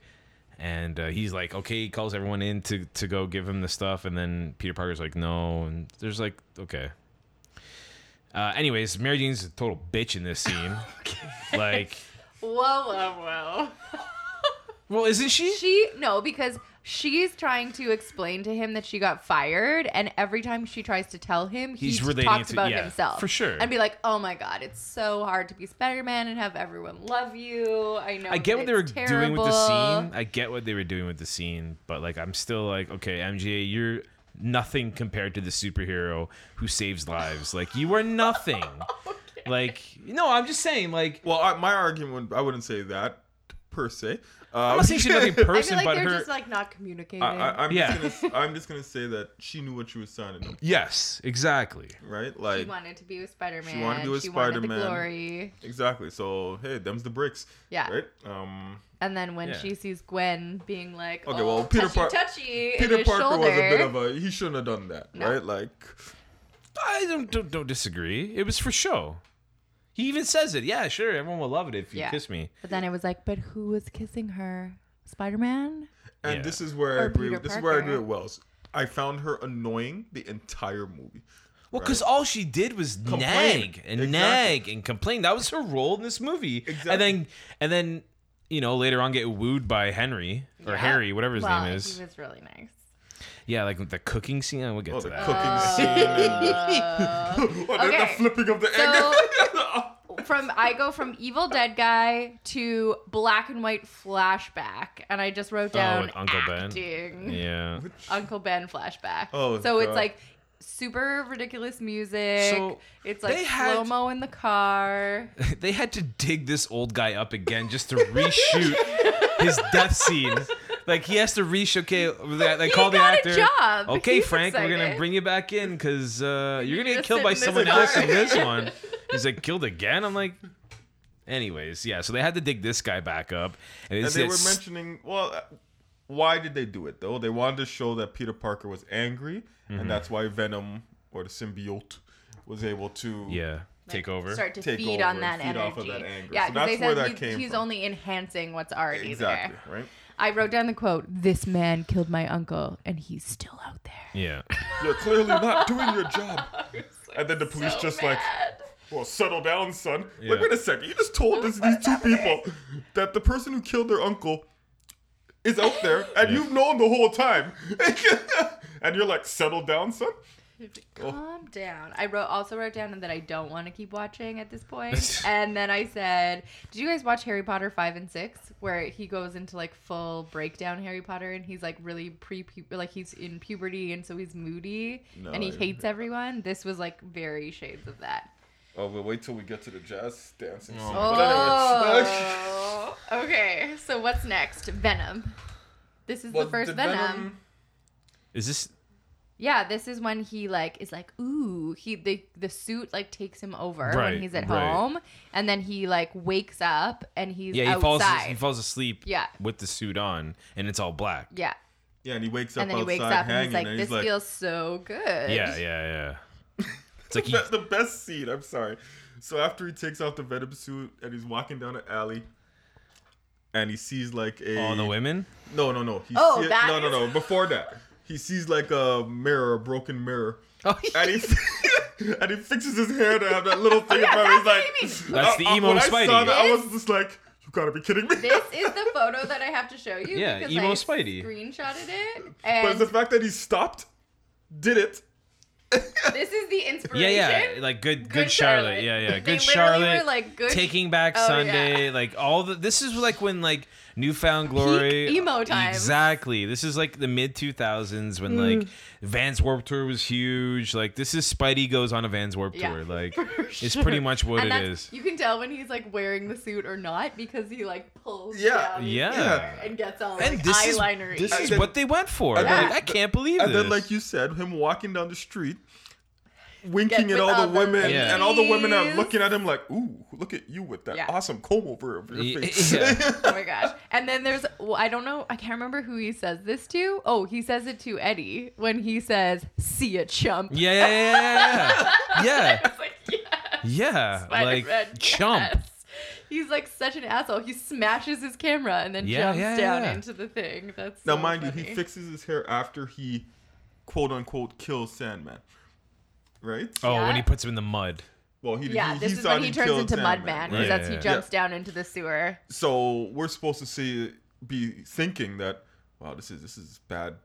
Speaker 3: And uh, he's like, okay, he calls everyone in to, to go give him the stuff. And then Peter Parker's like, no. And there's like, okay. Uh, anyways, Mary Jane's a total bitch in this scene. Like,
Speaker 2: Whoa, whoa, whoa.
Speaker 3: well, isn't she?
Speaker 2: She no, because She's trying to explain to him that she got fired, and every time she tries to tell him, he
Speaker 3: He's
Speaker 2: just
Speaker 3: relating
Speaker 2: talks
Speaker 3: to-
Speaker 2: about
Speaker 3: yeah,
Speaker 2: himself
Speaker 3: for sure.
Speaker 2: and be like, "Oh my god, it's so hard to be Spider-Man and have everyone love you." I know.
Speaker 3: I get
Speaker 2: that
Speaker 3: what they were
Speaker 2: it's
Speaker 3: doing with the
Speaker 2: terrible."
Speaker 3: scene. I get what they were doing with the scene, but like I'm still like, okay, MJ, you're nothing compared to the superhero who saves lives. Like you are nothing. Like no, I'm just saying. Like
Speaker 4: Well, I, my argument, I wouldn't say that per se. Um,
Speaker 3: I'm not saying she's nothing
Speaker 2: I feel
Speaker 3: person,
Speaker 2: like
Speaker 3: but
Speaker 2: they're
Speaker 3: her.
Speaker 2: just like not communicating.
Speaker 4: I, I, I'm,
Speaker 3: Yeah.
Speaker 4: just gonna, I'm just gonna say that she knew what she was signing up,
Speaker 3: yes, exactly.
Speaker 4: right?
Speaker 2: she
Speaker 4: Like
Speaker 2: wanted to be with Spider-Man.
Speaker 4: She wanted to be with
Speaker 2: She wanted the
Speaker 4: Spider-Man.
Speaker 2: glory.
Speaker 4: exactly. So hey, them's the bricks.
Speaker 2: Yeah.
Speaker 4: Right. Um,
Speaker 2: And then when
Speaker 3: Yeah.
Speaker 2: she sees Gwen being like,
Speaker 4: Okay,
Speaker 2: "Oh,
Speaker 4: well, Peter
Speaker 2: touchy,
Speaker 4: Par-
Speaker 2: touchy," in
Speaker 4: Peter
Speaker 2: his
Speaker 4: Parker
Speaker 2: shoulder,
Speaker 4: was a bit of a. He shouldn't have done that,
Speaker 2: No.
Speaker 4: right? Like,
Speaker 3: I don't, don't don't disagree. It was for show. He even says it. Yeah, sure. Everyone will love it if you
Speaker 2: Yeah.
Speaker 3: kiss me.
Speaker 2: But then it was like, but who was kissing her? Spider Man?
Speaker 4: and
Speaker 3: Yeah.
Speaker 4: this is where
Speaker 2: Or
Speaker 4: I agree.
Speaker 2: Peter
Speaker 4: This is where I agree
Speaker 2: Parker.
Speaker 4: with Wells. I found her annoying the entire movie.
Speaker 3: Well, because all she did was nag and
Speaker 4: Exactly.
Speaker 3: nag and complain. That was her role in this movie.
Speaker 4: Exactly.
Speaker 3: And then, and then, you know, later on, get wooed by Henry or Harry, whatever his name is.
Speaker 2: He was really nice.
Speaker 3: yeah, like the cooking scene. We'll get
Speaker 4: Oh,
Speaker 3: to
Speaker 4: the
Speaker 3: that.
Speaker 2: Uh,
Speaker 4: cooking scene. And, oh, the- the,
Speaker 2: okay.
Speaker 4: flipping of the egg. Oh.
Speaker 2: From I go from Evil Dead guy to black and white flashback, and I just wrote down
Speaker 3: Oh, with Uncle Ben?
Speaker 2: acting.
Speaker 3: yeah.
Speaker 2: Uncle Ben flashback.
Speaker 4: Oh,
Speaker 2: so it's
Speaker 4: God.
Speaker 2: like super ridiculous music.
Speaker 3: So,
Speaker 2: it's like
Speaker 3: they had-
Speaker 2: slow mo in the car.
Speaker 3: they had to dig this old guy up again just to reshoot his death scene. Like he has to reshoot. Okay, they, they
Speaker 2: He
Speaker 3: call the
Speaker 2: got a
Speaker 3: actor.
Speaker 2: job.
Speaker 3: Okay,
Speaker 2: He's
Speaker 3: Frank, we're gonna
Speaker 2: excited.
Speaker 3: bring you back in because uh, you're gonna get
Speaker 2: just
Speaker 3: killed
Speaker 2: sit
Speaker 3: by
Speaker 2: in this
Speaker 3: someone
Speaker 2: car.
Speaker 3: else in this one. He's like killed again. I'm like, anyways, yeah. So they had to dig this guy back up, and,
Speaker 4: and
Speaker 3: it's
Speaker 4: they were
Speaker 3: it's-
Speaker 4: mentioning well uh, why did they do it though they wanted to show that peter parker was angry
Speaker 3: Mm-hmm.
Speaker 4: and that's why venom or the symbiote was able to
Speaker 3: yeah take over.
Speaker 2: Start to
Speaker 4: Take
Speaker 2: feed
Speaker 4: over
Speaker 2: on
Speaker 4: and
Speaker 2: that
Speaker 4: feed
Speaker 2: energy.
Speaker 4: off of that anger.
Speaker 2: Yeah,
Speaker 4: So
Speaker 2: 'cause they
Speaker 4: that's where
Speaker 2: said
Speaker 4: that
Speaker 2: he's,
Speaker 4: came
Speaker 2: he's
Speaker 4: from.
Speaker 2: only enhancing what's already
Speaker 4: exactly
Speaker 2: there.
Speaker 4: right
Speaker 2: I wrote down the quote, this man killed my uncle and he's still out there.
Speaker 3: Yeah,
Speaker 4: you're clearly not doing your job and then the police just like well settle down son like
Speaker 3: Yeah.
Speaker 4: wait a second you just told this, these two people that the person who killed their uncle is out there and you've known the whole time and you're like settle down son Oh.
Speaker 2: Calm down. I wrote also wrote down that I don't want to keep watching at this point. and then I said, Did you guys watch Harry Potter five and six? Where he goes into like full breakdown Harry Potter and he's like really pre like he's in puberty and so he's moody
Speaker 4: No,
Speaker 2: and he
Speaker 4: I didn't.
Speaker 2: hates everyone. This was like very shades of that.
Speaker 4: Oh, but wait till we get to the jazz dancing. scene. But anyway.
Speaker 2: Oh, okay. So what's next? Venom. This is
Speaker 4: Well,
Speaker 2: the first
Speaker 4: the
Speaker 2: Venom.
Speaker 3: is this?
Speaker 2: Yeah, this is when he like is like, ooh, he the the suit like takes him over
Speaker 3: Right,
Speaker 2: when he's at
Speaker 3: right.
Speaker 2: home, and then he like wakes up and he's
Speaker 3: Yeah, he falls.
Speaker 2: outside.
Speaker 3: He falls asleep.
Speaker 2: Yeah.
Speaker 3: with the suit on, and it's all black.
Speaker 2: yeah,
Speaker 4: Yeah, and he wakes up
Speaker 2: and then he
Speaker 4: outside
Speaker 2: wakes up and
Speaker 4: hanging,
Speaker 2: he's like,
Speaker 4: and
Speaker 2: this
Speaker 4: he's like,
Speaker 2: feels so good.
Speaker 3: Yeah, yeah, yeah. It's like he
Speaker 4: that's the best scene. I'm sorry. So after he takes off the venom suit and he's walking down an alley, and he sees like a
Speaker 3: on the women.
Speaker 4: No, no, no. He
Speaker 2: Oh,
Speaker 4: see-
Speaker 2: that
Speaker 4: no, no, no. Before that, he sees like a mirror, a broken mirror. Oh, and he. And he fixes his hair to have that little thing
Speaker 2: Oh, yeah,
Speaker 4: about it. He's
Speaker 2: that's what
Speaker 4: like,
Speaker 2: you mean.
Speaker 3: That's the
Speaker 4: I- I-
Speaker 3: emo
Speaker 4: when I saw
Speaker 3: Spidey.
Speaker 4: that, I was just like, you gotta be kidding me.
Speaker 2: This is the photo that I have to show you.
Speaker 3: Yeah,
Speaker 2: because
Speaker 3: emo
Speaker 2: I
Speaker 3: Spidey.
Speaker 2: Screenshotted it,
Speaker 4: But
Speaker 2: and
Speaker 4: the fact that he stopped, did it,
Speaker 2: this is the inspiration.
Speaker 3: Yeah, yeah, like good, good,
Speaker 2: Good
Speaker 3: Charlotte.
Speaker 2: Charlotte.
Speaker 3: Yeah, yeah,
Speaker 2: They
Speaker 3: good
Speaker 2: literally
Speaker 3: Charlotte.
Speaker 2: were like, good-
Speaker 3: Taking Back
Speaker 2: Oh,
Speaker 3: Sunday,
Speaker 2: yeah.
Speaker 3: like all the. This is like when like Newfound Glory,
Speaker 2: Peak emo time.
Speaker 3: Exactly. This is like the mid two thousands when
Speaker 2: Mm.
Speaker 3: like Vans Warp Tour was huge. Like this is Spidey goes on a Vans Warp
Speaker 2: Yeah,
Speaker 3: Tour. Like
Speaker 2: for
Speaker 3: it's
Speaker 2: sure.
Speaker 3: pretty much what
Speaker 2: and
Speaker 3: it
Speaker 2: that's,
Speaker 3: is.
Speaker 2: you can tell when he's like wearing the suit or not because he like pulls
Speaker 4: Yeah.
Speaker 2: down his
Speaker 3: Yeah.
Speaker 2: hair and gets all
Speaker 3: And
Speaker 2: like,
Speaker 3: this is
Speaker 2: eyeliner.
Speaker 3: this
Speaker 4: And
Speaker 3: is
Speaker 4: then-
Speaker 3: what they went for.
Speaker 4: and
Speaker 2: then-
Speaker 3: Like, I can't believe
Speaker 4: And
Speaker 3: this.
Speaker 4: then, like you said, him walking down the street, winking
Speaker 2: Get
Speaker 4: at
Speaker 2: with
Speaker 4: all,
Speaker 2: all
Speaker 4: the
Speaker 2: the
Speaker 4: women,
Speaker 3: Yeah.
Speaker 4: and all the women are
Speaker 2: ladies.
Speaker 4: looking at him like, "Ooh, look at you with that
Speaker 2: Yeah.
Speaker 4: awesome comb over of your
Speaker 3: Y-
Speaker 4: face."
Speaker 3: yeah.
Speaker 2: oh my gosh. And then there's, well, I don't know, I can't remember who he says this to. Oh, he says it to Eddie when he says, see ya, chump.
Speaker 3: yeah, yeah, yeah, yeah, yeah, yeah,
Speaker 2: It's like, yes,
Speaker 3: yeah. like
Speaker 2: Spider-Man,
Speaker 3: chump.
Speaker 2: yes. He's like such an asshole. He smashes his camera and then
Speaker 3: Yeah,
Speaker 2: jumps
Speaker 3: yeah,
Speaker 2: down
Speaker 3: yeah.
Speaker 2: into the thing. That's
Speaker 4: now,
Speaker 2: so
Speaker 4: mind you,
Speaker 2: funny.
Speaker 4: he fixes his hair after he, quote unquote, kills Sandman, right?
Speaker 3: Oh,
Speaker 2: Yeah.
Speaker 3: when he puts him in the mud.
Speaker 4: Well, he
Speaker 2: Yeah,
Speaker 4: he,
Speaker 2: this
Speaker 4: he
Speaker 2: is
Speaker 4: thought
Speaker 2: when he turns
Speaker 4: killed
Speaker 2: into
Speaker 4: Sandman,
Speaker 2: Mudman
Speaker 4: right?
Speaker 2: because that's he
Speaker 3: Yeah.
Speaker 2: jumps down into the sewer.
Speaker 4: So we're supposed to see, be thinking that wow, this is this is bad,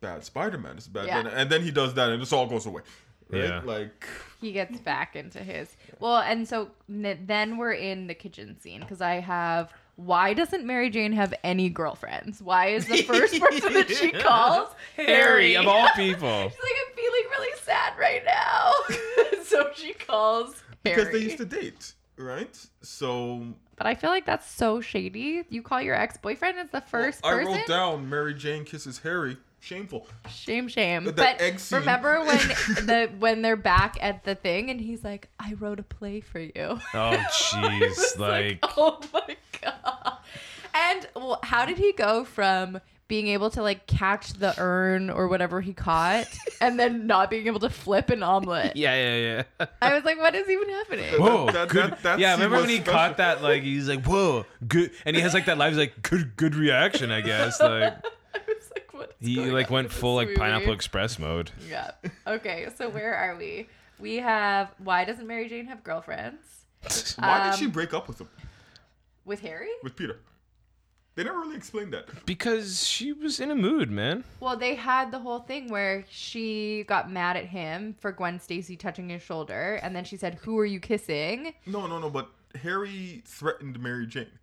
Speaker 4: bad Spider Man. This is bad.
Speaker 2: Yeah.
Speaker 4: Venom. And then he does that, and this all goes away. Right?
Speaker 3: Yeah.
Speaker 4: Like
Speaker 2: he gets back into his well and so n- then we're in the kitchen scene because i have why doesn't mary jane have any girlfriends why is the first person that she calls harry
Speaker 3: Harry, of all people.
Speaker 2: she's like i'm feeling really sad right now so she calls harry
Speaker 4: because they used to date, right? So
Speaker 2: but i feel like that's so shady you call your ex-boyfriend as the first
Speaker 4: I
Speaker 2: person
Speaker 4: wrote down Mary Jane kisses Harry. Shameful.
Speaker 2: Shame, shame.
Speaker 4: With that
Speaker 2: But
Speaker 4: egg scene.
Speaker 2: remember when the when they're back at the thing and he's like, "I wrote a play for you."
Speaker 3: Oh,
Speaker 2: I was
Speaker 3: jeez. like,
Speaker 2: oh my god. And well, how did he go from being able to like catch the urn or whatever he caught, and then not being able to flip an omelet?
Speaker 3: yeah, yeah, yeah.
Speaker 2: I was like, what is even happening?
Speaker 3: Whoa,
Speaker 4: that-
Speaker 3: good.
Speaker 4: that- that
Speaker 3: yeah,
Speaker 4: scene
Speaker 3: remember
Speaker 4: was
Speaker 3: when he
Speaker 4: special.
Speaker 3: caught that? Like he's like, "Whoa, good," and he has like that live. He's like, "Good, good reaction," I guess. Like
Speaker 2: I was like, what? is
Speaker 3: he
Speaker 2: going
Speaker 3: like
Speaker 2: on
Speaker 3: went
Speaker 2: with this
Speaker 3: full like
Speaker 2: movie?
Speaker 3: Pineapple Express mode.
Speaker 2: Yeah. Okay, so where are we? We have why doesn't Mary Jane have girlfriends
Speaker 4: Why did
Speaker 2: Um,
Speaker 4: she break up with him?
Speaker 2: with Harry?
Speaker 4: With Peter? They never really explained that.
Speaker 3: Because she was in a mood, man.
Speaker 2: Well, they had the whole thing where she got mad at him for Gwen Stacy touching his shoulder, and then she said, "Who are you kissing?"
Speaker 4: No, no, no. But Harry threatened Mary Jane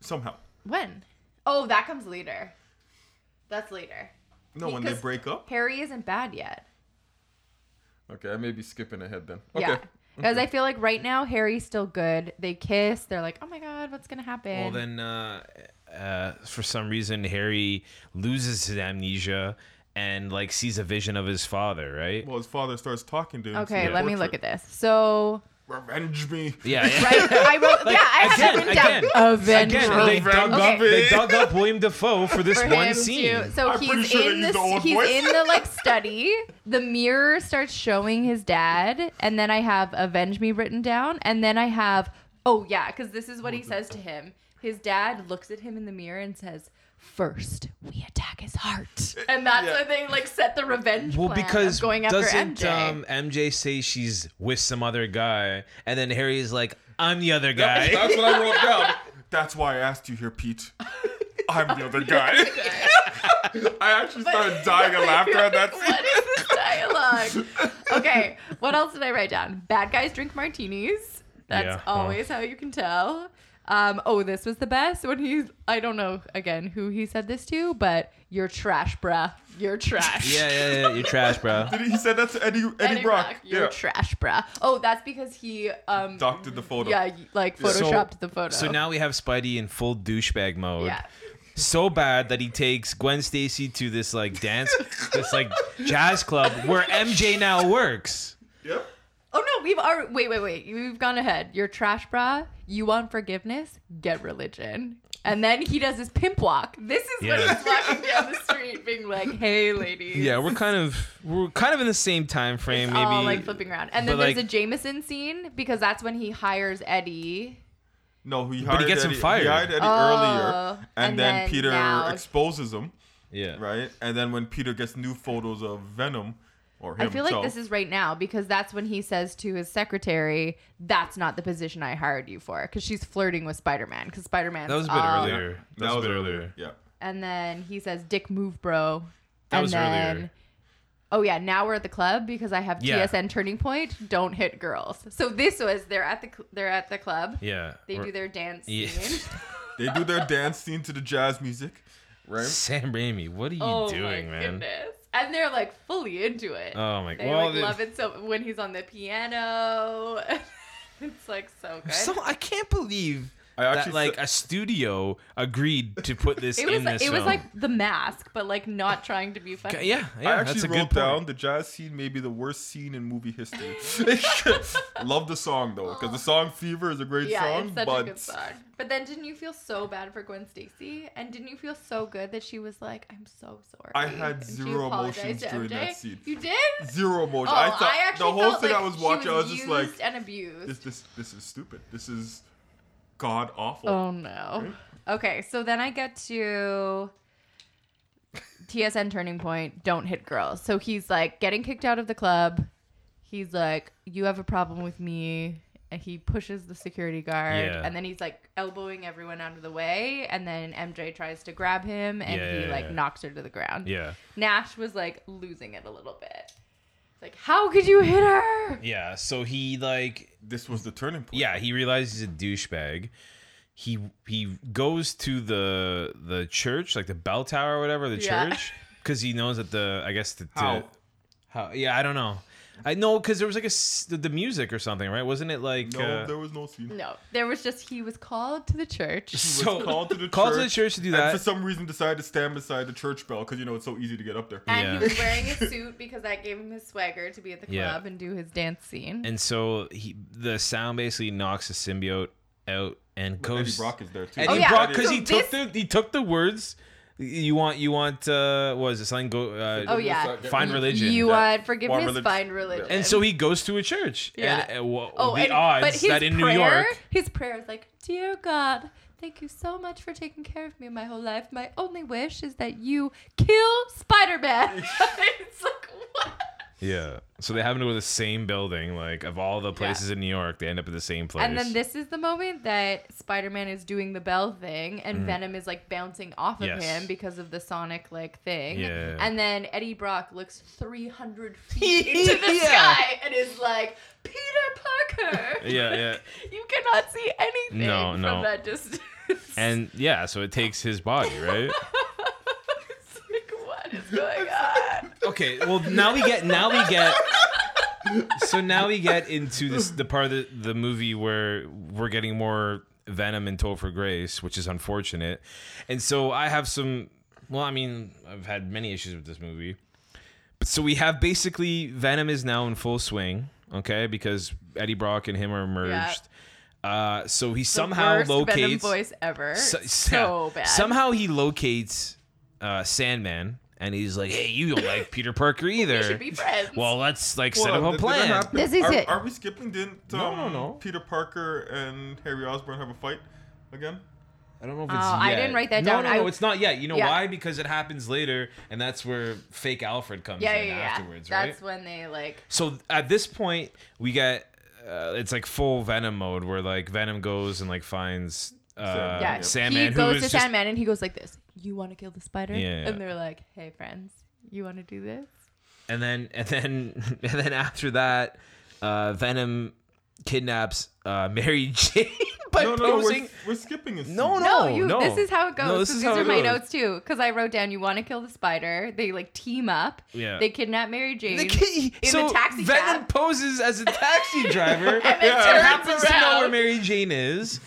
Speaker 4: somehow.
Speaker 2: When? Oh, that comes later. That's later.
Speaker 4: No, when they
Speaker 2: Because-
Speaker 4: break up.
Speaker 2: Harry isn't bad yet.
Speaker 4: Okay, I may be skipping ahead then. Okay.
Speaker 2: Yeah. Because I feel like right now Harry's still good. They kiss. They're like, "Oh my god, what's gonna happen?"
Speaker 3: Well, then, uh, uh, for some reason, Harry loses his amnesia and like sees a vision of his father, right?
Speaker 4: Well, his father starts talking to him.
Speaker 2: okay, let me look at this. So,
Speaker 4: that. Revenge me.
Speaker 3: yeah, yeah.
Speaker 2: right, I wrote, yeah, I have
Speaker 3: again,
Speaker 2: that written down.
Speaker 3: again,
Speaker 2: Avenge
Speaker 3: Again,
Speaker 2: her.
Speaker 3: they dug,
Speaker 2: Okay.
Speaker 3: up, they dug up William Defoe for this
Speaker 2: for
Speaker 3: one
Speaker 2: him
Speaker 3: scene.
Speaker 2: to. So
Speaker 4: I'm pretty
Speaker 2: he's
Speaker 4: sure that
Speaker 2: in
Speaker 4: he's
Speaker 2: the,
Speaker 4: the old
Speaker 2: he's
Speaker 4: voice.
Speaker 2: in the like study. The mirror starts showing his dad, and then I have "Avenge Me" written down, and then I have oh yeah, because this is what he says to him. His dad looks at him in the mirror and says. First, we attack his heart, and that's
Speaker 4: Uh, Yeah.
Speaker 2: where they like set the revenge
Speaker 3: Well,
Speaker 2: plan of
Speaker 3: because
Speaker 2: going after
Speaker 3: doesn't
Speaker 2: MJ.
Speaker 3: Um, MJ say she's with some other guy, and then Harry's like, "I'm the other guy."
Speaker 4: That's what I wrote down. That's why I asked you here, Pete. I'm the other guy. I actually started dying of laughter at that scene.
Speaker 2: What is this dialogue? Okay, what else did I write down? Bad guys drink martinis. That's
Speaker 3: Yeah, well.
Speaker 2: always how you can tell. Um, oh, this was the best when he's. I don't know again who he said this to, but you're trash, bruh. You're trash.
Speaker 3: yeah, yeah, yeah. You're trash, bro.
Speaker 4: Did he, he said that to Eddie, Eddie,
Speaker 2: Eddie
Speaker 4: Brock.
Speaker 2: Brock, you're trash, bruh. Oh, that's because he, um,
Speaker 4: Doctored the photo.
Speaker 2: yeah, like photoshopped the photo.
Speaker 3: So now we have Spidey in full douchebag mode.
Speaker 2: yeah,
Speaker 3: So bad that he takes Gwen Stacy to this like dance, this like jazz club where MJ now works.
Speaker 4: Yep.
Speaker 2: Oh no, we've already wait, wait, wait. We've gone ahead. You're trash bra. You want forgiveness? Get religion. And then he does his pimp walk. This is when
Speaker 3: Yeah.
Speaker 2: he's walking down the street, being like, "Hey, ladies."
Speaker 3: Yeah, we're kind of we're kind of in the same time frame.
Speaker 2: It's
Speaker 3: maybe
Speaker 2: all like flipping around. And then
Speaker 3: but,
Speaker 2: there's
Speaker 3: like-
Speaker 2: a Jameson scene because that's when he hires Eddie.
Speaker 4: No, he hired
Speaker 3: he gets him
Speaker 4: Eddie,
Speaker 3: fired.
Speaker 4: He hired Eddie
Speaker 2: Oh,
Speaker 4: earlier, and,
Speaker 2: and
Speaker 4: then,
Speaker 2: then
Speaker 4: Peter
Speaker 2: now-
Speaker 4: exposes him,
Speaker 3: yeah,
Speaker 4: right? And then when Peter gets new photos of Venom, or him
Speaker 2: I feel like
Speaker 4: himself,
Speaker 2: this is right now because that's when he says to his secretary, "That's not the position I hired you for." Because she's flirting with Spider-Man. Because Spider-Man.
Speaker 3: That was a bit earlier. That was a bit earlier.
Speaker 4: Yeah.
Speaker 2: And then he says, "Dick move, bro."
Speaker 3: That
Speaker 2: and
Speaker 3: was
Speaker 2: then,
Speaker 3: earlier.
Speaker 2: Oh yeah, now we're at the club because I have
Speaker 3: Yeah.
Speaker 2: TSN Turning Point. Don't hit girls. So this was they're at the cl- they're at the club.
Speaker 3: yeah.
Speaker 2: They
Speaker 3: We're-
Speaker 2: do their dance
Speaker 3: Yeah.
Speaker 2: scene.
Speaker 4: They do their dance scene to the jazz music, right?
Speaker 3: Sam Raimi, what are you
Speaker 2: oh
Speaker 3: doing,
Speaker 2: my
Speaker 3: man?
Speaker 2: goodness! And they're like fully into it.
Speaker 3: Oh my-
Speaker 2: They
Speaker 3: well,
Speaker 2: like
Speaker 3: they-
Speaker 2: love it so when he's on the piano. it's like so good.
Speaker 3: So I can't believe
Speaker 4: I
Speaker 3: that
Speaker 4: actually
Speaker 3: like
Speaker 4: said-
Speaker 3: a studio agreed to put this
Speaker 2: it
Speaker 3: in
Speaker 2: was
Speaker 3: this
Speaker 2: it
Speaker 3: film.
Speaker 2: was like the mask, but like not trying to be funny.
Speaker 3: Okay, yeah, yeah,
Speaker 4: I actually
Speaker 3: that's a
Speaker 4: wrote
Speaker 3: good
Speaker 4: down
Speaker 3: point.
Speaker 4: the jazz scene may be the worst scene in movie history. Love the song though, because the song "Fever" is a great
Speaker 2: Yeah,
Speaker 4: song,
Speaker 2: it's such
Speaker 4: but
Speaker 2: a good song. But then didn't you feel so bad for Gwen Stacy? And didn't you feel so good that she was like, I'm so sorry.
Speaker 4: I had
Speaker 2: And she
Speaker 4: zero
Speaker 2: apologized
Speaker 4: emotions
Speaker 2: to
Speaker 4: during that
Speaker 2: MJ?
Speaker 4: scene.
Speaker 2: You did?
Speaker 4: zero emotion.
Speaker 2: oh,
Speaker 4: I thought
Speaker 2: I actually
Speaker 4: the whole
Speaker 2: felt
Speaker 4: thing
Speaker 2: like
Speaker 4: I was
Speaker 2: she
Speaker 4: watching, I was just
Speaker 2: used
Speaker 4: like,
Speaker 2: and abused.
Speaker 4: this, this, this is stupid. This is god awful.
Speaker 2: oh no. Okay, so then I get to TSN turning point. Don't hit girls. So he's like getting kicked out of the club. He's like, you have a problem with me. and he pushes the security guard
Speaker 3: Yeah.
Speaker 2: and then he's like elbowing everyone out of the way and then MJ tries to grab him and
Speaker 3: Yeah,
Speaker 2: he
Speaker 3: yeah,
Speaker 2: like
Speaker 3: yeah.
Speaker 2: knocks her to the ground.
Speaker 3: Yeah.
Speaker 2: Nash was like losing it a little bit. Like how could you hit her?
Speaker 3: Yeah. So he like
Speaker 4: This was the turning point.
Speaker 3: yeah, he realizes he's a douchebag. He he goes to the the church, like the bell tower or whatever, the
Speaker 2: Yeah.
Speaker 3: church, because he knows that the I guess the, the
Speaker 4: How?
Speaker 3: how- yeah I don't know. I know because there was like a s- the, the music or something, right? Wasn't it like
Speaker 4: No,
Speaker 3: uh,
Speaker 4: there was no scene.
Speaker 2: No, there was just he was called to the church.
Speaker 4: He was
Speaker 3: so
Speaker 4: called to the
Speaker 3: called
Speaker 4: church,
Speaker 3: to the church to do
Speaker 4: and
Speaker 3: that?
Speaker 4: for some reason decided to stand beside the church bell because you know it's so easy to get up there.
Speaker 2: And
Speaker 3: Yeah.
Speaker 2: he was wearing a suit because that gave him his swagger to be at the club
Speaker 3: Yeah.
Speaker 2: and do his dance scene.
Speaker 3: and so he the sound basically knocks the symbiote out and
Speaker 4: Eddie
Speaker 3: goes.
Speaker 4: Brock is there too.
Speaker 3: Eddie
Speaker 2: Oh, yeah.
Speaker 3: Brock because
Speaker 2: So
Speaker 3: he took the he took the words. You want you want uh what is it something go uh,
Speaker 2: oh yeah.
Speaker 3: find religion.
Speaker 2: You uh,
Speaker 4: Yeah.
Speaker 2: want forgiveness,
Speaker 4: Want relig-
Speaker 2: find religion.
Speaker 3: and so he goes to a church.
Speaker 2: Yeah.
Speaker 3: And, uh, wha-
Speaker 2: Oh,
Speaker 3: the
Speaker 2: and, but
Speaker 3: odds
Speaker 2: his
Speaker 3: that in
Speaker 2: prayer,
Speaker 3: New York.
Speaker 2: his prayer is like, "Dear God, thank you so much for taking care of me my whole life. My only wish is that you kill Spider-Man." it's like what?
Speaker 3: Yeah. So they happen to go to the same building. Like of all the places in New York, they end up at the same place.
Speaker 2: And then this is the moment that Spider-Man is doing the bell thing, and Venom is like bouncing off of
Speaker 3: Mm. Yes.
Speaker 2: him because of the Sonic like thing.
Speaker 3: Yeah.
Speaker 2: And then Eddie Brock looks 300 feet into the sky and is like, "Peter Parker."
Speaker 3: Yeah, yeah.
Speaker 2: You cannot see anything
Speaker 3: No,
Speaker 2: from
Speaker 3: no.
Speaker 2: that distance.
Speaker 3: And yeah, so it takes his body, right?
Speaker 2: it's like, what is going on?
Speaker 3: okay. Well, now we get now we get. So now we get into this the part of the, the movie where we're getting more Venom and Topher Grace, which is unfortunate. And so I have some. Well, I mean, I've had many issues with this movie. But so we have basically Venom is now in full swing, okay? Because Eddie Brock and him are merged. Uh, so he somehow
Speaker 2: Worst Venom
Speaker 3: locates
Speaker 2: voice ever. So,
Speaker 3: yeah.
Speaker 2: bad.
Speaker 3: Somehow he locates uh, Sandman, and he's like, "Hey, you don't like Peter Parker either.
Speaker 2: should be friends.
Speaker 3: Well, let's like set
Speaker 4: Hold
Speaker 3: up
Speaker 4: on,
Speaker 3: a
Speaker 4: did- did that
Speaker 3: plan."
Speaker 4: happen?
Speaker 2: This is
Speaker 4: are,
Speaker 2: it.
Speaker 4: Are we skipping? Didn't um,
Speaker 3: No, no, no.
Speaker 4: Peter Parker and Harry Osborn have a fight again?
Speaker 3: I don't know if
Speaker 2: Oh, I didn't write that
Speaker 3: no,
Speaker 2: down.
Speaker 3: No, no,
Speaker 2: I-
Speaker 3: it's not yet. You know
Speaker 2: Yeah.
Speaker 3: why? Because it happens later, and that's where fake Alfred comes
Speaker 2: yeah, yeah,
Speaker 3: in
Speaker 2: yeah.
Speaker 3: afterwards, right?
Speaker 2: That's when they like.
Speaker 3: So at this point, we get uh, it's like full Venom mode, where like Venom goes and like finds uh,
Speaker 4: Sandman,
Speaker 2: Yeah,
Speaker 4: He
Speaker 3: Sandman,
Speaker 2: he
Speaker 3: who
Speaker 2: goes
Speaker 3: is
Speaker 2: to
Speaker 3: just
Speaker 2: Sandman and he goes like this. You want to kill the spider?
Speaker 3: Yeah.
Speaker 2: And they're like, hey friends, you want to do this?
Speaker 3: and then and then and then after that, uh, Venom kidnaps uh, Mary Jane by
Speaker 4: No, no,
Speaker 3: posing.
Speaker 4: we're, we're skipping a scene.
Speaker 3: No, no,
Speaker 2: No, Oh, you.
Speaker 3: no.
Speaker 2: This is how it goes.
Speaker 3: No, this
Speaker 2: 'cause
Speaker 3: is
Speaker 2: these
Speaker 3: how
Speaker 2: are
Speaker 3: it
Speaker 2: my
Speaker 3: goes.
Speaker 2: notes too. Because I wrote down, you want to kill the spider. They like team up.
Speaker 3: Yeah.
Speaker 2: They kidnap Mary Jane
Speaker 3: The kid,
Speaker 2: in
Speaker 3: so
Speaker 2: the taxi
Speaker 3: Venom
Speaker 2: cab.
Speaker 3: poses as a taxi driver.
Speaker 2: And then turns
Speaker 3: happens to know where
Speaker 2: around.
Speaker 3: Mary Jane is,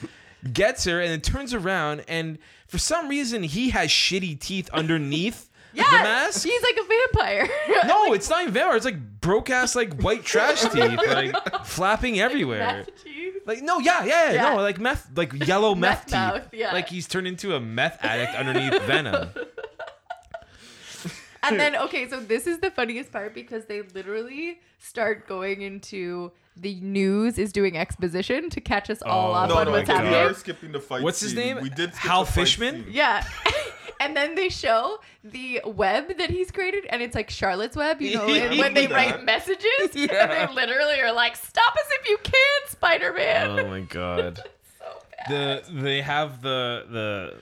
Speaker 3: gets her, and then turns around. And for some reason, he has shitty teeth underneath the mask.
Speaker 2: He's like a vampire.
Speaker 3: no, it's not even vampire. It's like broke ass, like white trash teeth, like flapping everywhere.
Speaker 2: Massachusetts.
Speaker 3: Like no, yeah, yeah,
Speaker 2: Yeah.
Speaker 3: no, like meth, like yellow meth,
Speaker 2: Meth
Speaker 3: teeth.
Speaker 2: mouth, yeah.
Speaker 3: Like he's turned into a meth addict underneath Venom.
Speaker 2: and then okay, so this is the funniest part because they literally start going into the news is doing exposition to catch us all
Speaker 3: Oh,
Speaker 2: up
Speaker 4: no,
Speaker 2: on
Speaker 4: no.
Speaker 2: what's
Speaker 4: we
Speaker 3: God.
Speaker 4: are
Speaker 2: happening.
Speaker 4: skipping the fight.
Speaker 3: What's his
Speaker 4: scene.
Speaker 3: name?
Speaker 4: We did skip
Speaker 3: Hal
Speaker 4: the fight
Speaker 3: Fishman?
Speaker 4: scene.
Speaker 2: Yeah. And then they show the web that he's created, and it's like Charlotte's web, you know, and when they
Speaker 4: Yeah.
Speaker 2: write messages, and they literally are like, "Stop us if you can, Spider-Man."
Speaker 3: oh my god.
Speaker 2: so bad.
Speaker 3: the they have the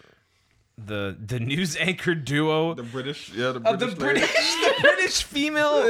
Speaker 3: the the the news anchor duo
Speaker 4: The British, yeah, the
Speaker 3: of the
Speaker 4: British. lady.
Speaker 3: British the British female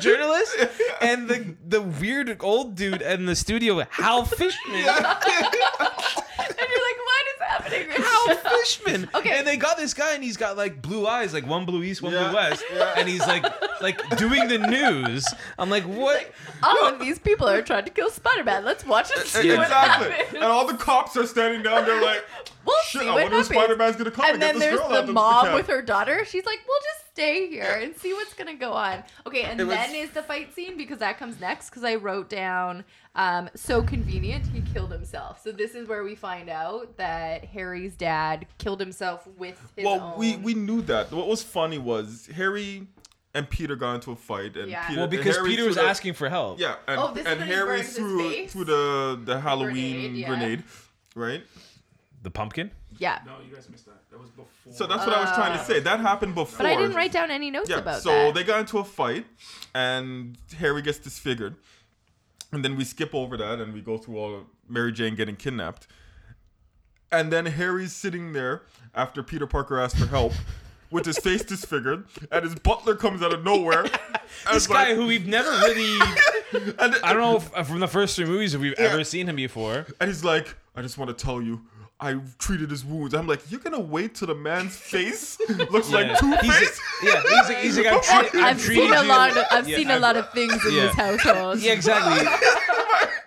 Speaker 3: journalist and the the weird old dude in the studio Hal Fishman.
Speaker 2: and you're like, "What is happening?" right
Speaker 3: Hal
Speaker 2: now?"
Speaker 3: Fishman.
Speaker 2: Okay.
Speaker 3: And they got this guy, and he's got like blue eyes, like one blue east, one
Speaker 4: Yeah,
Speaker 3: blue west,
Speaker 4: yeah.
Speaker 3: and he's like like doing the news. I'm like, what?
Speaker 2: All of these people are trying to kill Spider-Man. Let's watch and see what
Speaker 4: Exactly.
Speaker 2: happens.
Speaker 4: And all the cops are standing down there like,
Speaker 2: We'll
Speaker 4: shit,
Speaker 2: see
Speaker 4: I
Speaker 2: what
Speaker 4: wonder if
Speaker 2: happens.
Speaker 4: Spider-Man's going to come
Speaker 2: and
Speaker 4: and, get
Speaker 2: then
Speaker 4: this
Speaker 2: there's
Speaker 4: girl out of
Speaker 2: the
Speaker 4: the
Speaker 2: mom
Speaker 4: cab.
Speaker 2: with her daughter. She's like, "We'll just stay here and see what's gonna go on." Okay, and
Speaker 4: It was-
Speaker 2: then is the fight scene because that comes next. Because I wrote down, um, "So convenient, he killed himself." So this is where we find out that Harry's dad killed himself with his
Speaker 4: Well,
Speaker 2: own.
Speaker 4: we, we knew that. What was funny was Harry and Peter got into a fight, and
Speaker 2: Yeah.
Speaker 4: Peter,
Speaker 3: Well,
Speaker 4: and
Speaker 3: because
Speaker 4: Harry
Speaker 3: Peter was
Speaker 4: threw the-
Speaker 3: asking for help.
Speaker 4: Yeah, and,
Speaker 2: Oh, this is
Speaker 4: and
Speaker 2: when he
Speaker 4: Harry
Speaker 2: burns his
Speaker 4: threw
Speaker 2: face?
Speaker 4: through the the Halloween
Speaker 2: Grenade,
Speaker 4: grenade,
Speaker 2: yeah.
Speaker 4: right?
Speaker 3: The pumpkin.
Speaker 2: yeah,
Speaker 5: No, you guys missed that. That was before.
Speaker 4: So that's what I was trying to say. That happened before.
Speaker 2: Oh. but I didn't write down any notes
Speaker 4: Yeah,
Speaker 2: about
Speaker 4: so
Speaker 2: that.
Speaker 4: they got into a fight, and Harry gets disfigured. And then we skip over that and we go through all of Mary Jane getting kidnapped. And then Harry's sitting there after Peter Parker asked for help with his face disfigured and his butler comes out of nowhere.
Speaker 3: This guy who we've never really.
Speaker 4: and,
Speaker 3: I don't know if, uh, from the first three movies if we've
Speaker 4: Yeah.
Speaker 3: ever seen him before.
Speaker 4: And he's like, I just want to tell you, I treated his wounds. I'm like, you're gonna wait till the man's face looks like Two
Speaker 3: he's
Speaker 4: Face?
Speaker 3: yeah, he's like, he's like I'm, treat, I'm
Speaker 2: I've
Speaker 3: treating
Speaker 2: seen a
Speaker 3: you-
Speaker 2: lot. Of, I've
Speaker 3: Yeah,
Speaker 2: seen a
Speaker 3: I-
Speaker 2: lot of things in
Speaker 3: yeah.
Speaker 2: this household.
Speaker 3: Yeah, exactly.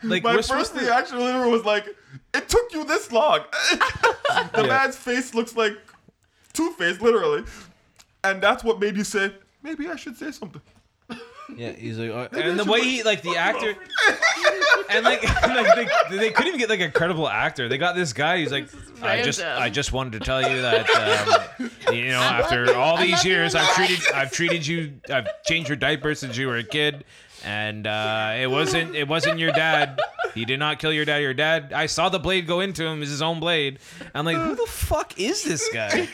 Speaker 3: Like
Speaker 4: My
Speaker 3: we're
Speaker 4: first
Speaker 3: supposed to.
Speaker 4: reaction literally was like, it took you this long. the man's face looks like Two Face, literally, and that's what made you say, maybe I should say something.
Speaker 3: Yeah, he's like, uh, and the way he like the actor, and like, like they, they couldn't even get like a credible actor. They got this guy who's like, I just,
Speaker 2: random.
Speaker 3: I just wanted to tell you that, um, you know, after all these years, I've treated, I've treated you, I've changed your diapers since you were a kid, and uh, it wasn't, it wasn't your dad. He did not kill your dad. Your dad, I saw the blade go into him. It's his own blade. I'm like, who the fuck is this guy?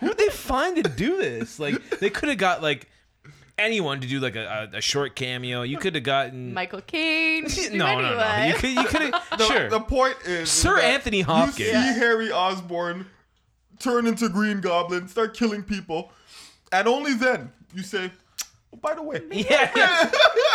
Speaker 3: Where'd they find to do this? Like, they could have got like anyone to do like a, a, a short cameo. You could have gotten
Speaker 2: Michael Caine.
Speaker 3: no,
Speaker 2: do
Speaker 3: no, no,
Speaker 2: anyway.
Speaker 3: You could, you could have sure.
Speaker 4: The point is,
Speaker 3: Sir
Speaker 4: that
Speaker 3: Anthony Hopkins.
Speaker 4: You see Harry Osborn turn into Green Goblin, start killing people, and only then you say, oh, by the way,
Speaker 3: yeah, yeah.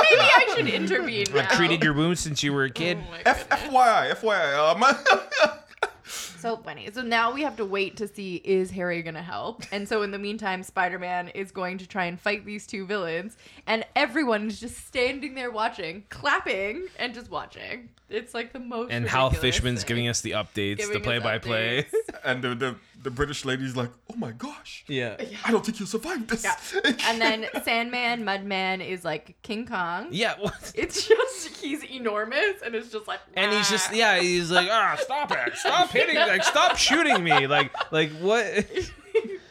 Speaker 2: Maybe I should intervene. Now.
Speaker 3: I've treated your wounds since you were a
Speaker 2: Oh,
Speaker 3: kid.
Speaker 4: F- FYI, FYI, um,
Speaker 2: So funny. So now we have to wait to see is Harry gonna help? And so in the meantime, Spider Man is going to try and fight these two villains, and everyone is just standing there watching, clapping, and just watching. It's like the most.
Speaker 3: and Hal
Speaker 2: ridiculous
Speaker 3: Fishman's
Speaker 2: thing.
Speaker 3: giving us the updates,
Speaker 2: Giving
Speaker 3: the
Speaker 2: us
Speaker 3: play-by-play.
Speaker 2: updates.
Speaker 4: and the, the the British lady's like, oh my gosh,
Speaker 3: Yeah.
Speaker 4: I don't think you'll survive this.
Speaker 2: Yeah. And then Sandman, Mudman is like King Kong.
Speaker 3: Yeah. What?
Speaker 2: It's just he's enormous, and it's just like.
Speaker 3: And he's just
Speaker 2: "Ah."
Speaker 3: yeah, he's like, ah, stop it, stop hitting, like, stop shooting me, like, like what?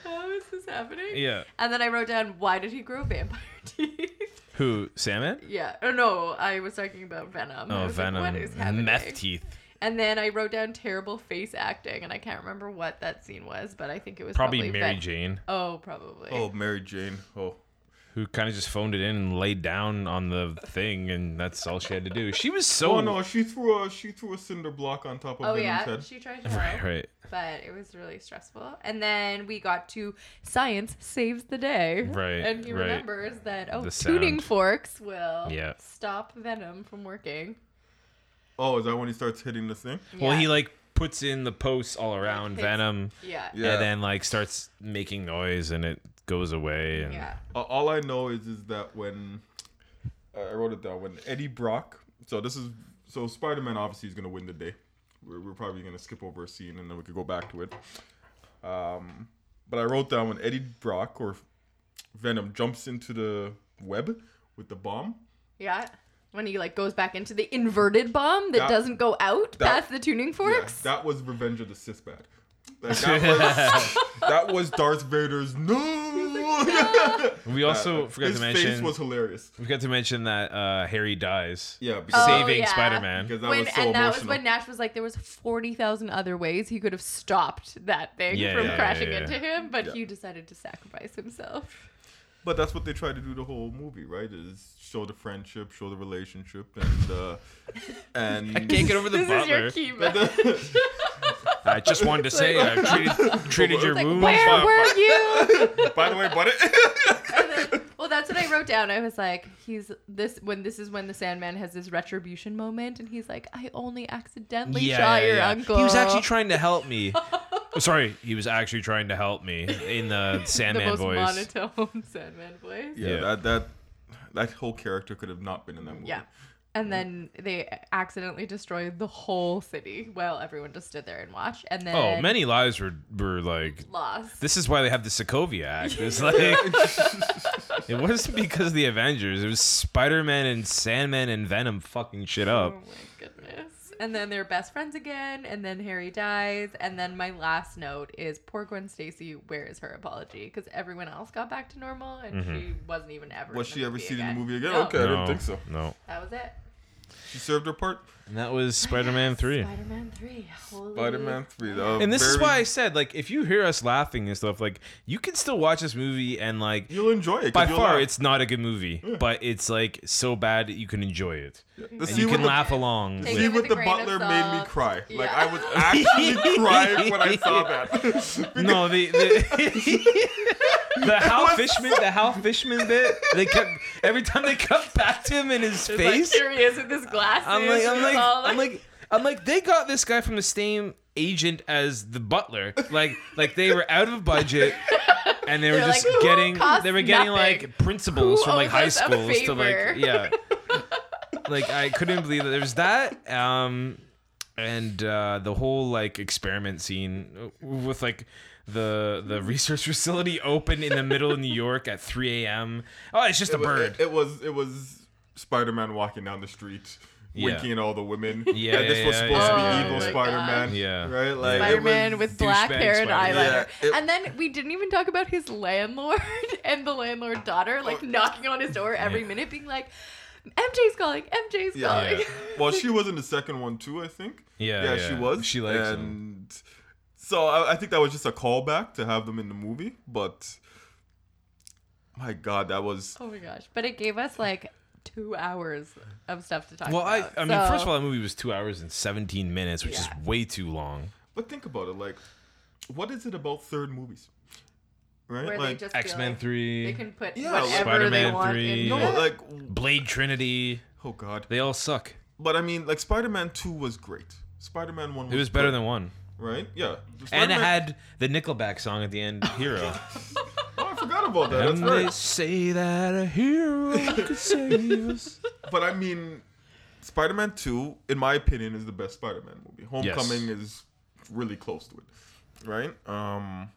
Speaker 2: How is this happening?
Speaker 3: Yeah.
Speaker 2: And then I wrote down why did he grow vampire teeth?
Speaker 3: Who? Salmon?
Speaker 2: Yeah. Oh no, I was talking about Venom. I
Speaker 3: Oh,
Speaker 2: was like,
Speaker 3: Venom.
Speaker 2: what is happening?
Speaker 3: Meth teeth.
Speaker 2: And then I wrote down terrible face acting, and I can't remember what that scene was, but I think it was
Speaker 3: Probably,
Speaker 2: probably,
Speaker 3: Mary
Speaker 2: Ven-
Speaker 3: Jane,
Speaker 2: Oh, probably.
Speaker 4: Oh, Mary Jane. Oh.
Speaker 3: who kind of just phoned it in and laid down on the thing, and that's all she had to do. She was so
Speaker 4: Oh no, she threw a she threw a cinder block on top of
Speaker 2: Oh
Speaker 4: Venom's
Speaker 2: yeah,
Speaker 4: head.
Speaker 2: she tried to
Speaker 3: right,
Speaker 2: help,
Speaker 3: right.
Speaker 2: but it was really stressful. And then we got to science saves the day,
Speaker 3: Right,
Speaker 2: And he
Speaker 3: right.
Speaker 2: remembers that oh,
Speaker 3: The
Speaker 2: tuning
Speaker 3: sound.
Speaker 2: forks will
Speaker 3: Yeah.
Speaker 2: stop venom from working.
Speaker 4: Oh, is that when he starts hitting the thing?
Speaker 3: Well,
Speaker 2: Yeah.
Speaker 3: he like puts in the posts all around
Speaker 2: Hits.
Speaker 3: Venom,
Speaker 2: yeah, yeah,
Speaker 4: Yeah.
Speaker 3: and then like starts making noise, and it goes away. And
Speaker 2: yeah.
Speaker 4: Uh, all I know is is that when uh, I wrote it down, when Eddie Brock. So this is so Spider Man obviously is gonna win the day. We're, we're probably gonna skip over a scene and then we could go back to it. Um, but I wrote down when Eddie Brock or Venom jumps into the web with the bomb.
Speaker 2: When he like goes back into the inverted bomb that,
Speaker 4: That-
Speaker 2: doesn't go out
Speaker 4: that-
Speaker 2: past the tuning
Speaker 4: Yeah,
Speaker 2: forks.
Speaker 4: that was Revenge of the Sith Bad. Like, that, was, that was Darth Vader's no.
Speaker 3: we also forgot
Speaker 4: His
Speaker 3: to
Speaker 4: face
Speaker 3: mention
Speaker 4: was hilarious.
Speaker 3: we forgot to mention that uh, Harry dies,
Speaker 4: Yeah, because,
Speaker 2: Oh,
Speaker 3: saving
Speaker 2: yeah.
Speaker 3: Spider-Man.
Speaker 4: because that
Speaker 2: when,
Speaker 4: was so
Speaker 2: and
Speaker 4: emotional.
Speaker 2: that was when Nash was like, there was forty thousand other ways he could have stopped that thing
Speaker 3: Yeah,
Speaker 2: from
Speaker 3: yeah,
Speaker 2: crashing
Speaker 3: yeah, yeah.
Speaker 2: into him, but
Speaker 4: Yeah.
Speaker 2: he decided to sacrifice himself.
Speaker 4: But that's what they try to do the whole movie, right? Is show the friendship, show the relationship, and uh, and
Speaker 3: Can't get over the
Speaker 2: this is your
Speaker 3: butler.
Speaker 2: key. man.
Speaker 3: I just wanted to say I treated, treated your
Speaker 2: Like,
Speaker 3: wounds.
Speaker 2: where were you?
Speaker 4: by the way, buddy,
Speaker 2: And then- well, that's what I wrote down. I was like, he's this when this is when the Sandman has his retribution moment, and he's like, I only accidentally shot your uncle.
Speaker 3: He was actually trying to help me. Oh, Sorry, he was actually trying to help me in the
Speaker 2: the
Speaker 3: Sandman
Speaker 2: most
Speaker 3: voice.
Speaker 2: monotone Sandman voice.
Speaker 4: yeah,
Speaker 3: Yeah.
Speaker 4: that that that whole character could have not been in that movie.
Speaker 2: Yeah. And then they accidentally destroyed the whole city while everyone just stood there and watched. And then
Speaker 3: oh, many lives were were like
Speaker 2: lost.
Speaker 3: This is why they have the Sokovia Act. It's like it wasn't because of the Avengers. It was Spider Man and Sandman and Venom fucking shit
Speaker 2: Oh
Speaker 3: up.
Speaker 2: my goodness. And then they're best friends again. And then Harry dies. And then my last note is poor Gwen Stacy. Where is her apology? Because everyone else got back to
Speaker 3: Mm-hmm.
Speaker 2: normal, and she wasn't even ever.
Speaker 4: Was
Speaker 2: in
Speaker 4: she
Speaker 2: the
Speaker 4: ever
Speaker 2: movie
Speaker 4: seen in the movie again?
Speaker 2: No.
Speaker 4: Okay, I
Speaker 3: No,
Speaker 4: didn't think so.
Speaker 3: No.
Speaker 2: that was it.
Speaker 4: She served her part.
Speaker 3: And that was Spider Man 3.
Speaker 2: Spider Man 3. Holy
Speaker 4: Spider Man
Speaker 2: Mm.
Speaker 4: 3, though.
Speaker 3: And this is why I said, like, if you hear us laughing and stuff, like, you can still watch this movie and, like,
Speaker 4: You'll enjoy it.
Speaker 3: by
Speaker 4: 'cause you'll
Speaker 3: far,
Speaker 4: laugh.
Speaker 3: it's not a good movie, but it's, like, so bad that you can enjoy it.
Speaker 4: The
Speaker 3: And
Speaker 4: scene
Speaker 3: you
Speaker 4: with
Speaker 3: can
Speaker 4: the-
Speaker 3: laugh
Speaker 2: Take
Speaker 3: along. with-
Speaker 2: it
Speaker 4: See
Speaker 2: with
Speaker 4: with
Speaker 2: a
Speaker 4: the
Speaker 2: grain of
Speaker 4: butler made me
Speaker 2: salt.
Speaker 4: cry. Like
Speaker 2: Yeah.
Speaker 4: I was actually crying when I saw that.
Speaker 3: No, the the, the Hal Fishman, the Hal Fishman bit. They kept every time they cut back to him in his face.
Speaker 2: Like, here he is with his glasses.
Speaker 3: I'm like, I'm
Speaker 2: He's
Speaker 3: like,
Speaker 2: all
Speaker 3: I'm like, I'm like, they got this guy from the same agent as the butler. Like, like they were out of budget, and they were
Speaker 2: They're
Speaker 3: just
Speaker 2: like, "Who
Speaker 3: getting,
Speaker 2: costs
Speaker 3: they were getting
Speaker 2: nothing?
Speaker 3: like principals
Speaker 2: Who
Speaker 3: from like
Speaker 2: owes
Speaker 3: high
Speaker 2: us a
Speaker 3: schools to like,
Speaker 2: favor?"
Speaker 3: yeah. like I couldn't believe that there's that. Um, and uh, the whole like experiment scene with like the the research facility open in the middle of New York at 3 a.m. Oh, it's just a bird.
Speaker 4: It, was it was Spider Man walking down the street,
Speaker 3: Yeah.
Speaker 4: winking at all the women.
Speaker 3: Yeah,
Speaker 4: that this
Speaker 3: yeah,
Speaker 4: was
Speaker 3: yeah,
Speaker 4: supposed
Speaker 2: yeah.
Speaker 4: to be
Speaker 2: Oh
Speaker 4: evil
Speaker 2: my
Speaker 4: Spider Man.
Speaker 2: gosh.
Speaker 3: Yeah.
Speaker 4: Right? Like it
Speaker 2: Spider Man
Speaker 4: was-
Speaker 2: with black
Speaker 3: douchebag
Speaker 2: hair and
Speaker 3: Spider-Man.
Speaker 2: eyeliner.
Speaker 4: Yeah, it-
Speaker 2: and then we didn't even talk about his landlord and the landlord daughter,
Speaker 4: Oh.
Speaker 2: like knocking on his door every
Speaker 3: Yeah.
Speaker 2: minute, being like, MJ's calling, MJ's
Speaker 4: Yeah.
Speaker 2: calling.
Speaker 3: Yeah.
Speaker 4: Well, she was in the second one too, I think.
Speaker 3: Yeah,
Speaker 4: Yeah,
Speaker 3: yeah.
Speaker 4: she was.
Speaker 3: She likes him.
Speaker 4: and so I, I think that was just a callback to have them in the movie, but my god, that was
Speaker 2: Oh my gosh. But it gave us like two hours of stuff to talk
Speaker 3: Well, I,
Speaker 2: about.
Speaker 3: I mean, first of
Speaker 2: So-
Speaker 3: all, that movie was two hours and 17 minutes, which
Speaker 2: Yeah.
Speaker 3: is way too long.
Speaker 4: But think about it, like, what is it about third movies, right?
Speaker 2: where
Speaker 4: like,
Speaker 2: they just feel
Speaker 3: X Men
Speaker 2: like
Speaker 3: 3,
Speaker 2: They can put
Speaker 4: Yeah,
Speaker 2: whatever they
Speaker 3: Spider-Man
Speaker 2: want
Speaker 3: 3.
Speaker 2: in
Speaker 4: no,
Speaker 2: there.
Speaker 4: like,
Speaker 3: Blade Trinity,
Speaker 4: oh god.
Speaker 3: they all suck.
Speaker 4: But I mean, like, Spider-Man Two was great. Spider-Man One was,
Speaker 3: It was better
Speaker 4: good,
Speaker 3: than one.
Speaker 4: right. Yeah,
Speaker 3: And it
Speaker 4: Spider-Man-
Speaker 3: had the Nickelback song at the end, Hero.
Speaker 4: Oh, I forgot about that. That's
Speaker 3: and they
Speaker 4: right.
Speaker 3: say that a hero could save us.
Speaker 4: But I mean, Spider-Man Two, in my opinion, is the best Spider-Man movie. Homecoming is really close to it, right? Um.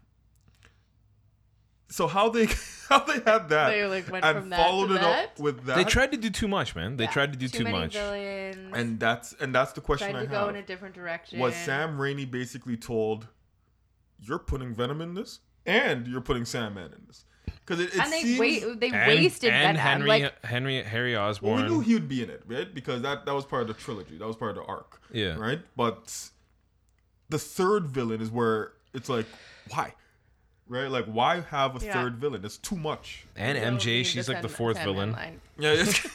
Speaker 4: So how they how they had that
Speaker 2: They, like, went
Speaker 4: and
Speaker 2: from that to
Speaker 4: followed it up
Speaker 2: that?
Speaker 4: with that
Speaker 3: They tried to do too much, man. They tried to do too,
Speaker 2: many
Speaker 3: much.
Speaker 2: Villains,
Speaker 4: and that's and that's the question
Speaker 2: tried
Speaker 4: I
Speaker 2: to
Speaker 4: have.
Speaker 2: go in a different direction.
Speaker 4: was Sam Rainey basically told, "You're putting Venom in this, and you're putting Sandman in this," because it, it
Speaker 2: and they
Speaker 4: seems
Speaker 2: wait, they
Speaker 3: And,
Speaker 2: wasted
Speaker 3: and
Speaker 2: Venom.
Speaker 3: Henry,
Speaker 2: like,
Speaker 3: Henry, Harry
Speaker 4: well, we
Speaker 3: Osborn.
Speaker 4: knew he would be in it, right? Because that that was part of the trilogy, that was part of the arc,
Speaker 3: Yeah.
Speaker 4: right? But the third villain is where it's like, why, right? Like, why have a
Speaker 2: Yeah.
Speaker 4: third villain? It's too much.
Speaker 3: and
Speaker 2: Will
Speaker 3: MJ,
Speaker 2: be
Speaker 3: she's like the
Speaker 2: Sandman-
Speaker 3: fourth
Speaker 2: Sandman
Speaker 3: villain.
Speaker 2: line.
Speaker 4: Yeah, it's,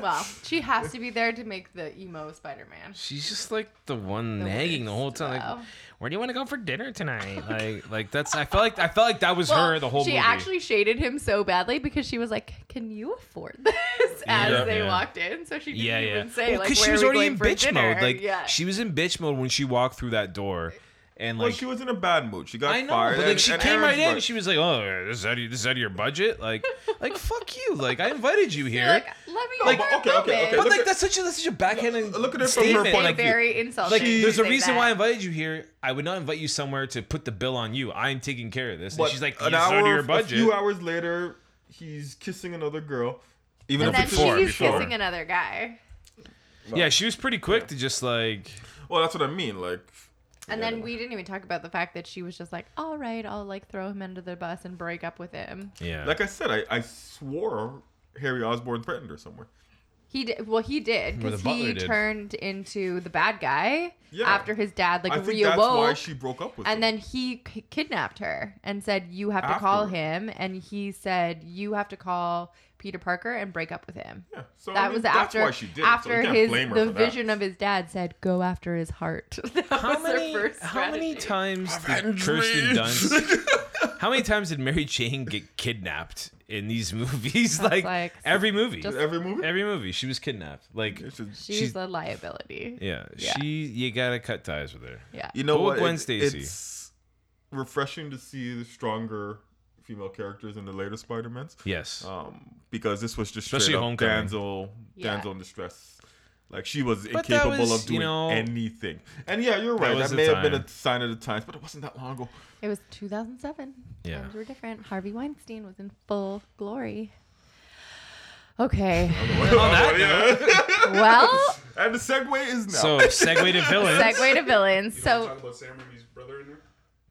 Speaker 2: Well, she has to be there to make the emo Spider-Man.
Speaker 3: She's just like the one nagging the whole
Speaker 2: worst,
Speaker 3: time.
Speaker 2: wow.
Speaker 3: Like, where do you want to go for dinner tonight? Like, like that's. I felt like I felt like that was her the whole
Speaker 2: she
Speaker 3: movie.
Speaker 2: actually shaded him so badly because she was like, "Can you afford this?" As
Speaker 3: Yeah.
Speaker 2: they
Speaker 3: Yeah.
Speaker 2: walked in, so she didn't
Speaker 3: yeah, yeah.
Speaker 2: even say
Speaker 3: Well,
Speaker 2: like, "Where
Speaker 3: she was
Speaker 2: are we
Speaker 3: already
Speaker 2: going
Speaker 3: in
Speaker 2: for
Speaker 3: bitch
Speaker 2: dinner?"
Speaker 3: mode. Like,
Speaker 2: yeah.
Speaker 3: she was in bitch mode when she walked through that door, and
Speaker 4: well,
Speaker 3: like.
Speaker 4: she was in a bad mood. She got
Speaker 3: I know,
Speaker 4: fired.
Speaker 3: but like
Speaker 4: and-
Speaker 3: she
Speaker 4: and
Speaker 3: came
Speaker 4: Aaron's
Speaker 3: right in.
Speaker 4: right.
Speaker 3: She was like, "Oh, this is out of, this is out of your budget." Like, like fuck you. Like I invited you here.
Speaker 2: like, let me
Speaker 4: Like,
Speaker 2: have
Speaker 4: but
Speaker 2: a
Speaker 4: okay, okay,
Speaker 2: moment."
Speaker 4: okay,
Speaker 3: but
Speaker 4: look
Speaker 3: like
Speaker 4: at-
Speaker 3: that's such a that's such a backhanded
Speaker 4: Look at it from her
Speaker 3: statement.
Speaker 4: point
Speaker 3: like,
Speaker 4: of view.
Speaker 2: very insulting.
Speaker 3: like there's a
Speaker 2: to say
Speaker 3: reason
Speaker 2: that.
Speaker 3: why I invited you here. I would not invite you somewhere to put the bill on you. I'm taking care of this.
Speaker 4: But
Speaker 3: and she's like,
Speaker 4: an
Speaker 3: "It's out of
Speaker 4: hour-
Speaker 3: your budget."
Speaker 4: A few hours later, he's kissing another girl. Even
Speaker 2: And
Speaker 4: if
Speaker 2: then
Speaker 4: it's
Speaker 3: Before,
Speaker 2: she's
Speaker 3: before.
Speaker 2: kissing another guy,
Speaker 3: Yeah, she was pretty quick to just like
Speaker 4: Well, that's what I mean. Like,
Speaker 2: and then we didn't even talk about the fact that she was just like, "All right, I'll like throw him under the bus and break up with him."
Speaker 3: yeah.
Speaker 4: like I said, I, I swore Harry Osborn threatened her somewhere.
Speaker 2: He did. Well, he did
Speaker 3: Or the
Speaker 2: because
Speaker 3: butler
Speaker 2: he
Speaker 3: did.
Speaker 2: turned into the bad guy
Speaker 4: Yeah.
Speaker 2: after his dad like
Speaker 4: I think that's why
Speaker 2: reawoke,
Speaker 4: she broke up with him.
Speaker 2: and then he k- kidnapped her and said, "You have to call him," and he said, "You have to call Peter Parker and break up with him."
Speaker 4: yeah, so
Speaker 2: That
Speaker 4: I mean,
Speaker 2: was
Speaker 4: that's
Speaker 2: after
Speaker 4: why she did. it, so
Speaker 2: after
Speaker 4: you can't
Speaker 2: his
Speaker 4: blame her
Speaker 2: the
Speaker 4: for that.
Speaker 2: vision of his dad said, "Go after his heart." That
Speaker 3: how
Speaker 2: was her
Speaker 3: many
Speaker 2: first
Speaker 3: how many
Speaker 2: strategy.
Speaker 3: times did
Speaker 4: Avenge
Speaker 3: Kirsten
Speaker 4: me.
Speaker 3: Dunst how many times did Mary Jane get kidnapped in these movies? like,
Speaker 2: like,
Speaker 3: every movie,
Speaker 2: just-
Speaker 4: every movie.
Speaker 3: every movie she was kidnapped. Like
Speaker 4: It's just-
Speaker 2: She's,
Speaker 3: she's-
Speaker 2: a liability.
Speaker 3: yeah,
Speaker 2: Yeah.
Speaker 3: she you gotta cut ties with her.
Speaker 2: Yeah.
Speaker 4: you know
Speaker 3: Go with
Speaker 4: what?
Speaker 3: Gwen
Speaker 4: It-
Speaker 3: Stacy.
Speaker 4: It's refreshing to see the stronger female characters in the later Spider Mans.
Speaker 3: Yes,
Speaker 4: Um, because this was just
Speaker 3: Especially
Speaker 4: straight up
Speaker 3: Homecoming.
Speaker 4: damsel,
Speaker 2: Yeah.
Speaker 4: damsel in distress. Like she was
Speaker 3: But that
Speaker 4: incapable
Speaker 3: was,
Speaker 4: of
Speaker 3: you
Speaker 4: doing
Speaker 3: know-
Speaker 4: anything. And yeah, you're right. That,
Speaker 3: was the
Speaker 4: may have been
Speaker 3: time.
Speaker 4: a sign of the times, but it wasn't that long ago.
Speaker 2: It was 2007.
Speaker 3: Yeah.
Speaker 2: Times were different. Harvey Weinstein was in full glory. Okay. well,
Speaker 4: Oh, And the segue is now.
Speaker 3: so segue to villains.
Speaker 2: segue to villains.
Speaker 5: So,
Speaker 2: So
Speaker 5: talk about Sam Raimi's brother in there.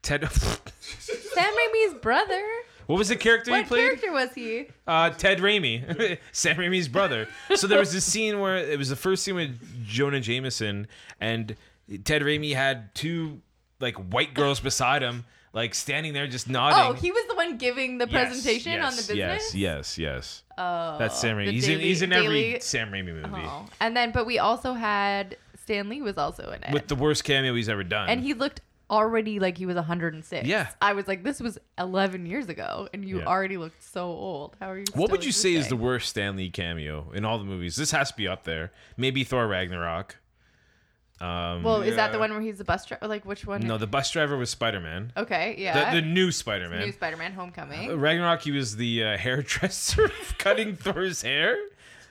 Speaker 3: Ted.
Speaker 2: Sam Raimi's brother.
Speaker 3: What was the character he
Speaker 2: What
Speaker 3: played?
Speaker 2: character was he?
Speaker 3: Uh, Ted Raimi, Sam Raimi's brother. So there was this scene where it was the first scene with Jonah Jameson, and Ted Raimi had two like white girls beside him, like standing there just
Speaker 2: Oh,
Speaker 3: nodding.
Speaker 2: he was the one giving the
Speaker 3: Yes,
Speaker 2: presentation on the
Speaker 3: yes,
Speaker 2: business.
Speaker 3: Yes, yes, yes.
Speaker 2: Oh,
Speaker 3: That's Sam Raimi.
Speaker 2: the
Speaker 3: He's in,
Speaker 2: Daily-
Speaker 3: he's in every
Speaker 2: Daily-
Speaker 3: Sam Raimi movie
Speaker 2: Oh. And then, but we also had Stan Lee was also in it,
Speaker 3: with the worst cameo he's ever done.
Speaker 2: and he looked already like he was 106.
Speaker 3: Yeah.
Speaker 2: I was like, this was 11 years ago, and you
Speaker 3: Yeah.
Speaker 2: already looked so old. How are you?
Speaker 3: what
Speaker 2: still
Speaker 3: would you say is the
Speaker 2: existing?
Speaker 3: worst Stanley cameo in all the movies? This has to be up there. Maybe Thor Ragnarok. Um,
Speaker 2: Well, is that the
Speaker 4: Yeah.
Speaker 2: one where he's the bus driver? Like which one?
Speaker 3: no, the bus driver was Spider Man.
Speaker 2: okay, yeah.
Speaker 3: The, the new Spider Man.
Speaker 2: New Spider-Man: Homecoming.
Speaker 3: Ragnarok, he was the uh, hairdresser cutting Thor's hair.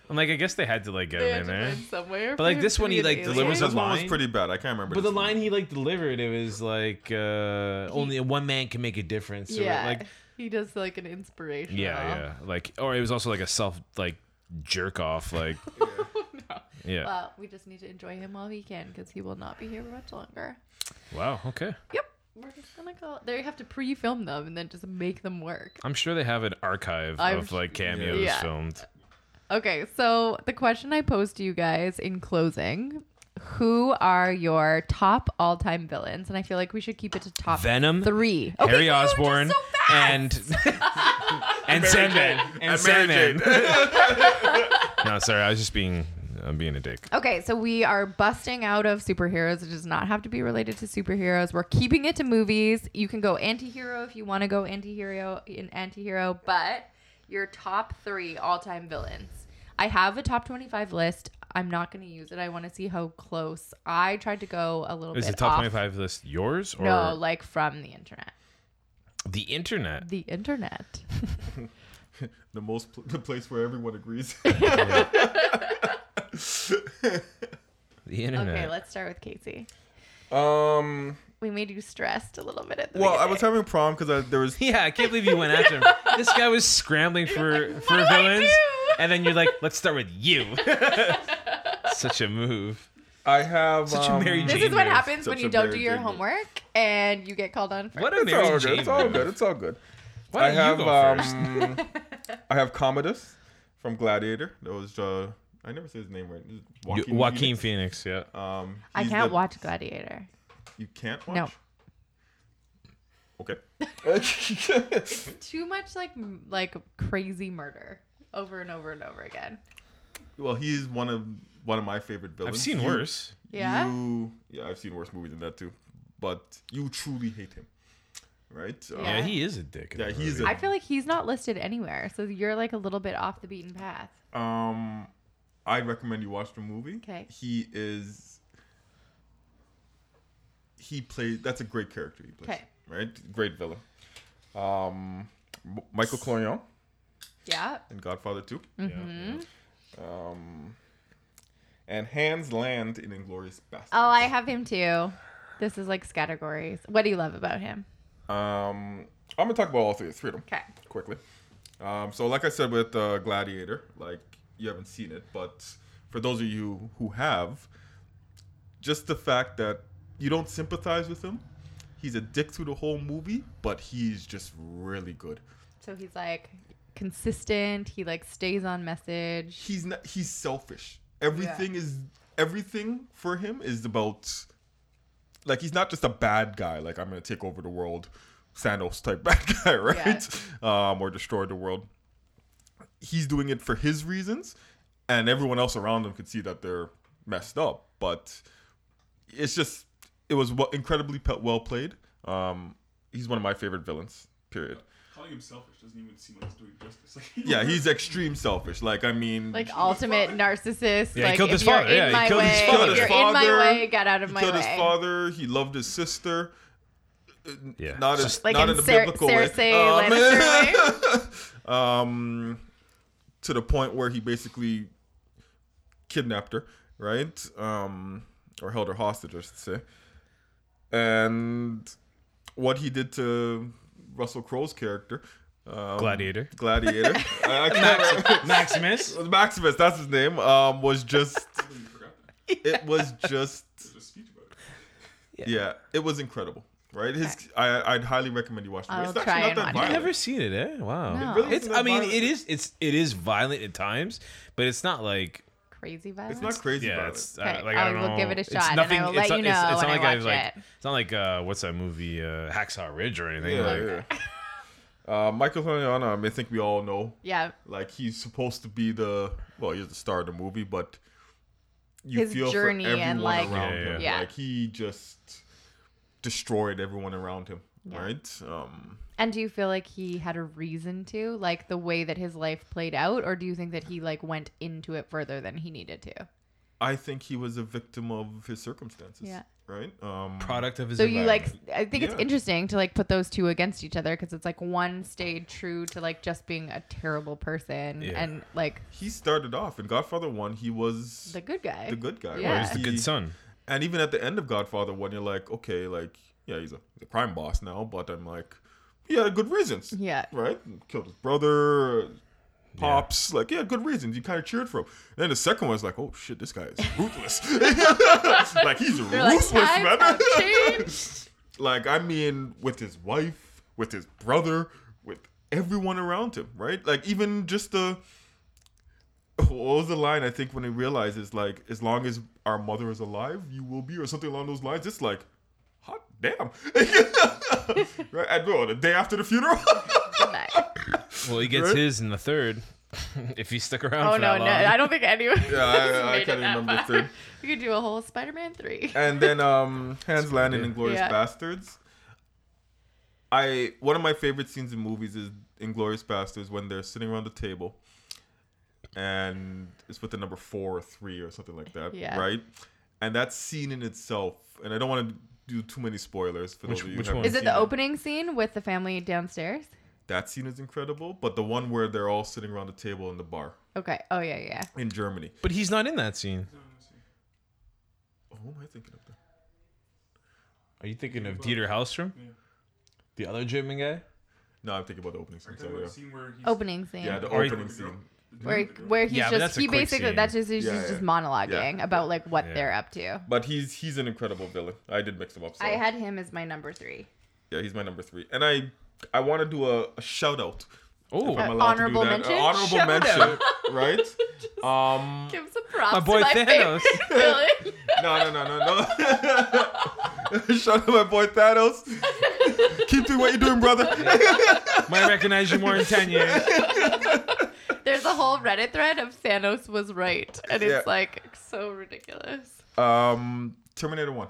Speaker 3: I'm like, I guess they had to like get
Speaker 2: They
Speaker 3: him
Speaker 2: had
Speaker 3: in
Speaker 2: to
Speaker 3: there.
Speaker 2: live somewhere
Speaker 3: But, like,
Speaker 2: for
Speaker 3: this
Speaker 2: him
Speaker 3: one,
Speaker 2: to be
Speaker 3: he,
Speaker 2: an
Speaker 3: like,
Speaker 2: alien.
Speaker 4: This
Speaker 3: delivers a-
Speaker 4: one was
Speaker 3: line-
Speaker 4: pretty bad. I can't remember.
Speaker 3: But the
Speaker 4: this
Speaker 3: line he like delivered, it was like uh, only one man can make a difference. or,
Speaker 2: Yeah,
Speaker 3: like
Speaker 2: he does like an inspiration.
Speaker 3: yeah, yeah, like or it was also like a self like jerk off, like
Speaker 2: Oh,
Speaker 3: yeah. Wow.
Speaker 2: Well, we just need to enjoy him while we can because he will not be here much longer.
Speaker 3: okay.
Speaker 2: Yep. We're just gonna go. They have to pre-film them and then just make them work.
Speaker 3: I'm sure they have an archive
Speaker 2: I'm
Speaker 3: of
Speaker 2: sure-
Speaker 3: like cameos
Speaker 2: Yeah.
Speaker 3: filmed.
Speaker 2: Okay, so the question I posed to you guys in closing: Who are your top all-time villains? And I feel like we should keep it to top
Speaker 3: Venom,
Speaker 2: three. Okay,
Speaker 3: Harry
Speaker 2: you were just
Speaker 3: Osborn,
Speaker 2: so fast!
Speaker 3: and and Sandman, and
Speaker 4: Mary
Speaker 3: Sandman. no, sorry, I was just being I'm being a dick.
Speaker 2: Okay, so we are busting out of superheroes. It does not have to be related to superheroes. We're keeping it to movies. You can go anti-hero if you want to go anti-hero in anti-hero, but your top 3 all-time villains. I have a top 25 list. I'm not going to use it. I want to see how close. I tried to go a little
Speaker 3: Is
Speaker 2: bit
Speaker 3: the top
Speaker 2: off.
Speaker 3: 25 list yours or
Speaker 2: No, like from the internet.
Speaker 3: the internet?
Speaker 2: The internet.
Speaker 4: the most pl- the place where everyone agrees.
Speaker 3: The internet.
Speaker 2: Okay, let's start with Casey.
Speaker 4: um.
Speaker 2: We made you stressed a little bit at the
Speaker 4: Well, I
Speaker 2: beginning.
Speaker 4: was having a problem because there was
Speaker 3: yeah, I can't believe you went after him. This guy was scrambling for for
Speaker 2: do I
Speaker 3: villains,
Speaker 2: do?"
Speaker 3: and then you're like, "Let's start with you." Such a move.
Speaker 4: I have
Speaker 3: Such a
Speaker 4: um,
Speaker 3: Mary
Speaker 2: This
Speaker 3: Jane
Speaker 2: is what
Speaker 3: move.
Speaker 2: happens when
Speaker 4: Such
Speaker 2: you
Speaker 4: a
Speaker 2: don't
Speaker 4: Mary
Speaker 2: do your
Speaker 4: Jane move.
Speaker 2: homework and you get called on for
Speaker 3: What a
Speaker 4: It's
Speaker 3: Mary
Speaker 4: all
Speaker 3: Jane
Speaker 4: good. It's all
Speaker 3: move.
Speaker 4: good. It's all good.
Speaker 3: Why
Speaker 4: I
Speaker 3: don't
Speaker 4: have
Speaker 3: you go first?
Speaker 4: um, I have Commodus from Gladiator. That was uh, I never say his name right. Is it
Speaker 3: Joaquin, Joaquin Phoenix. Yeah.
Speaker 4: Phoenix? Um,
Speaker 2: I
Speaker 4: he's
Speaker 2: can't
Speaker 4: the-
Speaker 2: watch Gladiator.
Speaker 4: You can't watch.
Speaker 2: No.
Speaker 4: Okay.
Speaker 2: Too much like m- like crazy murder over and over and over again.
Speaker 4: well, he's one of one of my favorite villains.
Speaker 3: I've seen
Speaker 4: You-
Speaker 3: worse.
Speaker 2: Yeah?
Speaker 4: You, yeah, I've seen worse movies than that too. But you truly hate him, right? Um,
Speaker 3: Yeah,
Speaker 2: Yeah.
Speaker 3: he is a dick. in
Speaker 4: Yeah,
Speaker 3: the
Speaker 4: he's
Speaker 3: movie.
Speaker 4: a-
Speaker 2: I feel like he's not listed anywhere, so you're like a little bit off the beaten path.
Speaker 4: Um, I recommend you watch the movie.
Speaker 2: 'Kay.
Speaker 4: He is. He plays. That's a great character he plays.
Speaker 2: 'Kay.
Speaker 4: Right, great villain. Um, M- Michael Corion
Speaker 2: Yeah.
Speaker 4: in Godfather Two,
Speaker 3: Mm.
Speaker 2: Mm-hmm.
Speaker 3: Yeah.
Speaker 4: and Hans Land in Inglorious Bastards.
Speaker 2: Oh, I have him too. This is like categories. What do you love about him?
Speaker 4: Um, I'm gonna talk about all three, three of them.
Speaker 2: 'Kay.
Speaker 4: Quickly. Um, so like I said with uh, Gladiator, like you haven't seen it, but for those of you who have, just the fact that you don't sympathize with him, he's a dick through the whole movie, but he's just really good.
Speaker 2: So he's like consistent. He like stays on message.
Speaker 4: He's not. He's selfish. Everything is everything for him is about. Like he's not just a bad guy. Like I'm gonna take over the world, Thanos type bad guy, right? Um, or destroy the world. He's doing it for his reasons, and everyone else around him could see that they're messed up. But it's just it was wel- incredibly pe- well played. Um, he's one of my favorite villains. Period.
Speaker 5: Calling him selfish doesn't even seem like it's doing justice. Like,
Speaker 4: Yeah, he's extreme selfish. Like I mean,
Speaker 2: Like ultimate narcissist.
Speaker 3: Yeah, he
Speaker 2: like
Speaker 3: killed
Speaker 2: if
Speaker 3: his
Speaker 2: you're
Speaker 3: father.
Speaker 2: in
Speaker 3: Yeah, he
Speaker 2: my
Speaker 3: killed
Speaker 2: way,
Speaker 3: his
Speaker 2: if
Speaker 3: father.
Speaker 4: killed
Speaker 2: you're
Speaker 4: his
Speaker 2: in my
Speaker 4: father.
Speaker 2: way, get out of
Speaker 4: he
Speaker 2: my
Speaker 4: killed
Speaker 2: way.
Speaker 4: his father. He loved his sister.
Speaker 3: Yeah.
Speaker 4: Not
Speaker 3: It's
Speaker 4: as
Speaker 2: Like
Speaker 4: not
Speaker 2: in
Speaker 4: in the
Speaker 2: Cer-
Speaker 4: biblical way.
Speaker 2: Cersei
Speaker 4: um, to the point where he basically kidnapped her, right? Um, or held her hostage, I should say. And what he did to Russell Crowe's character, um,
Speaker 3: Gladiator.
Speaker 4: Gladiator. I, I can't
Speaker 3: Maximus.
Speaker 4: Maximus, that's his name. Um, was just
Speaker 5: you forgot that.
Speaker 4: it was just
Speaker 5: There's a speech about it.
Speaker 4: yeah. it was incredible. right? His, I, I'd highly recommend you watch the
Speaker 2: I'll
Speaker 4: movie. It's
Speaker 2: try
Speaker 4: actually
Speaker 2: and
Speaker 4: not that
Speaker 2: watch
Speaker 3: I've
Speaker 4: violent.
Speaker 3: never seen it. Eh? Wow.
Speaker 2: No.
Speaker 4: really
Speaker 3: It's.
Speaker 4: isn't
Speaker 3: I
Speaker 4: that
Speaker 3: mean,
Speaker 4: violent.
Speaker 3: it is. It's. It is violent at times, but it's not like.
Speaker 2: Crazy violence.
Speaker 4: It's not crazy
Speaker 3: Yeah,
Speaker 4: violent.
Speaker 3: it's
Speaker 2: Okay,
Speaker 3: uh, like I,
Speaker 2: I
Speaker 3: don't
Speaker 2: will
Speaker 3: know.
Speaker 2: give it a
Speaker 3: It's
Speaker 2: shot, and I
Speaker 3: nothing-
Speaker 2: will
Speaker 3: it's
Speaker 2: let you
Speaker 3: not-
Speaker 2: know
Speaker 3: It's, it's
Speaker 2: when
Speaker 3: not
Speaker 2: I
Speaker 3: like I've,
Speaker 2: watch
Speaker 3: like.
Speaker 2: it.
Speaker 3: It's not like uh, what's that movie? Uh, Hacksaw Ridge or anything.
Speaker 4: yeah,
Speaker 3: like,
Speaker 4: yeah. Uh, Michael Corleone, I, mean, I think we all know.
Speaker 2: yeah.
Speaker 4: Like he's supposed to be the well, he's the star of the movie, but you
Speaker 2: His
Speaker 4: feel
Speaker 2: journey
Speaker 4: for
Speaker 2: and,
Speaker 4: everyone
Speaker 2: like-
Speaker 4: around
Speaker 3: Yeah,
Speaker 4: him.
Speaker 2: yeah.
Speaker 4: Like he just destroyed everyone around him,
Speaker 2: Yeah.
Speaker 4: right? Um,
Speaker 2: And do you feel like he had a reason to, like the way that his life played out, or do you think that he like went into it further than he needed to?
Speaker 4: I think he was a victim of his circumstances.
Speaker 2: Yeah.
Speaker 4: Right. Um,
Speaker 3: Product of his.
Speaker 2: So you like,
Speaker 3: environment.
Speaker 2: I think it's
Speaker 4: Yeah.
Speaker 2: interesting to like put those two against each other because it's like one stayed true to like just being a terrible person
Speaker 3: Yeah.
Speaker 2: and like
Speaker 4: he started off in Godfather One. He was
Speaker 2: the good guy.
Speaker 4: the good guy.
Speaker 2: Yeah.
Speaker 4: right?
Speaker 3: He's the
Speaker 4: He-
Speaker 3: good son.
Speaker 4: And even at the end of Godfather One, you're like, okay, like yeah, he's a, a crime boss now, but I'm like, he had good reasons.
Speaker 2: Yeah.
Speaker 4: Right. Killed his brother. Pops, like yeah, good reasons. You kind of cheered for him. then the second one's like, oh shit, this guy is ruthless. like he's
Speaker 2: They're like,
Speaker 4: ruthless,
Speaker 2: "Times
Speaker 4: man.
Speaker 2: have changed."
Speaker 4: Like, I mean, with his wife, with his brother, with everyone around him, right? Like, even just the. What was the line I think when he realizes, like, as long as our mother is alive, you will be, or something along those lines? It's like, hot damn. right? I know, the day after the funeral?
Speaker 2: Good night.
Speaker 3: Well, he gets
Speaker 4: Right?
Speaker 3: his in the third. if he stuck around.
Speaker 2: Oh
Speaker 3: for
Speaker 2: no,
Speaker 3: that
Speaker 2: no,
Speaker 3: long.
Speaker 2: I don't think anyone.
Speaker 4: Yeah, I-
Speaker 2: has
Speaker 4: I
Speaker 2: made it
Speaker 4: can't
Speaker 2: that
Speaker 4: remember
Speaker 2: far.
Speaker 4: too.
Speaker 2: We could do a whole Spider-Man three.
Speaker 4: and then um Hans Landing and Glorious
Speaker 2: Yeah.
Speaker 4: Bastards. I one of my favorite scenes in movies is Inglorious Bastards when they're sitting around the table and it's with the number four or three or something like that.
Speaker 2: Yeah.
Speaker 4: Right? And that scene in itself, and I don't want to do too many spoilers for
Speaker 3: Which-
Speaker 4: those of you
Speaker 3: which
Speaker 4: who
Speaker 3: one?
Speaker 4: haven't
Speaker 2: Is it
Speaker 4: seen
Speaker 2: the opening scene with the family downstairs?
Speaker 4: That scene is incredible, but the one where they're all sitting around the table in the bar
Speaker 2: Okay. Oh yeah, yeah.
Speaker 4: in Germany.
Speaker 3: But he's not in that scene.
Speaker 5: No, let's see.
Speaker 4: Who am I thinking of? There?
Speaker 3: Are you thinking of Dieter Hallstrom,
Speaker 5: Yeah.
Speaker 3: the other German guy?
Speaker 4: No, I'm thinking about the opening scene.
Speaker 5: Are you talking
Speaker 4: sorry,
Speaker 5: about
Speaker 4: yeah.
Speaker 5: the scene where he's
Speaker 2: Opening scene.
Speaker 4: yeah, the
Speaker 3: Or-
Speaker 4: opening scene.
Speaker 2: where where he's
Speaker 3: Yeah, but that's
Speaker 2: just
Speaker 3: a
Speaker 2: he
Speaker 3: quick
Speaker 2: basically
Speaker 3: scene.
Speaker 2: that's just he's
Speaker 4: Mm-hmm. Yeah,
Speaker 2: just,
Speaker 4: yeah.
Speaker 2: just monologuing about like what
Speaker 3: Yeah.
Speaker 2: they're up to.
Speaker 4: But he's he's an incredible villain. I did mix him up. So.
Speaker 2: I had him as my number three.
Speaker 4: yeah, he's my number three. And I I want to do a, a shout out.
Speaker 3: Oh,
Speaker 4: If I'm
Speaker 2: Uh,
Speaker 4: allowed to do
Speaker 2: honorable
Speaker 4: that.
Speaker 2: mention?
Speaker 4: An honorable
Speaker 3: Shout
Speaker 4: mention, right? Um,
Speaker 2: Give some props.
Speaker 3: My boy
Speaker 2: to my
Speaker 3: Thanos.
Speaker 2: favorite villain.
Speaker 4: no, no, no, no, no. shout out my boy Thanos. Keep doing what you're doing, brother.
Speaker 3: might recognize you more in ten years.
Speaker 2: There's a whole Reddit thread of Thanos was right, and
Speaker 4: Yeah.
Speaker 2: it's like so ridiculous.
Speaker 4: um, Terminator One.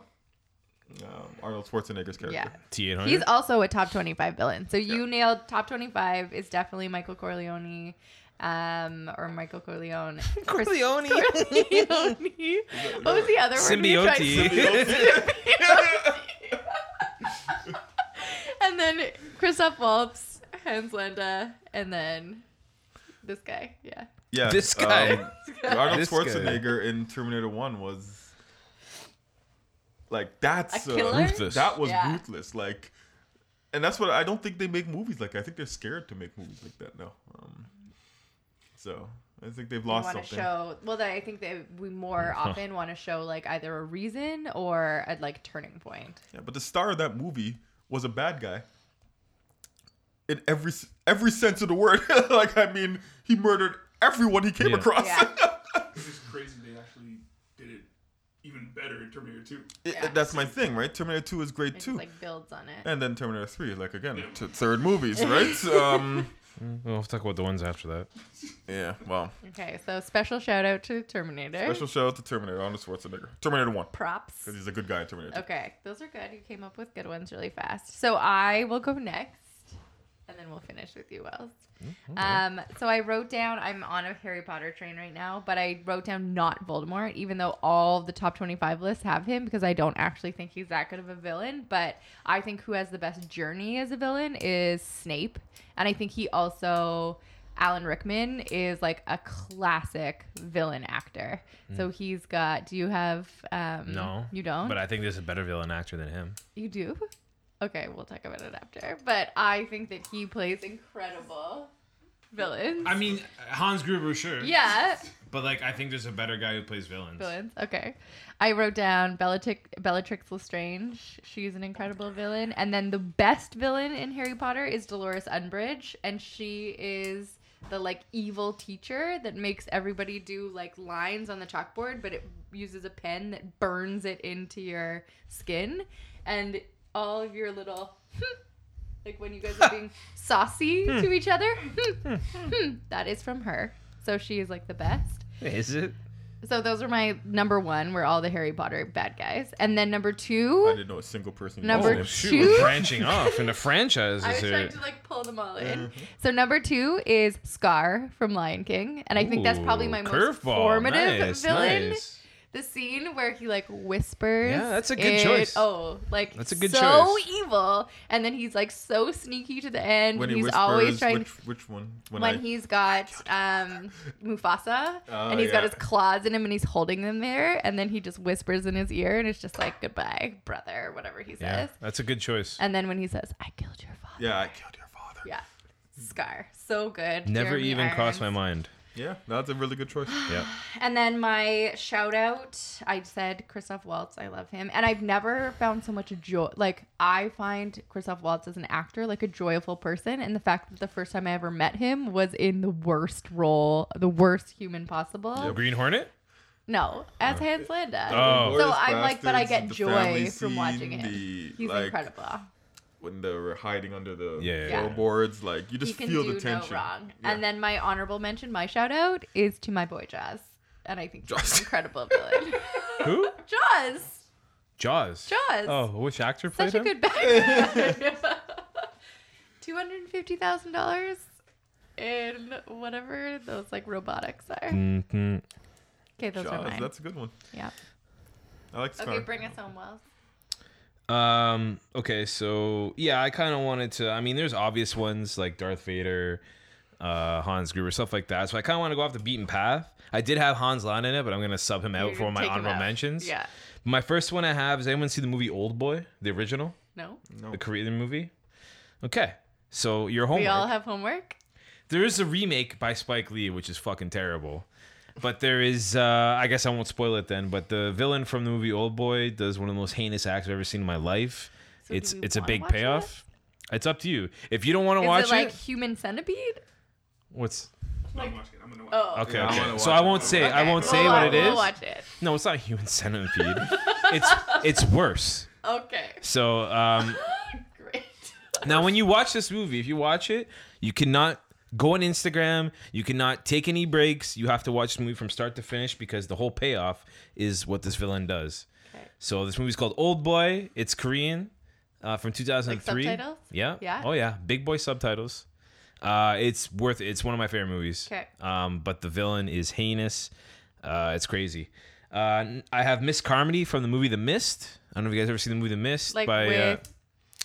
Speaker 4: Um, Arnold Schwarzenegger's character.
Speaker 2: Yeah.
Speaker 3: T eight
Speaker 2: He's
Speaker 3: hundred.
Speaker 2: also a top 25 villain. So you nailed top 25 is definitely Michael Corleone um, or Michael Corleone. Chris-
Speaker 3: Corleone.
Speaker 2: Corleone. what was the other word? we tried? and then Christoph Waltz, Hans Landa, and then this guy. Yeah.
Speaker 4: Yeah.
Speaker 3: This guy.
Speaker 4: um, Arnold
Speaker 3: This guy.
Speaker 4: Schwarzenegger in Terminator One was like that's
Speaker 2: A
Speaker 4: uh,
Speaker 2: killer?
Speaker 3: Ruthless.
Speaker 4: That was
Speaker 2: Yeah.
Speaker 4: ruthless. Like, and that's what I don't think they make movies like. that. I think they're scared to make movies like that now. Um, so I think they've
Speaker 2: We
Speaker 4: lost
Speaker 2: want to
Speaker 4: something.
Speaker 2: show, well, that I think that we more often want to show like either a reason or a like turning point.
Speaker 4: Yeah, but the star of that movie was a bad guy. In every s- every sense of the word, like I mean, he murdered everyone he came
Speaker 3: Yeah.
Speaker 4: across.
Speaker 2: Yeah.
Speaker 5: It's just crazy they actually did it even better in Terminator 2.
Speaker 4: It- That's my thing, right? Terminator Two is great
Speaker 2: It
Speaker 4: too.
Speaker 2: just like builds on it.
Speaker 4: and then Terminator 3, like again, t- third movies, right? Um,
Speaker 3: We'll have to talk about the ones after that.
Speaker 4: yeah, wow.
Speaker 2: Okay, so special shout out to Terminator.
Speaker 4: Special shout out to Terminator, Arnold Schwarzenegger. Terminator 1,
Speaker 2: Props.
Speaker 4: because he's a good guy in Terminator 2.
Speaker 2: Okay, those are good. You came up with good ones really fast. So I will go next, and then we'll finish with you, Wells.
Speaker 3: Mm,
Speaker 2: Um, so I wrote down. I'm on a Harry Potter train right now, but I wrote down not Voldemort, even though all the top 25 lists have him because I don't actually think he's that good of a villain. But I think who has the best journey as a villain is Snape, and I think he also. Alan Rickman is like a classic villain actor. So he's got. Do you have? Um,
Speaker 3: Hmm. No,
Speaker 2: you don't.
Speaker 3: But I think there's a better villain actor than him.
Speaker 2: You do? Okay, we'll talk about it after. But I think that he plays incredible villains.
Speaker 6: I mean, Hans Gruber, sure.
Speaker 2: yeah,
Speaker 3: But like, I think there's a better guy who plays villains.
Speaker 2: Villains. Okay. I wrote down Bellatrix, Bellatrix Lestrange. She's an incredible villain. And then the best villain in Harry Potter is Dolores Umbridge. And she is the like evil teacher that makes everybody do like lines on the chalkboard, but it uses a pen that burns it into your skin. And all of your little. Like when you guys are being saucy to each other, hmm, that is from her. So she is like the best.
Speaker 3: Is it?
Speaker 2: So those are my number one were all the Harry Potter bad guys, and then number
Speaker 4: I
Speaker 2: two,
Speaker 4: didn't know a single person.
Speaker 2: Number
Speaker 3: oh
Speaker 4: named
Speaker 3: shoot,
Speaker 2: two?
Speaker 3: we're branching off into
Speaker 2: I was
Speaker 3: franchises
Speaker 2: trying
Speaker 3: here.
Speaker 2: to like pull them all in.
Speaker 3: Mm-hmm.
Speaker 2: So number two is Scar from Lion King, and I think that's probably my
Speaker 3: Ooh,
Speaker 2: most
Speaker 3: curveball.
Speaker 2: formative
Speaker 3: Nice,
Speaker 2: villain.
Speaker 3: nice.
Speaker 2: The scene where he like whispers.
Speaker 3: Yeah, that's a good
Speaker 2: it-
Speaker 3: choice.
Speaker 2: Oh, like
Speaker 3: That's a good
Speaker 2: so
Speaker 3: choice.
Speaker 2: evil, and then he's like so sneaky to the end.
Speaker 4: When
Speaker 2: and
Speaker 4: he
Speaker 2: he's
Speaker 4: whispers,
Speaker 2: always trying.
Speaker 4: which, which one?
Speaker 2: when
Speaker 4: I-
Speaker 2: he's got um, Mufasa
Speaker 4: Oh,
Speaker 2: and he's got
Speaker 4: yeah.
Speaker 2: his claws in him and he's holding them there and then he just whispers in his ear and it's just like goodbye brother or whatever he says
Speaker 3: Yeah, that's a good choice.
Speaker 2: and then when he says I killed your father
Speaker 4: Yeah, I killed your father.
Speaker 2: yeah Scar so good
Speaker 3: Never
Speaker 2: Jeremy
Speaker 3: even crossed my
Speaker 2: Irons.
Speaker 3: mind.
Speaker 4: Yeah, that's a really good choice.
Speaker 3: Yeah.
Speaker 2: and then my shout out I said Christoph Waltz I love him and I've never found so much joy like I find Christoph Waltz as an actor like a joyful person and the fact that the first time I ever met him was in the worst role the worst human possible
Speaker 3: Green Hornet.
Speaker 2: No, as Hans Landa.
Speaker 3: Oh.
Speaker 2: So
Speaker 4: Glorious
Speaker 2: I'm like, but I
Speaker 4: Bastards,
Speaker 2: get
Speaker 4: the
Speaker 2: joy
Speaker 4: family
Speaker 2: from watching
Speaker 4: scene,
Speaker 2: him.
Speaker 4: the,
Speaker 2: He's
Speaker 4: like,
Speaker 2: incredible.
Speaker 4: When they were hiding under the
Speaker 3: Yeah. Yeah.
Speaker 4: floorboards, like
Speaker 2: He
Speaker 4: you just
Speaker 2: can
Speaker 4: feel
Speaker 2: do
Speaker 4: the tension.
Speaker 2: no wrong.
Speaker 4: Yeah.
Speaker 2: And then my honorable mention, my shout out, is to my boy Jazz, and I think he's
Speaker 4: Jaws.
Speaker 2: an incredible villain.
Speaker 3: Who?
Speaker 2: Jaws,
Speaker 3: Jaws.
Speaker 2: Jaws.
Speaker 3: Oh, which actor played
Speaker 2: such a good
Speaker 3: him?
Speaker 2: back. Two hundred fifty thousand dollars in whatever those like robotics are.
Speaker 3: Mhm.
Speaker 2: Okay, those are
Speaker 4: Mm-hmm. Jaws,
Speaker 2: mine.
Speaker 4: that's a good one.
Speaker 2: Yeah.
Speaker 4: I like Scar.
Speaker 2: Okay, bring us home, Wells.
Speaker 3: Um. Okay. So yeah, I kind of wanted to. I mean, there's obvious ones like Darth Vader, uh, Hans Gruber, stuff like that. So I kind of want to go off the beaten path. I did have Hans Landa in it, but I'm gonna sub him out
Speaker 2: You're
Speaker 3: for
Speaker 2: gonna
Speaker 3: my
Speaker 2: take him
Speaker 3: honorable
Speaker 2: out.
Speaker 3: mentions.
Speaker 2: Yeah.
Speaker 3: My first one I have is anyone see the movie Old Boy, the original,
Speaker 2: No.
Speaker 4: No.
Speaker 3: the Korean movie? Okay. So your homework.
Speaker 2: We all have homework.
Speaker 3: There is a remake by Spike Lee, which is fucking terrible. But there is, uh, I guess I won't spoil it then. But the villain from the movie Old Boy does one of the most heinous acts I've ever seen in my life.
Speaker 2: So do
Speaker 3: it's
Speaker 2: we
Speaker 3: it's a
Speaker 2: wanna
Speaker 3: big
Speaker 2: watch
Speaker 3: payoff. It's up to you. If you don't want to
Speaker 2: Is
Speaker 3: watch
Speaker 2: it like
Speaker 3: it,
Speaker 2: human centipede?
Speaker 3: what's
Speaker 5: No, I'm watching it. I'm gonna watch
Speaker 2: Oh.
Speaker 3: okay?
Speaker 4: Yeah, I
Speaker 3: okay.
Speaker 4: wanna
Speaker 3: so
Speaker 4: watch
Speaker 3: I
Speaker 4: it.
Speaker 3: won't say I
Speaker 2: Okay,
Speaker 3: won't
Speaker 2: we'll
Speaker 3: say
Speaker 2: wa-
Speaker 3: what it
Speaker 2: We'll
Speaker 3: is.
Speaker 2: watch it.
Speaker 3: No, it's not human centipede. it's it's worse.
Speaker 2: Okay.
Speaker 3: So um,
Speaker 2: Great.
Speaker 3: Now, when you watch this movie, if you watch it, you cannot go on Instagram. You cannot take any breaks. You have to watch the movie from start to finish because the whole payoff is what this villain does.
Speaker 2: Okay.
Speaker 3: So this movie's called Old Boy. It's Korean, uh, from 2003.
Speaker 2: subtitles?
Speaker 3: Yeah.
Speaker 2: Yeah.
Speaker 3: Oh yeah, big boy subtitles. Uh, it's worth. It. It's one of my favorite movies.
Speaker 2: Okay.
Speaker 3: Um, but the villain is heinous. Uh, it's crazy. Uh, n- I have Miss Carmody from the movie The Mist. I don't know if you guys ever seen the movie The Mist.
Speaker 2: Like
Speaker 3: by, uh,
Speaker 2: with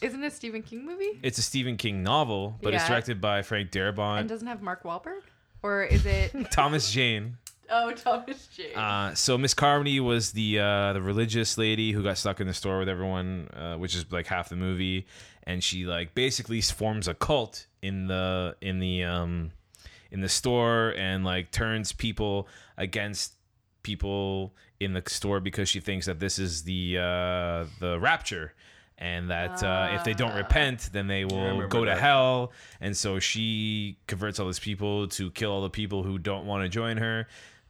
Speaker 2: Isn't it a Stephen King movie?
Speaker 3: it's a Stephen King novel, but it's
Speaker 2: Yeah.
Speaker 3: directed by Frank
Speaker 2: And
Speaker 3: Darabont,
Speaker 2: doesn't have Mark Wahlberg? Or is it
Speaker 3: Thomas Jane.
Speaker 2: Oh Thomas Jane.
Speaker 3: Uh, so Miss Carmody was the uh, the religious lady who got stuck in the store with everyone, uh, which is like half the movie, and she like basically forms a cult in the in the um, in the store and like turns people against people in the store because she thinks that this is the uh, the rapture and that uh, if they don't
Speaker 2: Ah.
Speaker 3: repent then they will
Speaker 4: remember
Speaker 3: go to
Speaker 4: that.
Speaker 3: hell and so she converts all these people to kill all the people who don't want to join her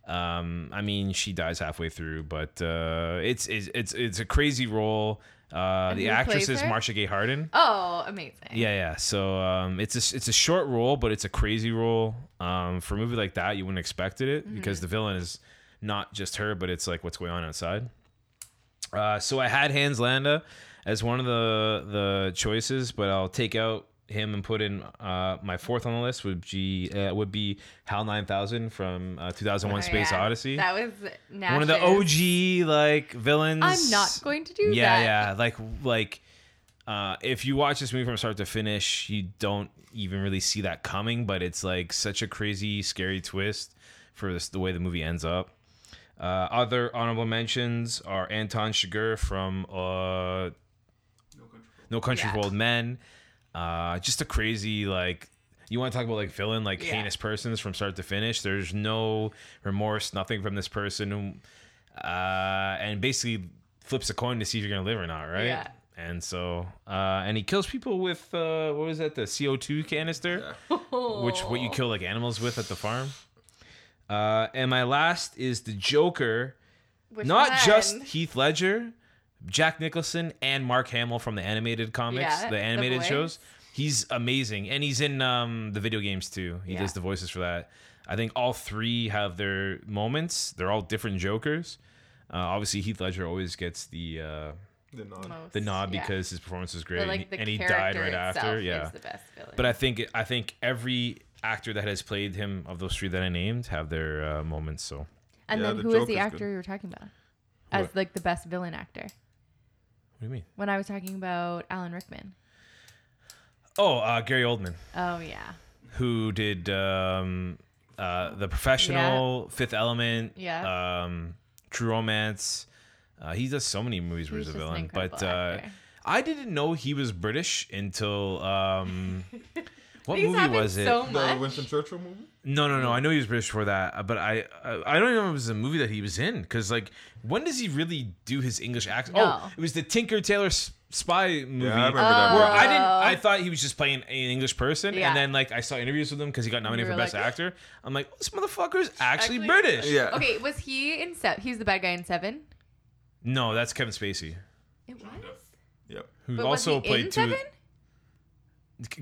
Speaker 3: um, I mean she dies halfway through but uh, it's, it's it's it's a crazy role uh, the
Speaker 2: who
Speaker 3: actress
Speaker 2: plays
Speaker 3: is
Speaker 2: her?
Speaker 3: Marcia Gay Harden
Speaker 2: oh, amazing.
Speaker 3: yeah, yeah. So um, it's a it's a short role, but it's a crazy role. Um, for a movie like that, you wouldn't expect it
Speaker 2: Mm-hmm.
Speaker 3: because the villain is not just her, but it's like what's going on outside. Uh, so I had Hans Landa as one of the the choices, but I'll take out him and put in uh, my fourth on the list would be uh, would be Hal Nine Thousand from uh, Two Thousand One
Speaker 2: Oh,
Speaker 3: Space
Speaker 2: yeah.
Speaker 3: Odyssey.
Speaker 2: That was Nash's.
Speaker 3: one of the OG like villains.
Speaker 2: I'm not going to do
Speaker 3: Yeah,
Speaker 2: that.
Speaker 3: yeah. Like like uh if you watch this movie from start to finish, you don't even really see that coming, but it's like such a crazy, scary twist for this, the way the movie ends up. Uh, other honorable mentions are Anton Chigurh from uh,
Speaker 5: No Country for Old
Speaker 3: No Country
Speaker 2: Yeah.
Speaker 3: for Old Men. Uh, just a crazy like You want to talk about like villain, like heinous persons from start to finish. There's no remorse, nothing from this person, uh, and basically flips a coin to see if you're gonna live or not, right?
Speaker 2: Yeah.
Speaker 3: And so, uh, and he kills people with uh, what was that? The CO two canister,
Speaker 2: Oh.
Speaker 3: which what you kill like animals with at the farm. Uh, and my last is the Joker,
Speaker 2: Which
Speaker 3: not just
Speaker 2: one?
Speaker 3: Heath Ledger, Jack Nicholson, and Mark Hamill from the animated comics,
Speaker 2: Yeah,
Speaker 3: the
Speaker 2: the
Speaker 3: animated
Speaker 2: voice.
Speaker 3: shows. He's amazing, and he's in um, the video games too. He
Speaker 2: Yeah.
Speaker 3: does the voices for that. I think all three have their moments. They're all different Jokers. Uh, obviously, Heath Ledger always gets the uh,
Speaker 4: The nod.
Speaker 2: Most,
Speaker 3: the nod
Speaker 2: yeah.
Speaker 3: because his performance was great,
Speaker 2: But,
Speaker 3: and
Speaker 2: like,
Speaker 3: he-
Speaker 2: the
Speaker 3: and he
Speaker 2: character
Speaker 3: died right
Speaker 2: itself
Speaker 3: after.
Speaker 2: is
Speaker 3: Yeah,
Speaker 2: the best villain.
Speaker 3: but I think I think every actor that has played him of those three that I named have their uh, moments. So
Speaker 2: and
Speaker 4: Yeah,
Speaker 2: then
Speaker 4: the
Speaker 2: who is
Speaker 4: Joker's
Speaker 2: the
Speaker 4: good.
Speaker 2: actor you were talking about as
Speaker 3: What?
Speaker 2: like the best villain actor?
Speaker 3: what do you mean?
Speaker 2: When I was talking about Alan Rickman.
Speaker 3: Oh, uh, Gary Oldman,
Speaker 2: Oh yeah,
Speaker 3: who did um, uh, the Professional, Fifth Element,
Speaker 2: Yeah.
Speaker 3: um, True Romance. Uh, he does so many movies where
Speaker 2: He's
Speaker 3: he's a
Speaker 2: just an
Speaker 3: villain, but
Speaker 2: incredible
Speaker 3: uh,
Speaker 2: actor.
Speaker 3: I didn't know he was British until um, what
Speaker 2: These
Speaker 3: movie
Speaker 2: happen
Speaker 3: was it?
Speaker 2: so
Speaker 4: The
Speaker 2: much.
Speaker 4: Winston Churchill movie?
Speaker 3: No, no, no. I know he was British for that, uh, but I, I, I don't even know if it was a movie that he was in. Because like, when does he really do his English accent?
Speaker 2: No.
Speaker 3: Oh, it was the Tinker Tailor S- Spy movie.
Speaker 4: Yeah, I remember
Speaker 3: Where
Speaker 4: that
Speaker 2: Oh.
Speaker 4: movie.
Speaker 3: I didn't, I thought he was just playing an English person,
Speaker 2: Yeah.
Speaker 3: and then like I saw interviews with him because he got nominated
Speaker 2: You
Speaker 3: for
Speaker 2: were
Speaker 3: Best
Speaker 2: like,
Speaker 3: Actor. I'm like, this motherfucker's actually, British.
Speaker 4: Yeah.
Speaker 2: Okay, was he in Seven? He was the bad guy in Seven.
Speaker 3: No, that's Kevin Spacey,
Speaker 2: It was.
Speaker 4: Yep.
Speaker 3: who
Speaker 2: But
Speaker 3: also
Speaker 2: was he
Speaker 3: played
Speaker 2: in
Speaker 3: two.
Speaker 2: Seven?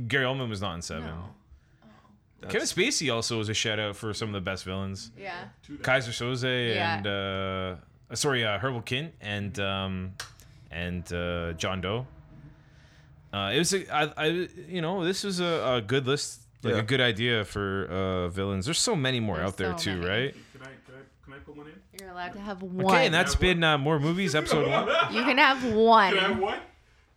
Speaker 3: Gary Oldman was not in Seven.
Speaker 2: No.
Speaker 3: Kevin Spacey also was a shout out for some of the best villains.
Speaker 2: Yeah.
Speaker 3: Kaiser Soze
Speaker 2: Yeah.
Speaker 3: and uh, uh, sorry, uh, Herbal Kin and um, and uh, John Doe. Uh, it was a, I, I, you know, this was a, a good list, like
Speaker 4: Yeah.
Speaker 3: a good idea for uh, villains. There's so many more
Speaker 2: There's
Speaker 3: out there
Speaker 2: so
Speaker 3: too,
Speaker 2: many.
Speaker 3: right?
Speaker 5: Can I, can I, can I put one in?
Speaker 2: You're allowed to have one.
Speaker 3: Okay, and that's been uh, more movies episode one.
Speaker 2: you can have one.
Speaker 5: Can I have one?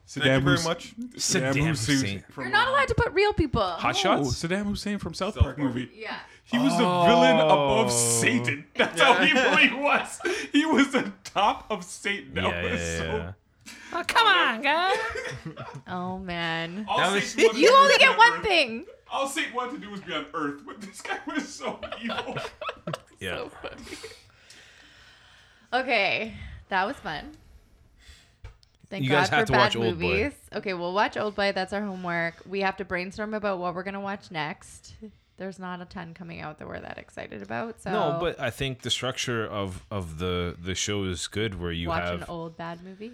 Speaker 4: Thank you very much.
Speaker 3: Saddam
Speaker 5: Saddam
Speaker 3: Hussein.
Speaker 5: from,
Speaker 2: You're not allowed to put real people.
Speaker 3: Hot
Speaker 5: Oh,
Speaker 3: shots.
Speaker 5: Saddam Hussein from South,
Speaker 4: South
Speaker 5: Park,
Speaker 4: Park.
Speaker 5: movie.
Speaker 2: Yeah.
Speaker 5: He was the villain
Speaker 3: Oh.
Speaker 5: above Satan. That's how he really was. He was the top of Satan. Oh, That
Speaker 3: Yeah, yeah,
Speaker 5: was
Speaker 3: yeah,
Speaker 5: so.
Speaker 3: yeah. Oh,
Speaker 2: come on, guys. oh man.
Speaker 5: All
Speaker 3: That was-
Speaker 5: Satan wanted
Speaker 2: You
Speaker 5: to do
Speaker 2: only
Speaker 5: was be
Speaker 2: get
Speaker 5: on
Speaker 2: one
Speaker 5: Earth.
Speaker 2: thing.
Speaker 5: All Satan wanted to do was be on Earth, but this guy was so evil.
Speaker 3: Yeah.
Speaker 2: Okay, that was fun. Thank
Speaker 3: You
Speaker 2: God
Speaker 3: guys
Speaker 2: for
Speaker 3: have to
Speaker 2: bad
Speaker 3: watch Old Boy.
Speaker 2: movies. Okay, we'll watch Old Boy. That's our homework. We have to brainstorm about what we're gonna watch next. There's not a ton coming out that we're that excited about. So
Speaker 3: No, but I think the structure of of the the show is good, where you
Speaker 2: watch
Speaker 3: have,
Speaker 2: an old bad movie.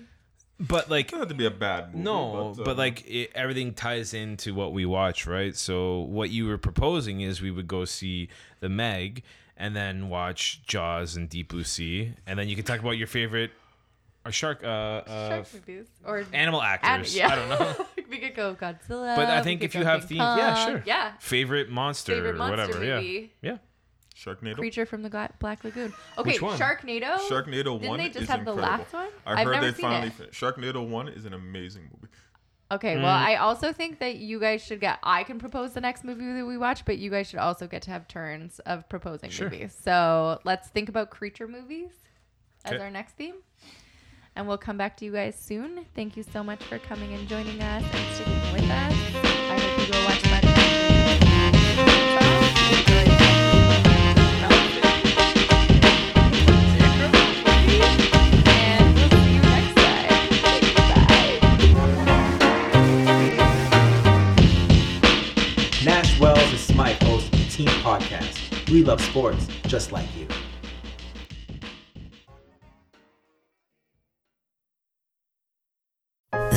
Speaker 3: but like
Speaker 4: It had to be a bad movie.
Speaker 3: No, but,
Speaker 4: uh,
Speaker 3: like it, everything ties into what we watch, right? So what you were proposing is we would go see The Meg and then watch Jaws and Deep Blue Sea, and then you can talk about your favorite or shark, uh, uh,
Speaker 2: Shark movies or
Speaker 3: animal
Speaker 2: and-
Speaker 3: actors.
Speaker 2: yeah.
Speaker 3: I don't know.
Speaker 2: we could go Godzilla.
Speaker 3: But I
Speaker 2: we
Speaker 3: think
Speaker 2: could
Speaker 3: if you
Speaker 2: go
Speaker 3: have
Speaker 2: King
Speaker 3: themes, yeah,
Speaker 2: Kong.
Speaker 3: sure.
Speaker 2: Uh, Yeah.
Speaker 3: Favorite monster
Speaker 2: Favorite
Speaker 3: or
Speaker 2: monster
Speaker 3: whatever.
Speaker 2: movie.
Speaker 3: Yeah. Yeah.
Speaker 4: Sharknado.
Speaker 2: Creature from the Gla- Black Lagoon. Okay,
Speaker 3: one?
Speaker 2: Sharknado.
Speaker 4: Sharknado
Speaker 2: Didn't
Speaker 4: one
Speaker 2: they just
Speaker 4: is
Speaker 2: have
Speaker 4: incredible.
Speaker 2: the last one?
Speaker 4: I
Speaker 2: have
Speaker 4: heard
Speaker 2: never
Speaker 4: they
Speaker 2: seen
Speaker 4: finally
Speaker 2: it.
Speaker 4: fin- Sharknado one is an amazing movie.
Speaker 2: Okay, well,
Speaker 3: Mm.
Speaker 2: I also think that you guys should get. I can propose the next movie that we watch, but you guys should also get to have turns of proposing
Speaker 3: Sure.
Speaker 2: movies. So let's think about creature movies as
Speaker 3: Okay.
Speaker 2: our next theme. And we'll come back to you guys soon. Thank you so much for coming and joining us and sticking with us. I hope you go watch Mad Max. And we'll see you next time. Bye.
Speaker 1: Nash Wells and Smythe host the Team Podcast. We love sports just like you.
Speaker 6: The